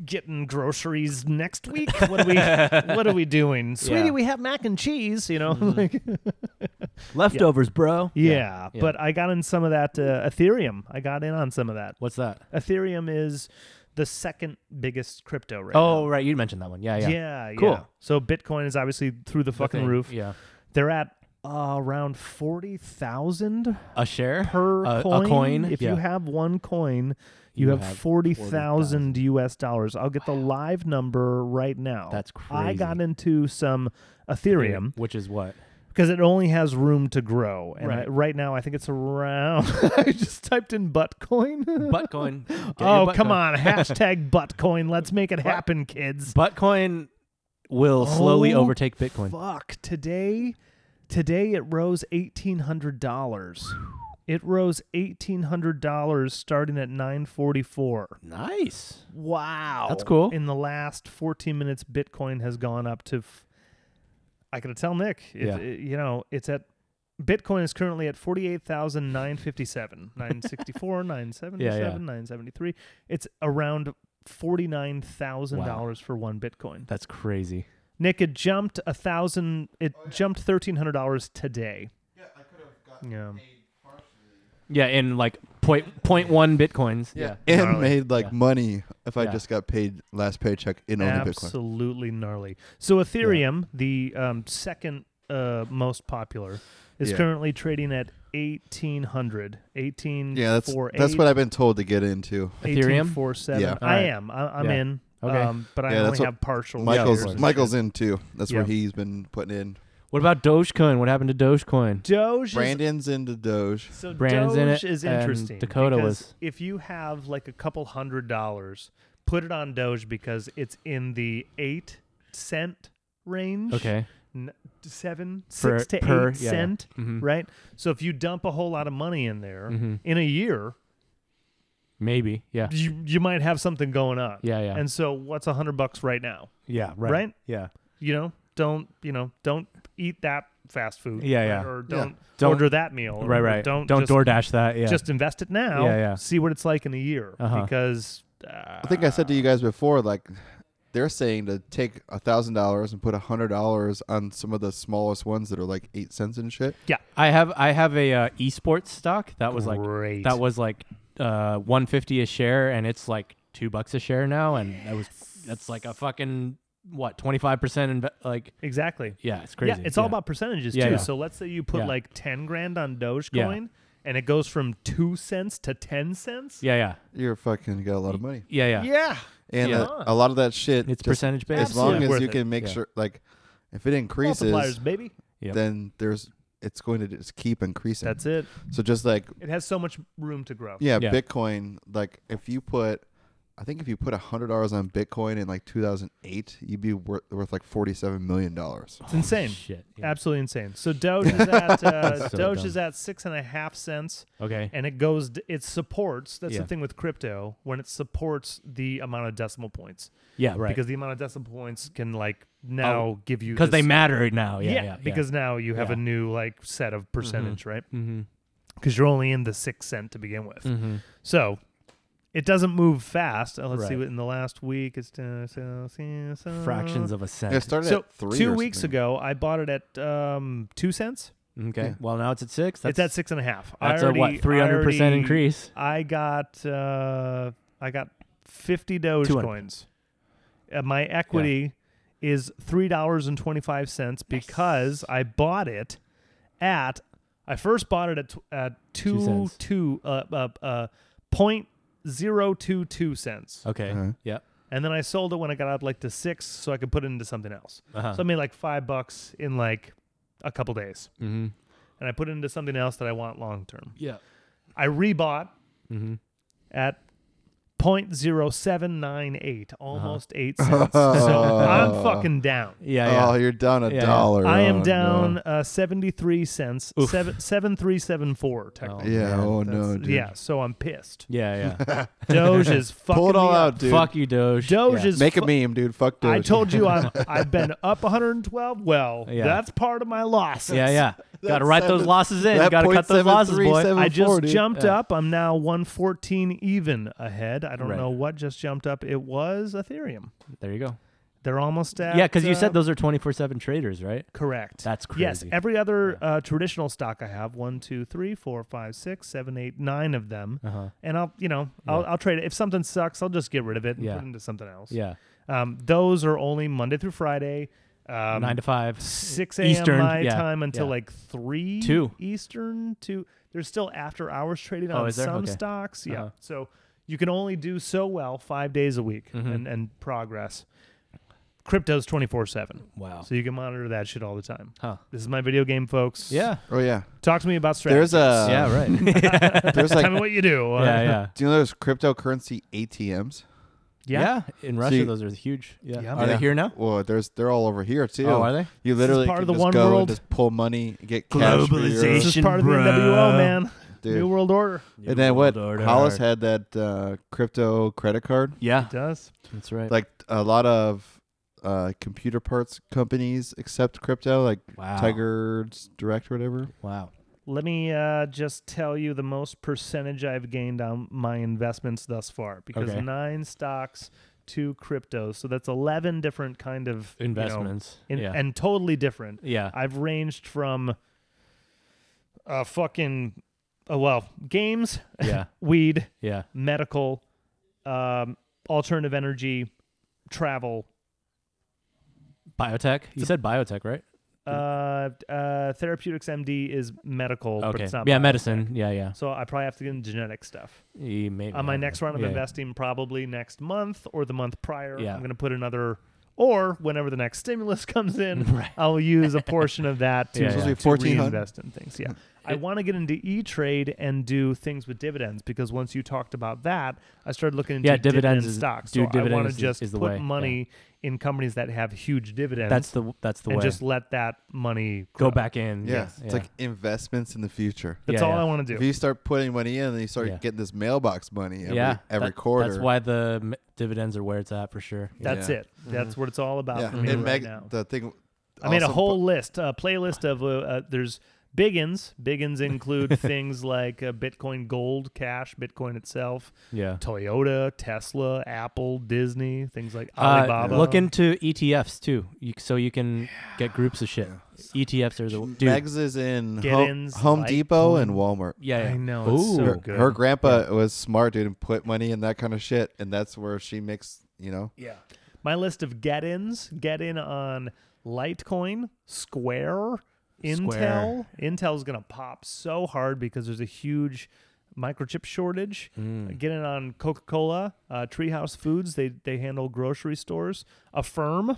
getting groceries next week? What are we What are we doing, sweetie? Yeah. Mm-hmm. We have mac and cheese, you know. like, yeah, Leftovers, bro. yeah. but I got in some of that uh, Ethereum. I got in on some of that. What's that? Ethereum is the second biggest crypto right Oh, right. You mentioned that one. Yeah. now. Yeah. yeah, Cool. yeah. So Bitcoin is obviously through the The fucking thing. roof. Yeah. They're at uh, around forty thousand A share per a, coin. A coin. If yeah. you have one coin, you, You have, have 40,000 US dollars. I'll get the live number right now. That's I got crazy. into some Ethereum which is what? because it only has room to grow. And I- right, Right. now, I think it's around. I just typed in buttcoin. Buttcoin. Get your oh, come Buttcoin. on. Hashtag buttcoin. Let's make it happen, kids. Buttcoin will slowly Oh, overtake Bitcoin. Fuck. Today, today it rose $1,800. It rose eighteen hundred dollars starting at nine forty four. Nice. Wow. That's cool. In the last 14 minutes, Bitcoin has gone up to. F- I gotta tell Nick, if, Yeah. i- you know, it's at. Bitcoin is currently at 48,957, 964, 977, 973. It's around $49,000 for one Bitcoin. That's crazy. Nick, it jumped a thousand, it jumped $1,300 today. Yeah. Yeah, in like point point one bitcoins. Yeah. Yeah. And Gnarly. made like Yeah. money if I Yeah. just got paid last paycheck in only Bitcoin. absolutely gnarly. So Ethereum, the um, second uh, most popular, is Yeah. currently trading at 1800 18 Yeah, that's that's what I've been told to get into. Ethereum? Yeah. I Alright. am. I, I'm Yeah. in. Okay. Um, but I Yeah, only that's what have partial. Michael's shares and Michael's shit. in too. That's Yeah. where he's been putting in. What about Dogecoin? What happened to Dogecoin? Doge. is- Brandon's into Doge. so Brandon's in Doge it, is and interesting. Dakota because was- If you have like a couple hundred dollars, put it on Doge because it's in the eight cent range. Okay. n- seven, Per- six to per- eight yeah, yeah. cent, Mhm. right? So if you dump a whole lot of money in there Mhm. in a year, Maybe. Yeah. you you might have something going on. Yeah, yeah. And so what's a hundred bucks right now? Yeah, right. Right? Yeah. You know, don't you know don't eat that fast food. Yeah, right? yeah. Or Yeah. don't, Don't- order that meal. right, or right. Don't Don't just, DoorDash that. Yeah. just invest it now. Yeah, yeah. See what it's like in a year Uh-huh. because uh, I think I said to you guys before, like they're saying to take a thousand dollars and put a hundred dollars on some of the smallest ones that are like eight cents and shit. I have I have a uh, esports stock that was like Great. that was like uh 150 a share and it's like 2 bucks a share now and that was that's like a fucking what 25% inve- like exactly. yeah, it's crazy. Yeah, it's all about percentages Yeah, too. yeah. So let's say you put Yeah. like ten grand on Dogecoin, Yeah. and it goes from two cents to ten cents. Yeah, yeah. You're fucking got a lot of money, Yeah, yeah. yeah. and Yeah. uh, a, lot of that shit. It's just percentage based. as long Absolutely as worth you it. can make Yeah. sure, like, if it Multipliers, increases, baby. Yep. then there's it's going to just keep increasing. That's it. so just like It has so much room to grow. yeah, Yeah. Bitcoin. Like if you put, I think if you put a hundred dollars on Bitcoin in like 2008, you'd be worth worth like 47 million dollars. It's insane. Shit. Yeah. Absolutely insane. So Doge is at uh, That's so Doge dumb. is at six and a half cents, Okay. and it goes. d- It supports. That's the Yeah. thing with crypto when it supports the amount of decimal points Yeah, right. because the amount of decimal points can like now give you Because they this- matter now. Yeah, yeah. because now you have a Yeah. new like set of percentage, right? mm-hmm. Because you're only in the six cent to begin with. Mm-hmm. So it doesn't move fast. Uh, let's see Right. what in the last week it's uh, so- so- so- fractions of a It cent. started So at three. two or weeks something. ago, I bought it at um, two cents. Okay. Yeah. Well, now it's at 6. That's it's at six and a half. I that's already- a what? 300% I already- increase. I got uh, I got fifty Doge 200. coins. Uh, my equity is three dollars and twenty five cents because I bought it at I first bought it at tw- at Two two cents. two uh, uh, uh, point zero two two cents, Okay. Uh-huh. Yep. and then I sold it when it got up like to six, so I could put it into something else. Uh-huh. So I made like five bucks in like a couple days, mm-hmm. and I put it into something else that I want long term. Yeah. I rebought Mm-hmm. at 0.0798, Uh-huh. almost eight cents. so I'm fucking down. Yeah, yeah. Oh, you're down a Yeah, yeah. dollar. I Oh, am no. down uh, 73 cents, Oof. seven, 7374 technically. Yeah. man, oh that's- no, dude. yeah, so I'm pissed. Yeah, yeah. Doge is fucking Pull it all me up. out, dude. Fuck you, Doge. Doge yeah. is Make a fu- meme, dude. Fuck Doge. I told you I'm, I've been up 112. Well, Yeah. that's part of my loss. Yeah, yeah. Got to write those seven- losses in. that Got to cut those losses, boy. 0.737 I just 740. jumped Yeah. up. I'm now 114 even ahead. I don't Right. know what just jumped up. It was Ethereum. There you go. They're almost at Yeah, because you uh, said those are twenty four seven traders, right? Correct. That's crazy. Yes, every other uh, traditional stock I have one, two, three, four, five, six, seven, eight, nine of them, uh huh. and I'll you know I'll, Yeah. I'll trade it. If something sucks, I'll just get rid of it and Yeah. put it into something else. Yeah. Um, those are only Monday through Friday, um, Nine to five. six a.m. Eastern, my yeah, time until yeah. like three Two. Eastern two. There's still after hours trading Oh, on is there? some Okay. stocks. Yeah, Uh-huh. so you can only do so well five days a week Mm-hmm. and, and progress. Crypto's twenty four seven. Wow. So you can monitor that shit all the time. Huh. This is my video game, folks. Yeah. Oh yeah. Talk to me about strategy. There's a. yeah. Right. yeah. There's Tell me like. what you do. Uh, Yeah. Do you know there's cryptocurrency ATMs? Yeah. Yeah. In Russia, you- those are huge. Yeah. Yeah. Are Yeah. they here now? Well, there's they're all over here too. Oh, are they? You literally part can of the just one go world. and just pull money, get cash for your- Globalization. This is part of the Bro. NWO, man. Dude. New World Order. And then what? Lord, Hollis Lord. had that uh, crypto credit card. Yeah. It does. That's right. Like a lot of uh, computer parts companies accept crypto, like wow. Tiger's Direct or whatever. Wow. Let me uh, just tell you the most percentage I've gained on my investments thus far because Okay. nine stocks, two cryptos. So that's 11 different kind of you know, Investments. in- yeah. and totally different. yeah. I've ranged from uh, fucking, oh, well, games, yeah. weed, Yeah. medical, um, alternative energy, travel, Biotech. You said biotech, right? uh, uh, therapeutics MD is medical, but Okay. it's not. Yeah. biotech. Medicine. Yeah. Yeah. So I probably have to get into genetic stuff. You may- On Uh, my next round of yeah. investing, probably next month or the month prior, Yeah. I'm going to put another, or whenever the next stimulus comes in, Right. I'll use a portion of that to, Yeah, Supposed to be to 1400? reinvest in things. Yeah. I It- want to get into E Trade and do things with dividends because once you talked about that, I started looking into Yeah, dividends dividend is- stocks. do so I want dividends to is- just is the put way, yeah. money in companies that have huge dividends That's the that's the and way. just let that money go grow. back in. Yeah, Yes. it's like investments in the future. That's Yeah, all yeah. I want to If do. you start putting money in, then you start Yeah. getting this mailbox money every, yeah, every that- quarter. That's why the m- dividends are where it's at for sure. That's Yeah. it. That's what it's all about Mm-hmm. yeah. for me and right Meg- now. the thing I made a awesome whole po- list, a playlist of uh, uh, there's biggins. Biggins include things like uh, Bitcoin Gold, Cash, Bitcoin itself, Yeah. Toyota, Tesla, Apple, Disney, things like Uh, Alibaba. look into ETFs too, you, so you can get groups of shit. ETFs are the dude. Megs is in Get Ho- ins, Home Litecoin. Depot and Walmart. yeah, yeah. I know, it's so Ooh. Her, good. her grandpa was smart, dude, and put money in that kind of shit, and that's where she makes, you know. Yeah. My list of get ins get in on Litecoin, Square, Intel. Square. Intel's going to pop so hard because there's a huge microchip shortage. Mm. Get in on Coca Cola, uh, Treehouse Foods. They, they handle grocery stores. Affirm.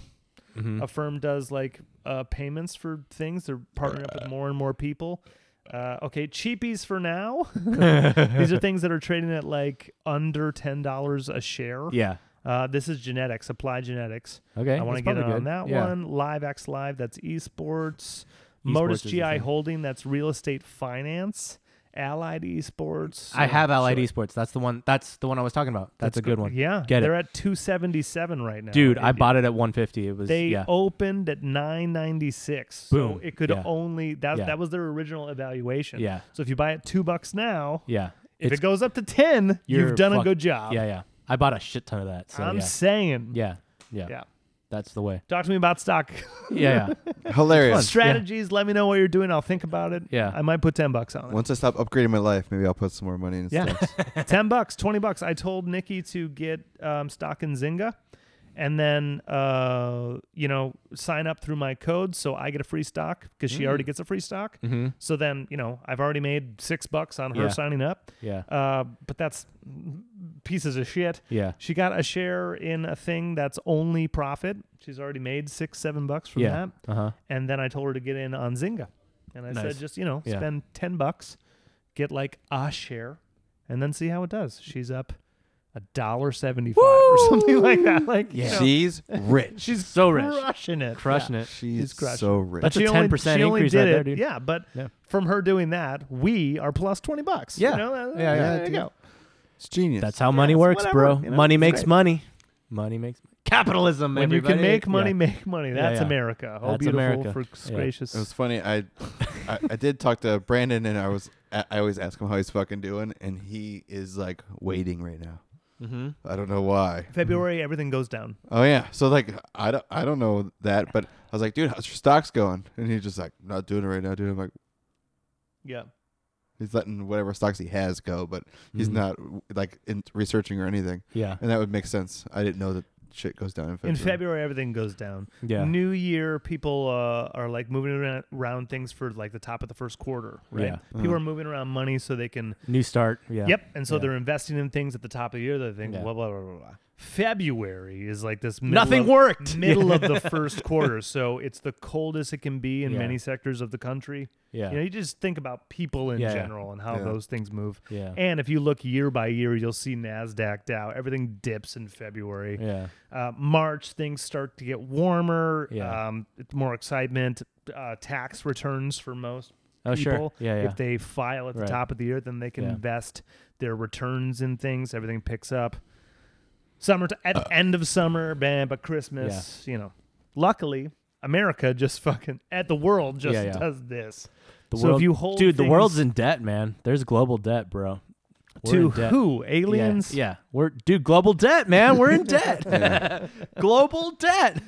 Mm-hmm. Affirm does like uh, payments for things. They're partnering up with more and more people. Uh, okay, cheapies for now. These are things that are trading at like under ten dollars a share. Yeah. Uh, this is genetics, applied genetics. Okay. I want to that's get in probably on good. that Yeah. one. Live X Live, that's esports. is Modus the GI thing. Holding, that's real estate finance. Allied Esports. I so- have Allied so- Esports. That's the one. That's the one I was talking about. That's, a good one. Yeah, Get they're it, at 277 right now. dude. If I you- bought it at 150. It was They yeah. opened at 996. Boom. So it could Yeah. only that Yeah. that was their original evaluation. Yeah. So if you buy it 2 bucks now, Yeah. if It's- it goes up to 10, you're you've done a fuck- good job. Yeah, yeah. I bought a shit ton of that. So I'm yeah. saying. yeah. Yeah. Yeah. That's the way. Talk to me about stock. Yeah. yeah. Hilarious. strategies. Let me know what you're doing. I'll think about it. Yeah. I might put ten bucks on it. Once I stop upgrading my life, maybe I'll put some more money in Yeah. stocks. ten bucks, twenty bucks. I told Nikki to get um, stock in Zynga, and then uh, you know sign up through my code so I get a free stock because she Mm. already gets a free stock. mm-hmm. So then you know I've already made six bucks on her Yeah. signing up. Yeah. Uh, but that's pieces of shit. Yeah. She got a share in a thing that's only profit. She's already made six, seven bucks from Yeah. that. Uh huh. and then I told her to get in on Zynga, and I Nice. said just you know Yeah. spend ten bucks, get like a share, and then see how it does. She's up a dollar seventy five or something like that. Like you Yeah. know, She's rich. she's so rich. crushing it, Crushing it. She's crushing. so rich. That's a 10% increase did right there, it- dude. Yeah, but Yeah. from her doing that, we are plus twenty bucks. Yeah. you know? uh, Yeah, yeah, there you dude. go. it's genius. That's how money works, whatever, bro. you know, money it's makes great. money. Money makes capitalism. When you can everybody. make money, Yeah. make money. Yeah, That's yeah. America. Oh, That's beautiful America. for Yeah. gracious. It was funny. I, uh, I I did talk to Brandon, and I was I I always ask him how he's fucking doing, and he is like waiting right now. Mm-hmm. I don't know why. February, everything goes down. Oh yeah. So like I don't I don't know that, but I was like, dude, how's your stocks going? And he's just like, not doing it right now, dude. I'm like, Yeah. he's letting whatever stocks he has go, but he's Mhm. not like in researching or anything. Yeah. And that would make sense. I didn't know that shit goes down in February. In February, everything goes down. Yeah. New year, people uh, are like moving around, around things for like the top of the first quarter, right? Yeah. People are moving around money so they can, New start. Yeah. yep. And so Yeah. they're investing in things at the top of the year. They think, Yeah. blah, blah, blah, blah, blah. February is like this middle Nothing of, worked. middle of the first quarter. So it's the coldest it can be in Yeah. many sectors of the country. Yeah. You know, you just think about people in Yeah, yeah. general and how Yeah. those things move. Yeah. And if you look year by year, you'll see NASDAQ, Dow, everything dips in February Yeah. uh, March things start to get warmer. Yeah. Um, it's more excitement. Uh, tax returns for most Oh, sure. people. Yeah, yeah. If they file at the Right. top of the year, then they can Yeah. invest their returns in things. Everything picks up. Summer at the end of summer, bam, but Christmas, you know. Luckily, America just fucking at the world just Yeah, yeah. does this. The so if you hold dude, the things world's in debt, man. There's global debt, bro. We're to in debt. who Yeah, aliens Yeah, We're dude, global debt, man. We're in debt. global debt.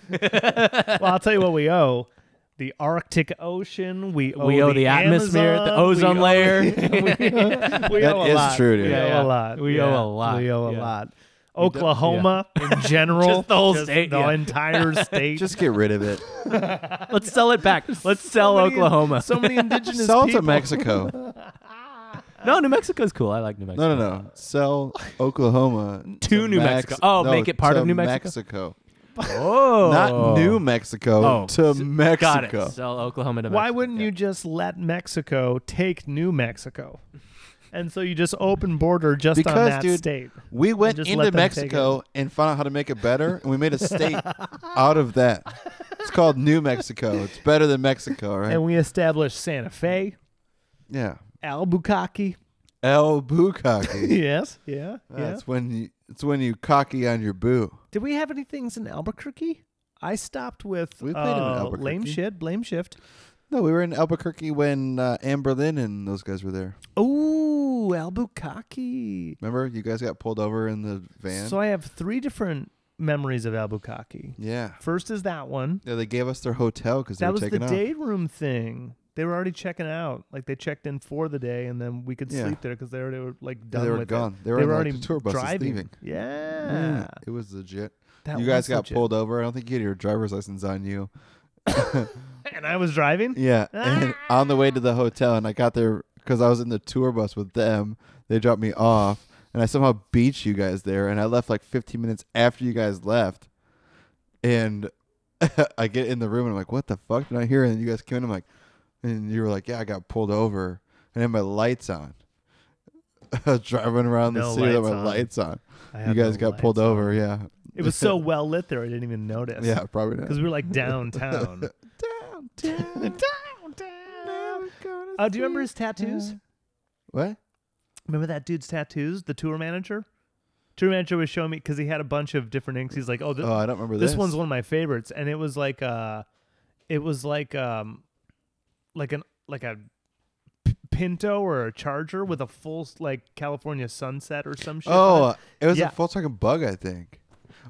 well, I'll tell you what we owe. The Arctic Ocean. We owe, we owe the, atmosphere, the Oh, Amazon, we ozone owe- layer. we That owe a is lot. true, dude. We Yeah, owe a lot. We Yeah. owe a lot. We owe a Yeah. lot. Oklahoma in general, Just the whole state, the yeah. entire state. Just get rid of it. Let's sell it back. Let's sell many- Oklahoma. so many indigenous Sell it to people. Mexico. no, New Mexico's cool. I like New Mexico. No, no, no. Sell Oklahoma To New Mexico. Oh, no, make it part to of New Mexico? Oh, Not New Mexico Oh, to s- Got it. Mexico. Sell Oklahoma to Mexico. Why wouldn't you just let Mexico take New Mexico? And so you just open border just on Because, that dude, state. We went just into let them take Mexico and found out how to make it better, and we made a state out of that. It's called New Mexico. It's better than Mexico, right? And we established Santa Fe, yeah. Albuquerque. El Bukkake. Yes. Yeah. yeah. That's when you. It's when you cocky on your boo. Did we have any things in Albuquerque? I stopped with We played in uh, Albuquerque. lame shit, blame shift. No, we were in Albuquerque when uh, Anne Berlin and those guys were there. Oh, Albuquerque. Remember, you guys got pulled over in the van. So I have three different memories of Albuquerque. yeah, First is that one. yeah. They gave us their hotel because they that were was the taking off. day room thing. They were already checking out. Like they checked in for the day, and then we could Yeah. sleep there because they already were like Yeah, done they were with gone. it. They were, they in, were like, already the tour buses driving. leaving. Yeah. Yeah, it was legit. That you guys was got legit. pulled over. I don't think you had your driver's license on you. and I was driving. Yeah, and on the way to the hotel, and I got there because I was in the tour bus with them. They dropped me off, and I somehow beat you guys there, and I left like 15 minutes after you guys left, and I get in the room and I'm like, "What the fuck did I hear?" And you guys came in, I'm like, and you were like, "Yeah, I got pulled over, and I had my lights on." I was driving around No the city with lights my on. lights on. I You had guys no got pulled lights on. over, yeah. It was so well lit there, I didn't even notice. yeah, probably not. because we were like downtown. Downtown. downtown. Uh, do you remember his tattoos? What? Remember that dude's tattoos? The tour manager. Tour manager was showing me because he had a bunch of different inks. He's like, "Oh, th- Oh, I don't remember this, this. one's one of my favorites," and it was like, uh, it was like, um, like an like a p- Pinto or a Charger with a full like California sunset or some shit. on Oh, it was Yeah. a Volkswagen Bug, I think.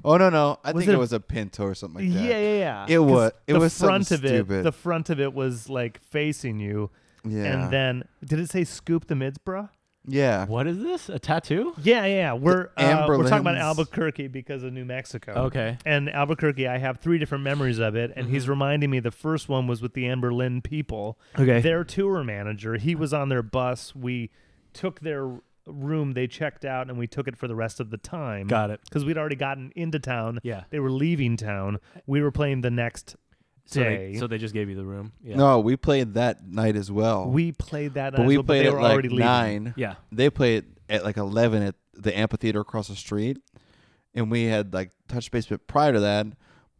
Oh no, no, I Was think it it, a- was a Pinto or something like yeah, that. yeah, yeah. It 'Cause wa- it the was something front of it. stupid. The front of it was like facing you, yeah, and then did it say scoop the mids, bruh? yeah. What is this? A tattoo? Yeah, yeah. We're uh, amber we're talking about lens. Albuquerque because of New Mexico. Okay. And Albuquerque, I have three different memories of it, Mm-hmm. and he's reminding me the first one was with the Amber Lynn people. Okay. Their tour manager, he was on their bus. We took their room, they checked out, and we took it for the rest of the time. Got it. Because we'd already gotten into town. Yeah. They were leaving town. We were playing the next So day. they, so they just gave you the room. Yeah. No, we played that night as well. we played that, but as we well, played they at were like already leaving. nine. Yeah. They played at like eleven at the amphitheater across the street, and we had like touch basement prior to that.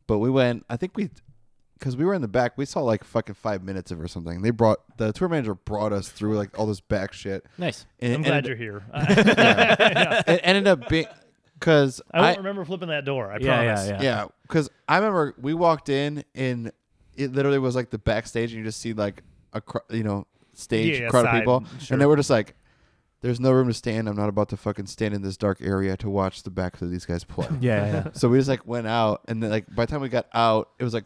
But we went. I think we, because we were in the back, we saw like fucking five minutes of it or something. They brought the tour manager brought us through like all this back shit. Nice. And I'm it glad ended- you're here. It ended up being because I won't I remember flipping that door. I Yeah, promise. yeah, yeah. yeah, because I remember we walked in and it literally was like the backstage, and you just see like a cr- you know stage Yeah, yeah, crowd side, of people, sure. and they were just like, "There's no room to stand. I'm not about to fucking stand in this dark area to watch the backs of these guys play." Yeah. yeah. so we just like went out, and then like by the time we got out, it was like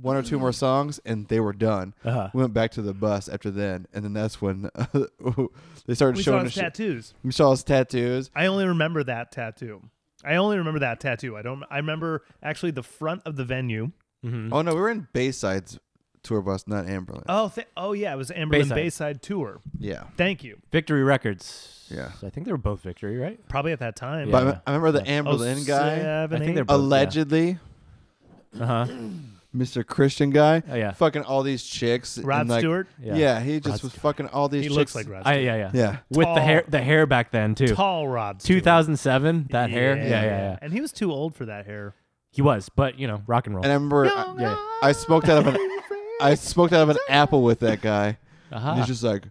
one or two more songs, and they were done. Uh-huh. We went back to the bus after then, and then that's when they started We showing saw us his shit. tattoos. We saw his tattoos. I only remember that tattoo. I only remember that tattoo. I don't. I remember actually the front of the venue. Mm-hmm. Oh no, we were in Bayside's tour bus, not Amberlin. Oh, th- oh yeah, it was Amberlin Bayside. Bayside. tour. yeah. Thank you. Victory Records. Yeah. I think they were both Victory, right? Probably at that time. Yeah. But I me- I remember Oh, the Oh, Amberlin guy, I think they're- allegedly Uh huh. Mr. Christian guy, Oh, yeah. fucking all these chicks. and, Rod like- Stewart. Yeah. Yeah, he Rod just was fucking all these. He looks chicks. like Rod. I, Stewart. yeah, yeah. Yeah, With Tall. the hair, the hair back then too. Tall Rod. Stewart. 2007, that hair. Yeah, yeah, yeah. And he was too old for that hair. He was, but you know, rock and roll. and I remember I, yeah. I smoked out of an I smoked out of an apple with that guy. And Uh-huh. he's just like,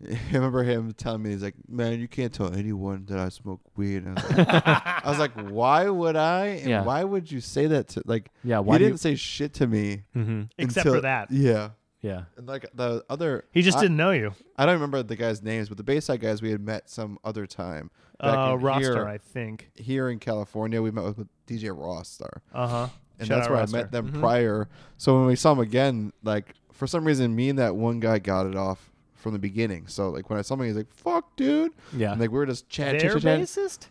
I remember him telling me, he's like, man, you can't tell anyone that I smoke weed. And I, was like, I was like, why would I? And Yeah. why would you say that to like? Yeah, Why why he do didn't you- say shit to me hmm Except until- for that. Yeah. Yeah. And like the other, He just I, didn't know you. I don't remember the guys' names, but the Bayside guys we had met some other time. Back Uh, in roster, here, I think. here in California, we met with DJ Ross Star, Uh huh. and that's where I met them Mm-hmm. prior. So when we saw him again, like for some reason, me and that one guy got it off from the beginning. So like when I saw him, he's like, "Fuck, dude," Yeah. and like we were just chat, Uh, Their chat, chat, chat. bassist?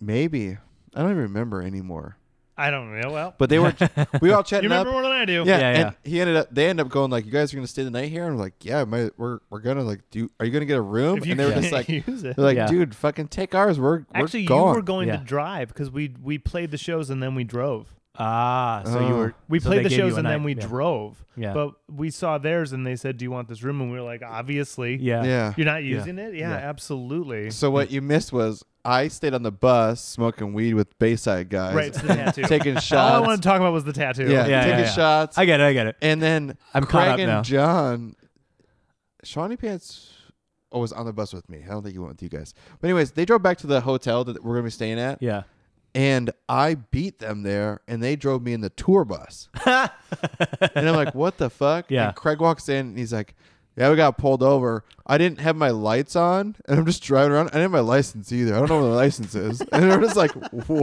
Maybe I don't even remember anymore. I don't know. Well, But they were we all you chatting up. remember more than I do. Yeah, Yeah, and he ended up. They ended up going like, "You guys are gonna stay the night here," and I'm like, "Yeah, my, we're we're gonna like, do are you gonna get a room?" If you And they were can't just like, use it. They're like, Yeah. dude, fucking take ours. We're, we're Actually, gone. you were going Yeah. to drive because we we played the shows and then we drove. Ah, so you Oh. were. We so they played the gave you shows a and then night. we yeah. drove. Yeah. But we saw theirs and they said, "Do you want this room?" And we were like, "Obviously, Yeah. yeah. You're not using it. Yeah, Yeah. absolutely. So what you missed was I stayed on the bus smoking weed with Bayside guys, Right, it's the tattoo. taking All I shots. wanted to talk about was the tattoo. yeah, Yeah, taking yeah, yeah. shots. I get it. I get it. and then I'm caught Craig up and now. John, Shawnee Pants oh, was on the bus with me. I don't think he went with you guys. But anyways, they drove back to the hotel that we're gonna be staying at, Yeah. and I beat them there, and they drove me in the tour bus. and I'm like, what the fuck? Yeah. And Craig walks in, and he's like, yeah, we got pulled over. I didn't have my lights on, and I'm just driving around. I didn't have my license either. I don't know where the license is. And I'm just like,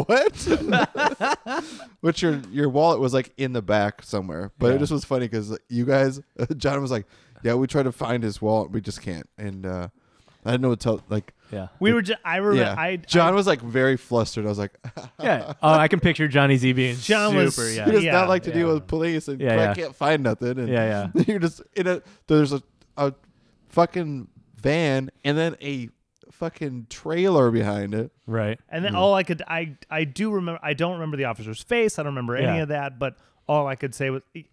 what? Which your your wallet was like in the back somewhere, but Yeah. it just was funny because you guys, John was like, yeah, we tried to find his wallet, we just can't, and uh, I didn't know what to tell. Like, yeah. We were just. I remember. yeah, I, John I, was like very flustered. I was like, Yeah. Oh, I can picture Johnny Z being John super. was- yeah. he does Yeah, not like to yeah. deal with police and Yeah, I yeah. can't find nothing. And Yeah, You're just in a there's a, a fucking van and then a fucking trailer behind it. Right. and Mm. then all I could. I I do remember. I don't remember the officer's face. I don't remember any Yeah. of that. But all I could say was, "E,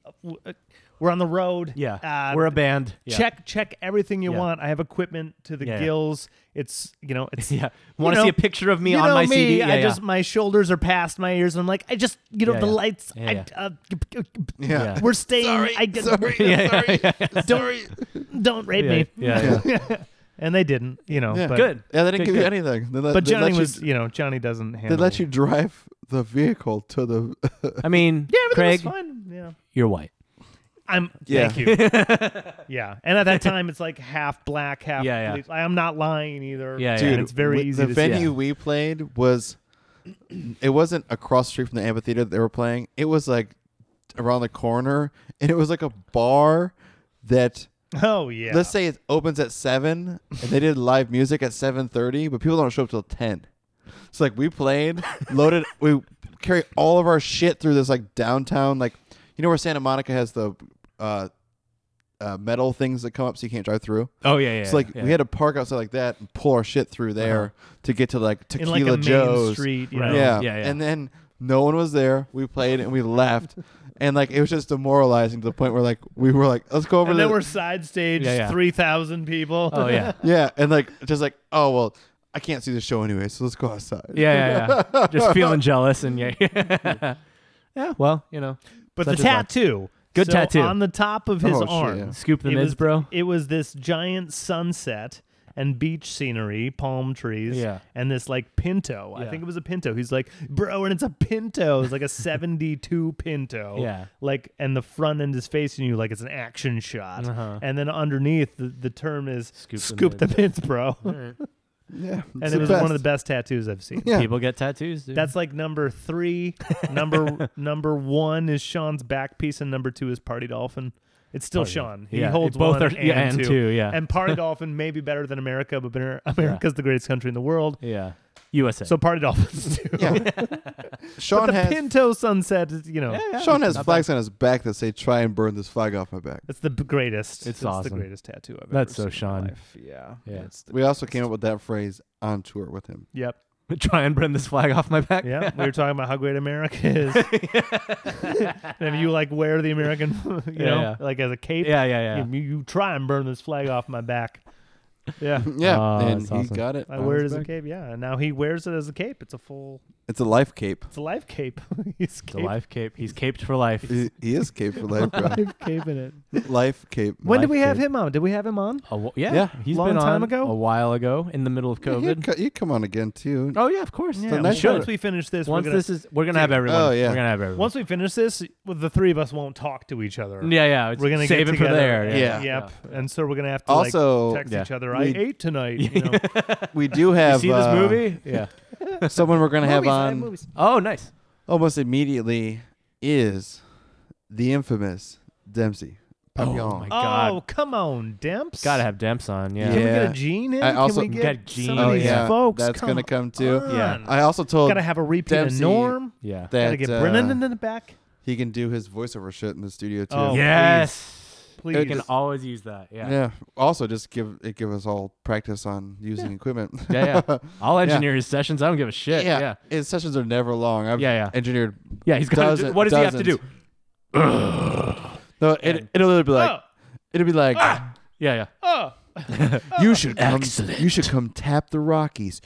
uh, "We're on the road. Yeah. uh, We're a band. Yeah. Check check everything you Yeah. want. I have equipment to the Yeah, yeah. gills. It's you know it's Yeah. Want to know- see a picture of me you on know my me, CD? Yeah, I yeah. just my shoulders are past my ears. And I'm like I just you know Yeah, the yeah. lights. Yeah, I, yeah. Uh, g- g- g- Yeah. we're staying. Sorry, I d- sorry, Yeah, sorry, yeah, sorry. don't rape yeah, me. yeah, yeah. and they didn't. You know. Yeah. But, Good. Yeah, they Good, didn't give you good. anything. They let, But they let Johnny you- was, you know, Johnny doesn't handle. They let you drive the vehicle to the. I mean, Yeah, everything Craig, was fine. Yeah. you're white. I'm. Yeah. Thank you. yeah. And at that time, it's like half black, half. Yeah, yeah. police. I, am not lying either. Yeah, yeah. Dude, And it's very w- easy The to see. venue we played was, it wasn't across the street from the amphitheater that they were playing. It was like around the corner, and it was like a bar that Oh yeah. let's say it opens at seven and they did live music at seven thirty, but people don't show up till ten. So like we played, loaded, we carry all of our shit through this like downtown, like you know where Santa Monica has the uh, uh, metal things that come up so you can't drive through. Oh yeah, yeah. So like yeah. we had to park outside like that and pull our shit through there to get to like Uh-huh. in Tequila like a main Joe's. street. You Right. know? Yeah. Yeah, yeah. And then no one was there. We played and we left. And like it was just demoralizing to the point where like we were like, let's go over And there. then we're side stage, Yeah, yeah. three thousand people. Oh yeah. Yeah, and like just like, oh well, I can't see the show anyway, so let's go outside. Yeah, yeah, yeah. Just feeling jealous and yeah. yeah, well, you know, But Such the is life. tattoo. Good So tattoo. on the top of his Oh, shit, arm. yeah. scoop the it mids, was, bro. It was this giant sunset and beach scenery, palm trees, Yeah. and this like pinto. I Yeah. think it was a pinto. He's like, bro, and it's a pinto. It's like a '72 pinto. Yeah. Like, and the front end is facing you, like it's an action shot. Uh-huh. And then underneath, the, the term is Scoop scoop, the the, pins, bro. yeah. and it was one of the best tattoos I've seen. Yeah. People get tattoos, dude. That's like number three. Number number one is Sean's back piece, and number two is Party Dolphin. It's still Party Sean. Dolphin. He Yeah, holds both one are- and, yeah, and two. two, yeah. and Party Dolphin may be better than America, but Amer- America's the greatest country in the world. yeah. USA. So Party Dolphins too. Yeah. Sean the has Pinto sunset is you know Sean has flags on his back that say "Try and burn this flag off my back." it's the b- greatest. It's the awesome. greatest tattoo I've That's so ever seen. in my Sean. life. Yeah. Yeah. It's the We also best. came up with that phrase on tour with him. Yep. Try and bring this flag off my back. Yeah. we were talking about how great America is. and if you like wear the American, you Yeah, know, yeah. like as a cape, yeah, yeah, yeah. You, you try and burn this flag off my back. Yeah. Yeah, Oh, and that's he awesome. got it. I on wear it his as a back. cape, yeah. And now he wears it as a cape. It's a full It's a life cape. it's a life cape. He's It's cape, a life cape. He's caped for life. He, he is cape for life, bro. life cape in it. life cape. When did Life we have cape. him on? Did we have him on? A wh- yeah, Yeah. He's Long been time on ago? a while ago in the middle of Yeah, COVID. he'd co- he'd come on again too. oh yeah, of course. So we nice should. once we finish this, Once we're gonna, this is, we're gonna have everyone. Oh, yeah. we're gonna have everyone. once we finish this, well, the three of us won't talk to each other. yeah, yeah. We're gonna save get it for together there. and- Yeah. Yep. And so we're gonna have to Oh, like, Also, text yeah. each other. We- I ate tonight. You know, we do have You see this uh, movie? Yeah. Someone we're gonna have Movies, I on movies. Oh, nice. almost immediately is the infamous Dempsey. Papillon. my God. Oh come on, Demps. Gotta have Demps on. Yeah. Can we Yeah. get a Gene in? I also- Can we We get got Gene. some Oh, of these yeah. folks? That's come gonna come too. Yeah. on. I also told Gotta have a repeat of Dempsey- Norm. yeah. that Gotta get uh, Brennan in the back. he can do his voiceover shit in the studio too. Oh, yes. Please. You can always use that. Yeah. Yeah. Yeah. Also, just give it give us all practice on using equipment. Yeah. I'll engineer Yeah. his sessions. I don't give a shit. Yeah. Yeah. His sessions are never long. I've Yeah, yeah. engineered. he's got to do. dozen- What does he have to do? dozens. No, it, it'll literally be like Oh, it'll be like Yeah. Yeah. oh. you should come. Ah. Excellent. You should come tap the Rockies.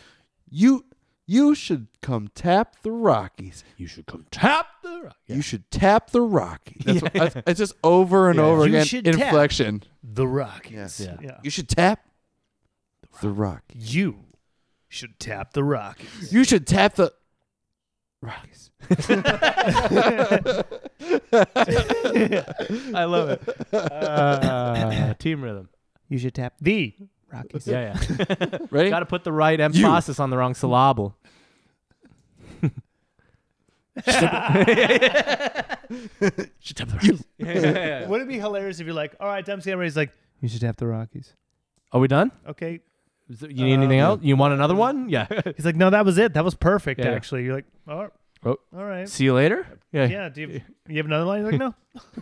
You you should come tap the Rockies. You should come tap the rock. Yeah. You should tap the Rockies. That's what- that's- it's just over and Yeah. over You again. should tap. Inflection. The Rockies. Yes. Yeah. Yeah. You should tap the Rockies. You should tap the Rockies. You should tap the Rockies. I love it. Uh, team rhythm. You should tap the Rockies. Yeah, yeah. Ready? Got to put the right emphasis on the wrong syllable. Should tap the Rockies. Would it be hilarious if you're like, all right, Dempsey Emery's like, you should tap the Rockies. Are we done? Okay. Is it- You need anything Um, else? You want another one? Yeah. He's like, no, that was it. That was perfect, Yeah, yeah. actually. You're like, oh, Oh. all right. See you later. Yeah. Yeah. Do you, you have another line? He's like,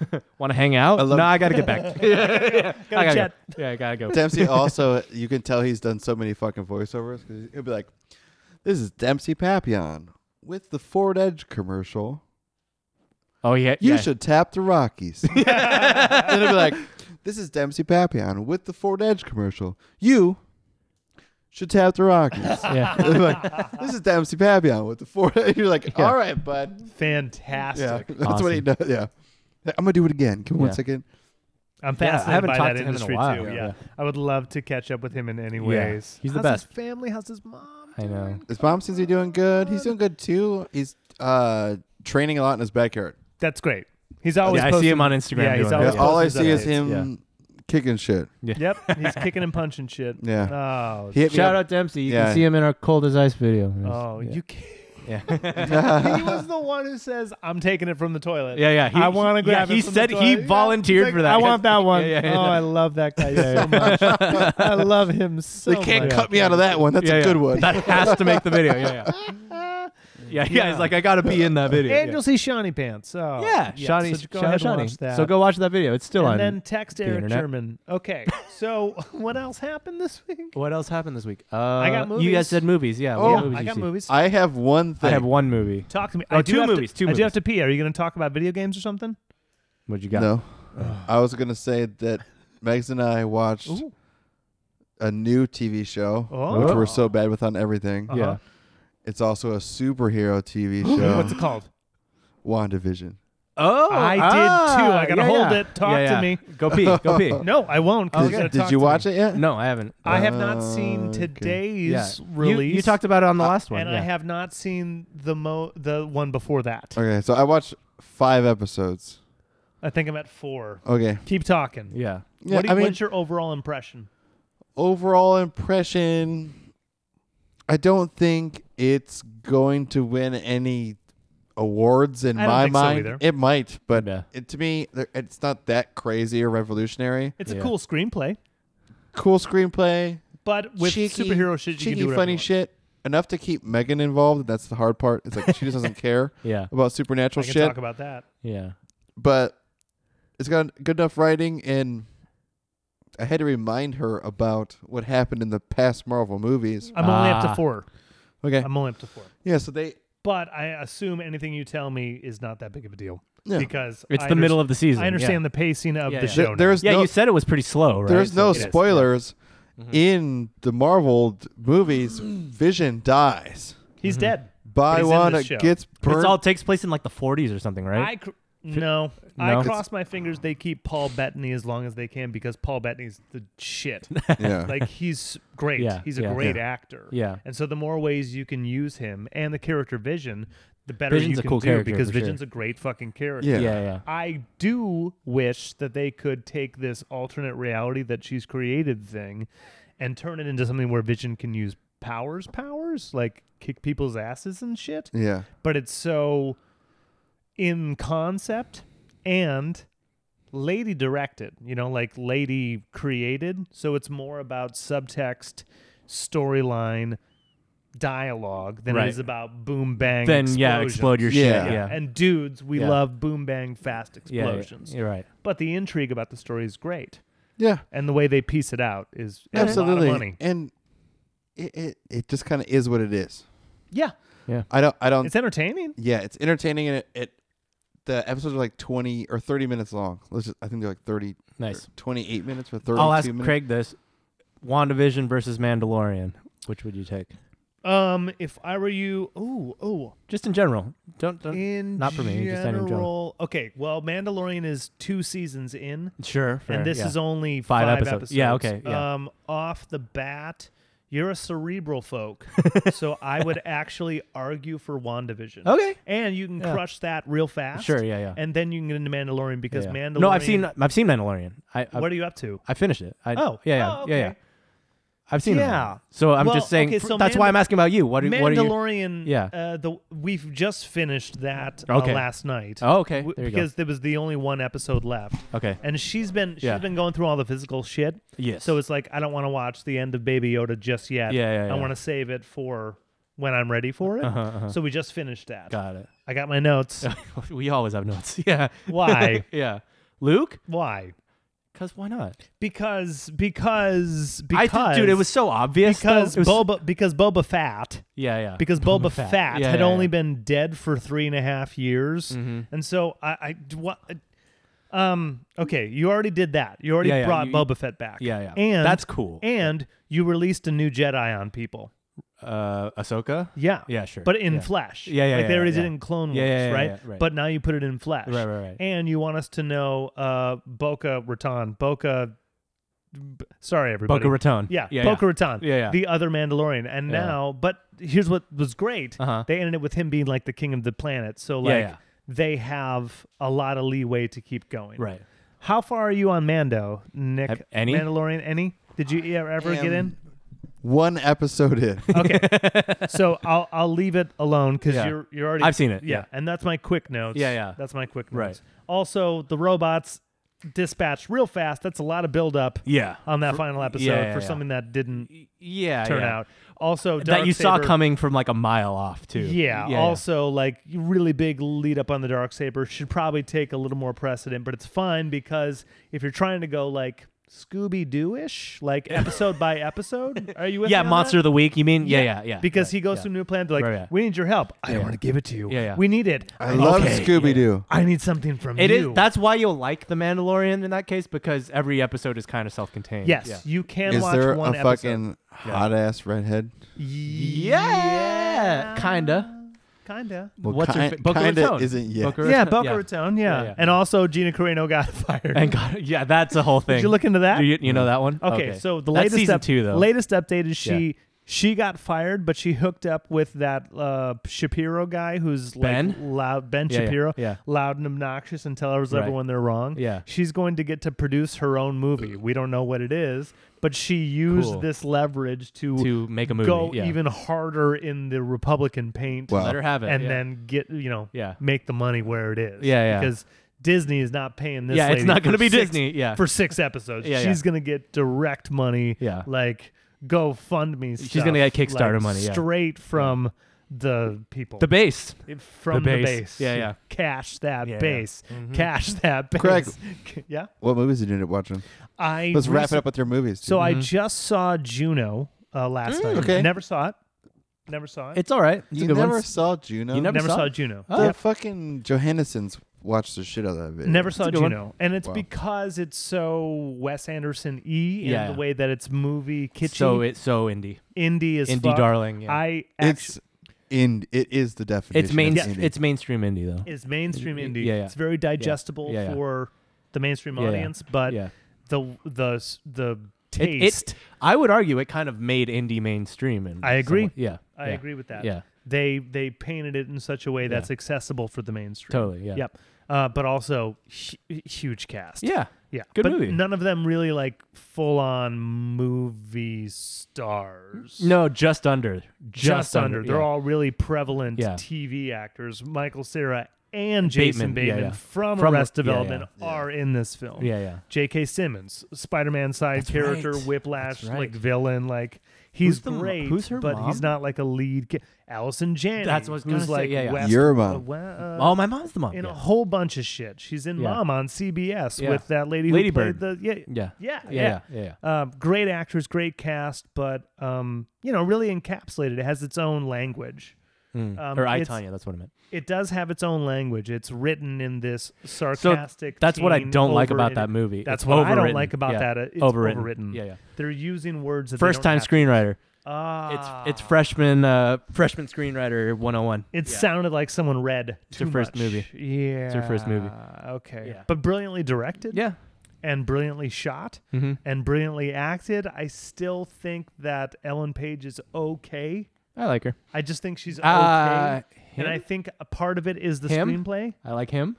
no. Want to hang out? I No, love- I gotta get back. yeah, Gotta I gotta chat. Go. Yeah, I gotta go. Dempsey also, you can tell he's done so many fucking voiceovers because he'll be like, "This is Dempsey Papillon with the Ford Edge commercial. Oh yeah, You yeah. should tap the Rockies." then he'll be like, "This is Dempsey Papillon with the Ford Edge commercial. You should tap the Rockies." Yeah. They're like, this is Dempsey Papillon with the four. You're like, Yeah. all right, bud. Yeah, Fantastic. that's what he does. Yeah, Like, I'm gonna do it again. Give me Yeah. one second. I'm Yeah, I fascinated haven't by talked that to him in a industry while. too. Yeah, Yeah. yeah. I would love to catch up with him in any Yeah. ways. He's the How's best. His family, how's his mom? I know. His mom says he's doing good. He's doing good too. He's uh, training a lot in his backyard. That's great. He's always. Yeah, I see posting- him on Instagram. Yeah, he's doing Yeah, always it. all I posting see his is him kicking shit. Yep, he's kicking and punching shit. Yeah. Oh, He hit me Shout up- out Dempsey. You Yeah. can see him in our cold as ice video. oh, yeah. you. Can- yeah. he was the one who says, "I'm taking it from the toilet." Yeah, yeah. He, I want to yeah, grab. it He from the said he toilet. Yeah. He's volunteered like, for that. I want that one. Yeah, yeah, oh, yeah. I love that guy so much. I love him so They can't much. cut me out of that one. That's Yeah, a yeah. good one. That has to make the video. Yeah, yeah. Yeah, yeah. He's like, I gotta be in that video. And you'll see Shawnee Pants. Oh, yeah, yeah. yes. Shawnee, So go shout out ahead and Shawnee. watch that. So go watch that video. It's still and on. then text the Eric internet. Sherman. Okay, so what else happened this week? what else happened this week? Uh, got You movies. guys said movies. Yeah. Oh, what Yeah, movies I you got see? movies. I have one I thing. have one movie. Talk to me. Oh, I do two have to- movies, two I do movies. have to pee. Are you going to talk about video games or something? What'd you got? No, I was gonna say that Megs and I watched Ooh. a new TV show, Oh. which we're so bad with on everything. Yeah. Uh-huh. It's also a superhero TV What's show, it called? WandaVision. Oh, ah, I did too. I gotta hold it. Talk to me. Go pee. Go pee. No, I won't. 'cause Did, you're gonna did talk you to me. watch it yet? No, I haven't. I have not Uh, seen okay. today's Yeah. You, release. you talked about it on the last one. and I yeah. have not seen the mo the one before that. Okay, so I watched five episodes. I think I'm at four. Okay, Keep talking. Yeah. yeah, What do you, I mean, what's your overall impression? overall impression, I don't think it's going to win any awards in I don't my think so mind. either. it might, but Yeah. it, to me, there- it's not that crazy or revolutionary. It's Yeah. a cool screenplay, Cool screenplay, but with cheeky, superhero shit, you cheeky, can do whatever funny you want. shit. Enough to keep Megan involved. That's the hard part. It's like she just doesn't care Yeah. about I supernatural can shit. talk about that. Yeah. but it's got good enough writing and I had to remind her about what happened in the past Marvel movies. I'm only up Ah. to four. Okay. I'm only up to four. Yeah, so they But I assume anything you tell me is not that big of a deal no. because It's I the underst- middle of the season. I understand the pacing of Yeah, the yeah. show. There- now. there's Yeah, no you said it Mm-hmm. was pretty slow, right? there's So- no It is, yeah. spoilers in the Marvel d- movies. Vision dies. he's dead. By he's in one this show. gets It burned. all takes place in like the 40s or something, I right? cr- no, I No? cross my fingers. They keep Paul Bettany as long as they can because Paul Bettany's the shit. yeah. like he's great. Yeah, he's a yeah, great yeah. actor. Yeah. And so the more ways you can use him and the character Vision, the better Vision's you a can cool do character, because for sure. Vision's a great fucking character. yeah, Yeah. yeah. I do wish that they could take this alternate reality that she's created thing and turn it into something where Vision can use powers, powers, like kick people's asses and shit. yeah. But it's so in concept and lady directed, you know, like lady created. So it's more about subtext, storyline, dialogue than Right. it is about boom bang. Then yeah, explode your Yeah. shit. Yeah. And dudes, we Yeah. love boom bang fast Yeah, yeah, explosions. You're right. But the intrigue about the story is great, Yeah. and the way they piece it out is is a lot Absolutely. of money. And it, it, it just kind of is what it is. Yeah, I don't I don't it's entertaining. Yeah, it's entertaining and it, it the episodes are like 20 or 30 minutes long. Let's just, I think they're like 30 or Nice. 28 minutes or 32 I'll ask minutes. Craig this: WandaVision versus Mandalorian. Which would you take? Um, if I were you, oh, oh, Just in general. Don't don't. in Not for me, just in general. general- Okay, well, Mandalorian is two seasons in, sure. fair, and this yeah. is only Five five, episodes. Yeah, okay, yeah. Um, off the bat, You're a cerebral folk, so I would actually argue for Wandavision. Okay. And you can Yeah. crush that real fast. Sure. Yeah. Yeah. And then you can get into Mandalorian because Yeah, yeah. Mandalorian. No, I've seen I've seen Mandalorian. I I, What are you up to? I finished it. I, Oh, yeah, yeah, oh, yeah, yeah. okay. I've seen Yeah. it. So I'm Well, just saying okay, fr- so that's why I'm asking about you. What do, what are you? Mandalorian. Yeah. Uh, the we've just finished that uh, Okay. last night. Oh, okay. W- There you go. because there was the only one episode left, Okay. and she's been she's Yeah. been going through all the physical shit. Yes. So it's like I don't want to watch the end of Baby Yoda just yet. Yeah, yeah, I yeah. want to save it for when I'm ready for it. Uh-huh, uh-huh. So we just finished that. got it. I got my notes. we always have notes. Yeah. Why? yeah. Luke? Why? Because why not? Because because because I th- dude, it was so obvious. though. because It was- Boba because Boba Fat Yeah, yeah. because Boba, Fett. Fat, Yeah, had yeah, only yeah. Mm-hmm. been dead for three and a half years, and so I, I d- what. Um. Okay, you already did that. You already Yeah, yeah, brought you- Boba Fett back. Yeah, yeah. And That's cool. And you released a new Jedi on people. uh Ahsoka? Yeah. Yeah, sure. But in Yeah. flesh. Yeah, yeah, Like they yeah, already yeah. did in Clone Wars, Yeah, yeah, yeah, right? yeah, right. But now you put it in flesh. Right, right, right. And you want us to know uh Boca Raton. Boca b- sorry everybody. Boca Raton. yeah, yeah. Boca Raton. Yeah, yeah. The other Mandalorian. And Yeah. now but here's what was great. Uh-huh. They ended it with him being like the king of the planet. So Yeah, like yeah. they have a lot of leeway to keep going. Right. How far are you on Mando, Nick? Have any? Mandalorian any? Did you e- ever get in? Am One episode in. Okay. so I'll I'll leave it alone because Yeah. you're you're already I've seen it, Yeah. yeah. And that's my quick notes. Yeah, yeah. That's my quick notes. Right. Also, the robots dispatched real fast. That's a lot of buildup Yeah. on that final episode yeah, for yeah. something that didn't yeah. turn yeah. out. Also That you saw Darksaber- coming from like a mile off too. Yeah, Also, like really big lead up on the dark saber should probably take a little more precedent, but it's fine because if you're trying to go like Scooby Doo ish, like episode by episode, are you with yeah, me on that? monster of the week. You mean? Yeah, yeah, yeah. Because right, he goes yeah. to a new planet. They're like, Right, yeah. we need your help. I Yeah. don't want to give it to you. Yeah, yeah. We need it. I love Okay. Scooby Doo. I need something from It you. is. That's why you'll like the Mandalorian in that case because every episode is kind of self-contained. yes. Yeah. You can Is watch there one a episode. fucking hot ass redhead? Yeah, kinda. Kinda. Well, What's her ki- fa- Boca kinda Raton. isn't yet. Boca Yeah, Raton, Boca yeah. Raton. Yeah. Yeah, yeah. and also Gina Carino got fired. And God, yeah, that's a whole thing. Did you look into that? Do you, you know that one? Okay, so the That's latest season up- two though. Latest update is she she got fired, but she hooked up with that uh, Shapiro guy who's like Ben? loud Ben Yeah, yeah, Shapiro, yeah. loud and obnoxious, and tells Right. everyone they're wrong. Yeah. she's going to get to produce her own movie. We don't know what it is, but she used Uh, Cool. this leverage to, to make a movie. go yeah. even harder in the Republican paint, Wow. let her have it, and yeah. then get you know Yeah. make the money where it is. Yeah, yeah. because. Disney is not paying this. Yeah, it's lady not going to gonna be Disney, yeah. for six episodes. Yeah, she's yeah. gonna get direct money. Yeah. like GoFundMe. Stuff, gonna get Kickstarter like, money, yeah. straight from the people. the base. It- from the the base. base. Yeah, yeah. Cash that Yeah, Mm-hmm. yeah. base. Cash that base. Craig. yeah. What movies did you end up watching? I Let's wrap recent- it up with your movies. So dude. I just saw Juno uh, last night. okay. Never saw it. Never saw it. It's all right. It's a you good one. never saw Juno. You never never saw saw, it? Oh, Juno. The Yep. fucking Johannesons watched the shit out of that video. Never saw a good one. Juno, and it's Wow. because it's so Wes Anderson e in Yeah. the way that it's movie kitschy, so it's so indie, indie as indie fuck. darling. Yeah. I It's actually, in. It is the definition. it's main. of indie. It's mainstream indie though. it's mainstream Yeah, indie. yeah, yeah. It's very digestible Yeah, yeah. for the mainstream Yeah, yeah. audience, but yeah. the the the It- it- taste. I would argue it kind of made indie mainstream. In I agree. some way. Yeah. I yeah. agree with that. Yeah. They they painted it in such a way that's accessible for the mainstream. Totally, yeah. Yep. Uh, but also hu- huge cast. Yeah. Yeah. Good but movie. None of them really like full on movie stars. No, just under. Just, Just, under. They're yeah. all really prevalent Yeah. TV actors. Michael Sarah and Jason Bateman, yeah, Bateman yeah. from, From Arrest Ar- yeah, Development yeah. are in this film. Yeah, yeah. J.K. Simmons, Spider-Man side That's character, right. Whiplash, That's right. like villain, like he's Who's the mo- great. who's her but mom? he's not like a lead. Ca- Allison Janney. That's what I was gonna who's say, like yeah, yeah. West, Your mom. uh, we- uh, Oh, my mom's the mom. in yeah. a whole bunch of shit. She's in Yeah. Mom on CBS Yeah. with that lady who Lady played Bird. the yeah yeah. yeah Yeah. Yeah. Yeah. yeah. Um, great actors, great cast, but um, you know, really encapsulated. It has its own language. Mm. Um, or I it's- Tanya. That's what I meant. It does have its own language. It's written in this sarcastic. That's what I teen don't like about overrated- that movie. That's It's what I don't overwritten. like about Yeah. that. It's Overwritten. overwritten. Yeah, yeah. They're using words that they First don't time have to. screenwriter. Ah, It's it's freshman uh freshman screenwriter 101. It sounded like someone read her too first much. movie. Yeah, her first movie. Okay, Yeah. but brilliantly directed. Yeah. and brilliantly shot Mm-hmm. and brilliantly acted, I still think that Ellen Page is okay. I like her. I just think she's okay. Uh, and I him? think a part of it is the Him? screenplay. I like him.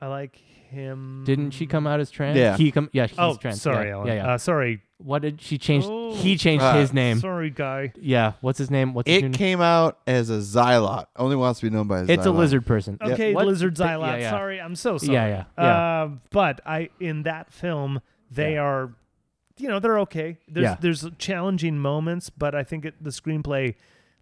I like him. Didn't she come out as trans? Yeah. He come. Yeah, she's Oh, trans. sorry, yeah. Ellen. Yeah, yeah. Uh, sorry, what did she change? Oh. he changed Ah. his name. sorry, guy. yeah. What's his name? What's his new It name? came out as a Xylot. Only wants to be known by a Xylot. It's a lizard person. Yep. Okay, What? lizard Th- Xylot. yeah, yeah. Sorry, I'm so Oh, sorry. Yeah, yeah, yeah. Uh, but I in that film they Yeah. are, you know, they're okay. There's Yeah. there's challenging moments, but I think it, the screenplay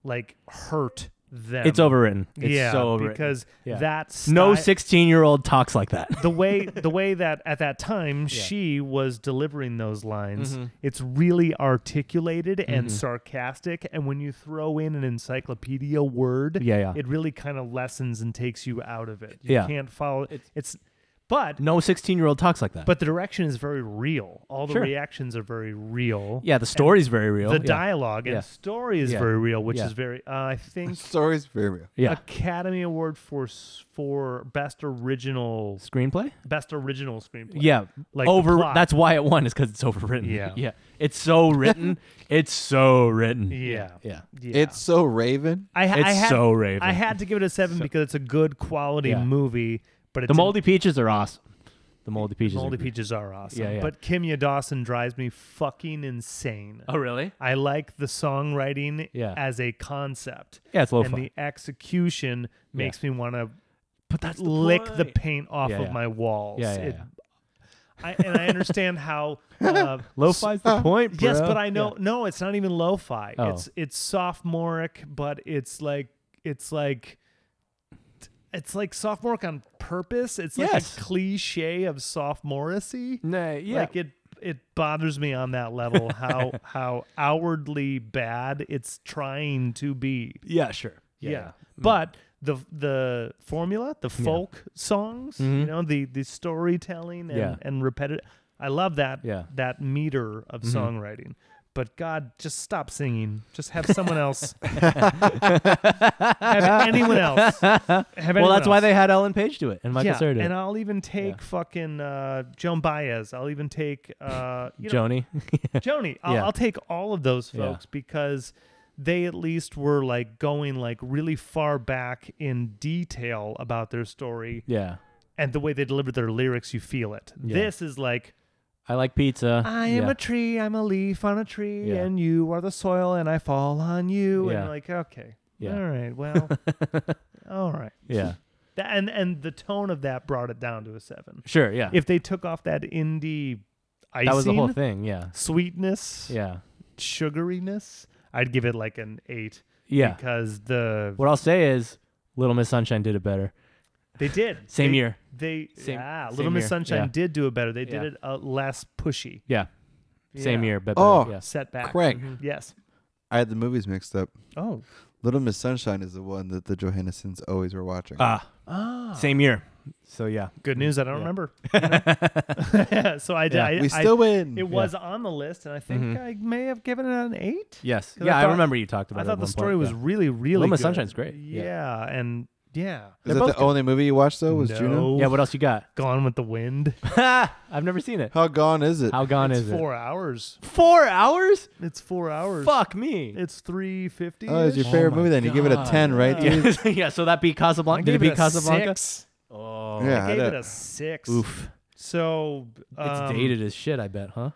like hurt them. It's overwritten. It's yeah, so overwritten. because Yeah. that no sty- sixteen-year-old talks like that. the way the way that at that time she was delivering those lines Mhm. it's really articulated and Mhm. sarcastic and when you throw in an encyclopedia word Yeah, yeah. it really kind of lessens and takes you out of it you Yeah. can't follow it's, but No sixteen-year-old talks like that. but the direction is very real all the Sure. reactions are very real yeah, the story's very real. the yeah. dialogue and Yeah. story is Yeah. very real which Yeah. is very uh, i think Story's very real. yeah. uh, academy award for s- for best original Screenplay. best original screenplay Yeah, like the over. plot. That's why it won is because it's overwritten. Yeah. yeah. It's so written. it's so written. Yeah. yeah. Yeah. It's so Raven. I, ha- It's I had, so Raven. I had to give it a seven because it's a good quality Yeah. movie, but it's the moldy peaches are awesome. The moldy peaches. moldy are great. peaches are awesome. Yeah, yeah. But Kimya Dawson drives me fucking insane. Oh really? I like the songwriting Yeah. as a concept, Yeah, it's low and the execution makes me want to but that's lick the paint off Yeah, of yeah. my walls. Yeah, yeah, It- yeah. I, and I understand how uh, Lo-fi's the point, bro. Yes, but I know no, it's not even lo-fi. Oh. It's it's sophomoric, but it's like it's like it's like sophomoric on purpose. It's like Yes. a cliche of sophomoricity. Nah, yeah. Like it it bothers me on that level how how outwardly bad it's trying to be. yeah, Mm. sure. Yeah. But the the formula, the folk songs, you Mhm. know, the the storytelling and, Yeah. and repetitive I love that Yeah. Mm-hmm. that meter of songwriting. But God, just stop singing. Just have someone else. have anyone else. Have Well, anyone that's why else. they had Ellen Page do it and Michael yeah, Cera do and it. I'll even take fucking uh, Joan Baez. I'll even take uh, you know, Joni. Joni. I'll, Yeah. I'll take all of those Yeah. folks because they at least were like going like really far back in detail about their story yeah. and the way they delivered their lyrics. You feel it. Yeah. This is like I like pizza. I am yeah. a tree. I'm a leaf on a tree, Yeah. and you are the soil, and I fall on you. Yeah. And like okay, Yeah. all right, well, all right. yeah. Th- and and the tone of that brought it down to a seven. Sure, yeah. If they took off that indie icing, that was the whole thing, yeah. sweetness, Yeah. sugariness, I'd give it like an eight Yeah. because the What I'll say is Little Miss Sunshine did it better. they did Same They- year. They Same- yeah, same Little Miss year, Sunshine yeah. did do it better. They did Yeah. it uh, less pushy. Yeah. Yeah. Same Mm-hmm. year, but better, Oh. yeah. Setback. Craig. Yes. I had the movies mixed up. Oh. Little Miss Sunshine is the one that the Johannesons always were watching. Ah, Ah. same year. So yeah. Good news. I don't Yeah. remember. you know? so I did. Yeah, I, we I- still win. it was on the list, and I think Mhm. I may have given it an eight. Yes. 'Cause I Yeah, I, thought- remember you talked about I it at thought the one story point, was yeah. really, really. Little good. Miss Sunshine's great, Yeah, yeah. and yeah, Is They're that both the only movie you watched though? Was Juno? No. Yeah, what else you got? Gone with the Wind. I've never seen it. How gone is it? How gone it's is four hours. it? Four hours? It's four hours. Fuck me. It's three fifty. oh, it's your Oh favorite my movie. Then you give it a God. ten, right? Yeah. Dude? Yeah. yeah, so that beat Casablanca. Did it beat Casablanca? Six. Oh. Yeah, I I gave it know. a six. Oof. So It's um, dated as shit, I bet, huh?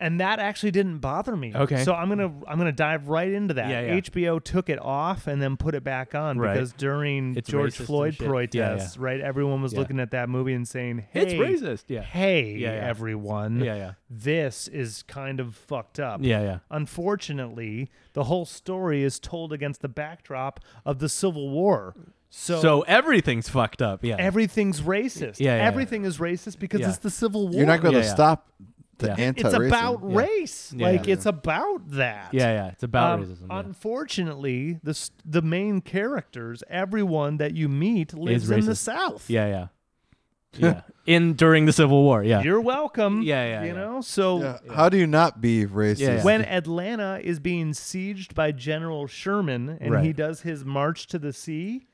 and that actually didn't bother me. Okay. So I'm gonna I'm gonna dive right into that. Yeah, yeah. HBO took it off and then put it back on Right. because during It's George racist and Floyd shit. Yeah, yeah. protests, right, everyone was Yeah. looking at that movie and saying, "Hey, It's racist, yeah. hey, Yeah, yeah. everyone, Yeah, yeah. this is kind of fucked up." Yeah, yeah. Unfortunately, the whole story is told against the backdrop of the Civil War. So. So, everything's fucked up, yeah. Everything's racist. Yeah, yeah, yeah. Everything is racist because Yeah. it's the Civil War. You're not going to Yeah, yeah. stop the Yeah. It's anti. it's about Yeah. race. Yeah. Like Yeah. it's about that. yeah, yeah. It's about Um, racism. yeah. Unfortunately, the s- the main characters, everyone that you meet, lives in the racist. South. Yeah, yeah. Yeah. In during the Civil War, yeah. You're welcome. Yeah, yeah, You yeah. know, so How do you not be racist? Yeah, yeah. when Atlanta is being sieged by General Sherman and he Right. does his march to the sea,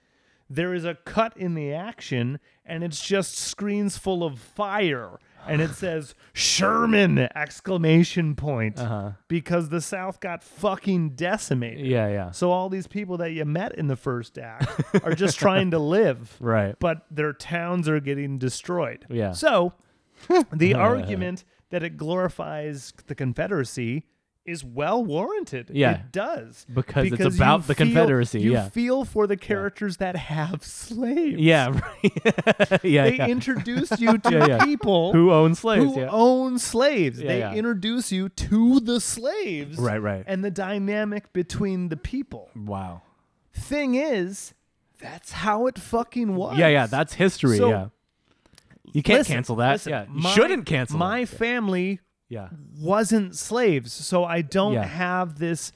there is a cut in the action and it's just screens full of fire and it says Sherman exclamation point Uh huh. because the South got fucking decimated. Yeah, yeah. So all these people that you met in the first act are just trying to live, Right. but their towns are getting destroyed. Yeah. So the argument that it glorifies the Confederacy is well warranted. Yeah. It does. Because it's you about the feel- Confederacy, You yeah. feel for the characters that have slaves. Yeah. right. yeah. They yeah. introduce you to Yeah, yeah. people Who owns slaves? who yeah. own slaves. Yeah, they yeah. introduce you to the slaves Right, right. and the dynamic between the people. wow. Thing is, that's how it fucking was. Yeah, yeah. That's history. So- yeah. You can't Listen, cancel that. listen, yeah. You my- shouldn't cancel. My it. family Yeah. wasn't slaves, so I don't Yeah. have this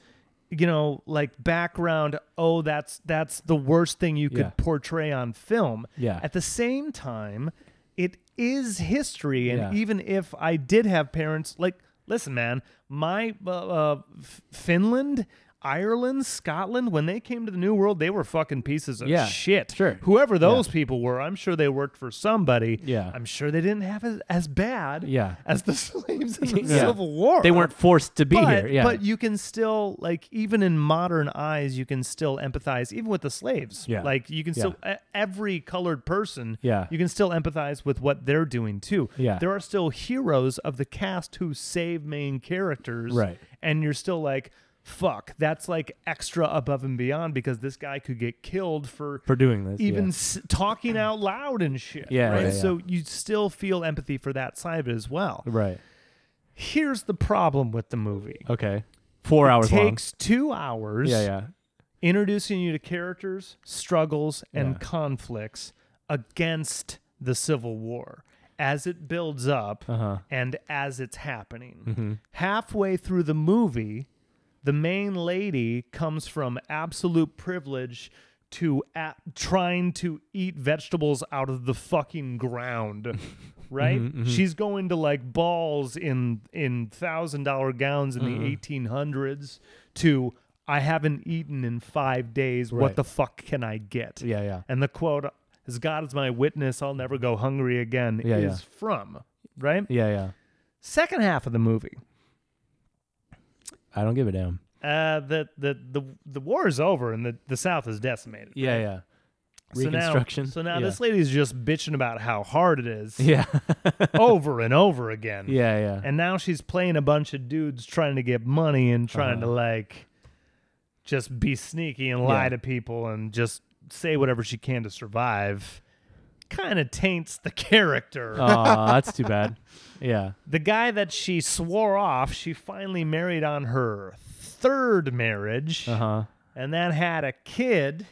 you know like background oh that's that's the worst thing you could Yeah. portray on film Yeah. at the same time it is history and Yeah. even if i did have parents like listen man my uh, uh, F- finland ireland scotland when they came to the new world they were fucking pieces of Yeah, shit sure. whoever those people were i'm sure they worked for somebody Yeah. i'm sure they didn't have as, as bad Yeah. as the slaves in the Yeah. Civil War. They weren't forced to be but, here. Yeah. But you can still like even in modern eyes, you can still empathize even with the slaves. Yeah. Like you can still e- every colored person. Yeah. You can still empathize with what they're doing too. Yeah. There are still heroes of the cast who save main characters. Right. And you're still like. Fuck, that's like extra above and beyond because this guy could get killed for for doing this. even yeah. s- talking out loud and shit. Yeah, right. yeah, yeah. So you still feel empathy for that side of it as well. Right. Here's the problem with the movie. Okay. Four hours Oh, long. takes two hours Yeah, yeah. introducing you to characters, struggles, and Yeah. conflicts against the Civil War as it builds up Uh-huh. Mm-hmm. and as it's happening. Halfway through the movie, the main lady comes from absolute privilege to a trying to eat vegetables out of the fucking ground. Right? Mm-hmm, She's going to like balls in in thousand dollar gowns in Uh-huh. the eighteen hundreds to I haven't eaten in five days. What Right. the fuck can I get? Yeah, yeah. And the quote, as God is my witness, I'll never go hungry again, Yeah, is from, right? Yeah, yeah. Second half of the movie. I don't give a damn. Uh, the, the the the war is over and the, the South is decimated. Yeah, yeah. So now- Reconstruction. So now, yeah. this lady's just bitching about how hard it is Yeah. over and over again. yeah, yeah. And now she's playing a bunch of dudes trying to get money and trying to like just be sneaky and lie Uh-huh. Yeah. to people and just say whatever she can to survive. Kind of taints the character. oh, that's too bad. Yeah. The guy that she swore off, she finally married on her third marriage, Uh huh. and that had a kid.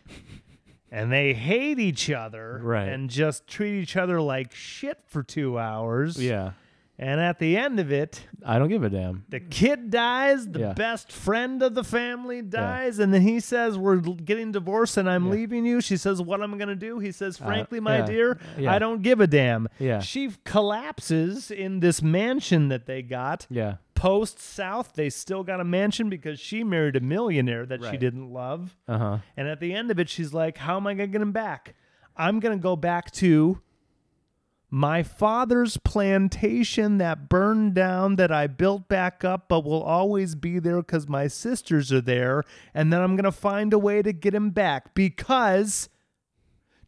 And they hate each other Right. and just treat each other like shit for two hours. Yeah. And at the end of it, I don't give a damn. the kid dies, the Yeah. best friend of the family dies, and then he says, We're l- getting divorced and I'm leaving you. She says, What am I going to do? He says, Frankly, my Uh, yeah. dear, Yeah. I don't give a damn. Yeah. She f- collapses in this mansion that they got. Yeah. Post South, they still got a mansion because she married a millionaire that she Right. didn't love. Uh huh. And at the end of it, she's like, How am I going to get him back? I'm going to go back to my father's plantation that burned down that I built back up, but will always be there because my sisters are there. And then I'm going to find a way to get him back because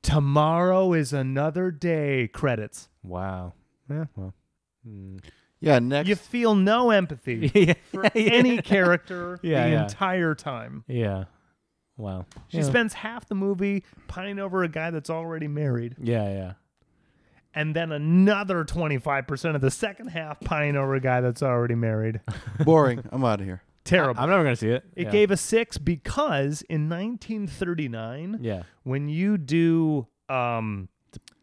tomorrow is another day. Credits. Wow. Yeah. Well. Yeah, next. You feel no empathy yeah. for any character Yeah, the yeah. entire time. Yeah. Wow. She yeah. spends half the movie pining over a guy that's already married. Yeah. Yeah. and then another 25% of the second half pining over a guy that's already married. boring. I'm out of here. Terrible. I'm never gonna see it. it yeah. gave a six because in 1939, Yeah. when you do, um,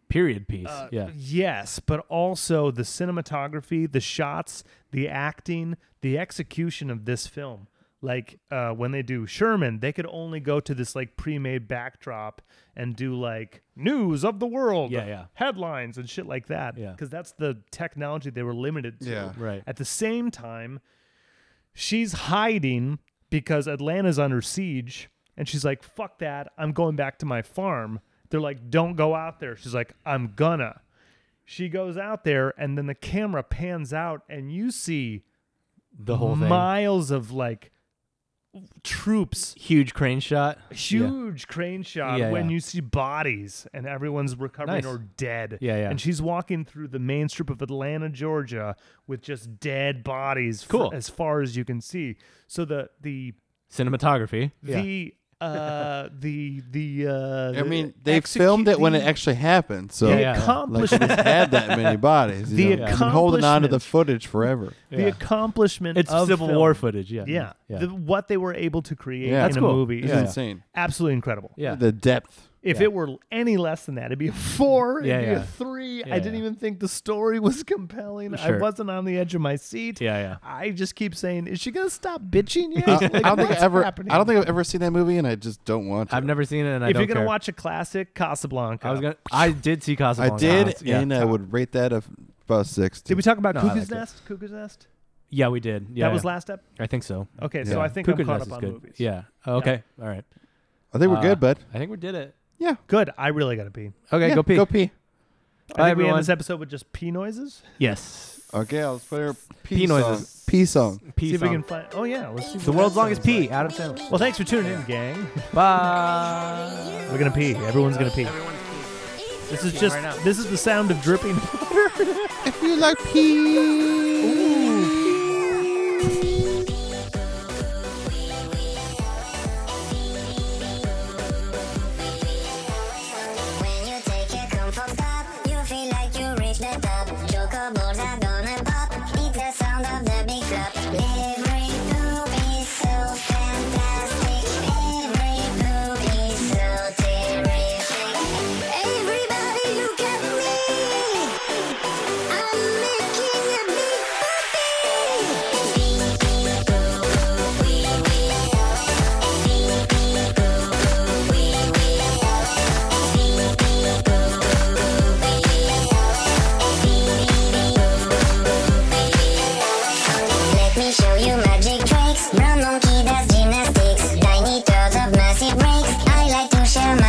Period piece. uh, yeah. yes, but also the cinematography, the shots, the acting, the execution of this film. Like uh, when they do Sherman, they could only go to this like pre-made backdrop and do like news of the world, Yeah, yeah. headlines and shit like that. Yeah. because that's the technology they were limited to. Yeah. Right. At the same time, she's hiding because Atlanta's under siege and she's like, fuck that. I'm going back to my farm. They're like, don't go out there. She's like, I'm gonna. She goes out there, and then the camera pans out, and you see The whole thing. miles of like troops Huge crane shot. huge crane shot Yeah, when yeah. you see bodies and everyone's recovering Nice. or dead. Yeah, yeah. And she's walking through the main strip of Atlanta, Georgia, with just dead bodies fr- Cool. as far as you can see. So the the Cinematography. the uh the the uh I mean, they execu- filmed it when the- it actually happened, so the Yeah, yeah. like accomplishment they just had that many bodies. You The know? They've been holding on to the accomplishment. footage forever. yeah. the Yeah. accomplishment It's of Civil film. War footage. Yeah. Yeah. Yeah. The- what they were able to create Yeah. in That's a cool. movie It's is Yeah. insane. absolutely incredible. yeah. The depth. If Yeah. it were any less than that, it'd be a four. It'd Yeah, be a yeah. three. Yeah, I didn't yeah. even think the story was compelling. I Sure. wasn't on the edge of my seat. Yeah, yeah. I just keep saying, is she gonna stop bitching yet? I, I don't think I what's ever. happening? I don't think I've ever seen that movie, and I just don't want to. I've never seen it, and I if don't you're gonna care. watch a classic, Casablanca. I was gonna. I did see I Casablanca. did, once. Yeah. and I would rate that a f- about six. Did we talk about No, I Cuckoo's liked it. Nest? Cuckoo's Nest. yeah, we did. Yeah, that was yeah. last up. I think so. Okay, so Yeah. I think Cuckoo I'm caught Nest up is on good. movies. Yeah. Oh, okay. All right. I think we're Uh, good, bud. I think we did it. Yeah. Good. I really gotta pee. Okay, yeah, go pee. Go pee. Bye, I think we everyone. end this episode with just pee noises. yes. Okay, I'll play her pee, Pee song. noises. Pee song. Peace. see if we can find. Oh yeah, let's see. the what world's that longest sounds like. pee. Adam Sandler. Well, thanks for tuning in, gang. Bye. We're gonna pee. Everyone's gonna pee. This is just this is the sound of dripping. If you like pee. When you take a comfort pop, you feel like you reach the top. Choco balls are gonna pop. It's the sound of the big flop. Every poop is so fantastic. Every poop is so terrific. Everybody look at me. I'm making a big poopy. Let me show you magic tricks. Brown monkey does gymnastics. Tiny turds of massive breaks. I like to share my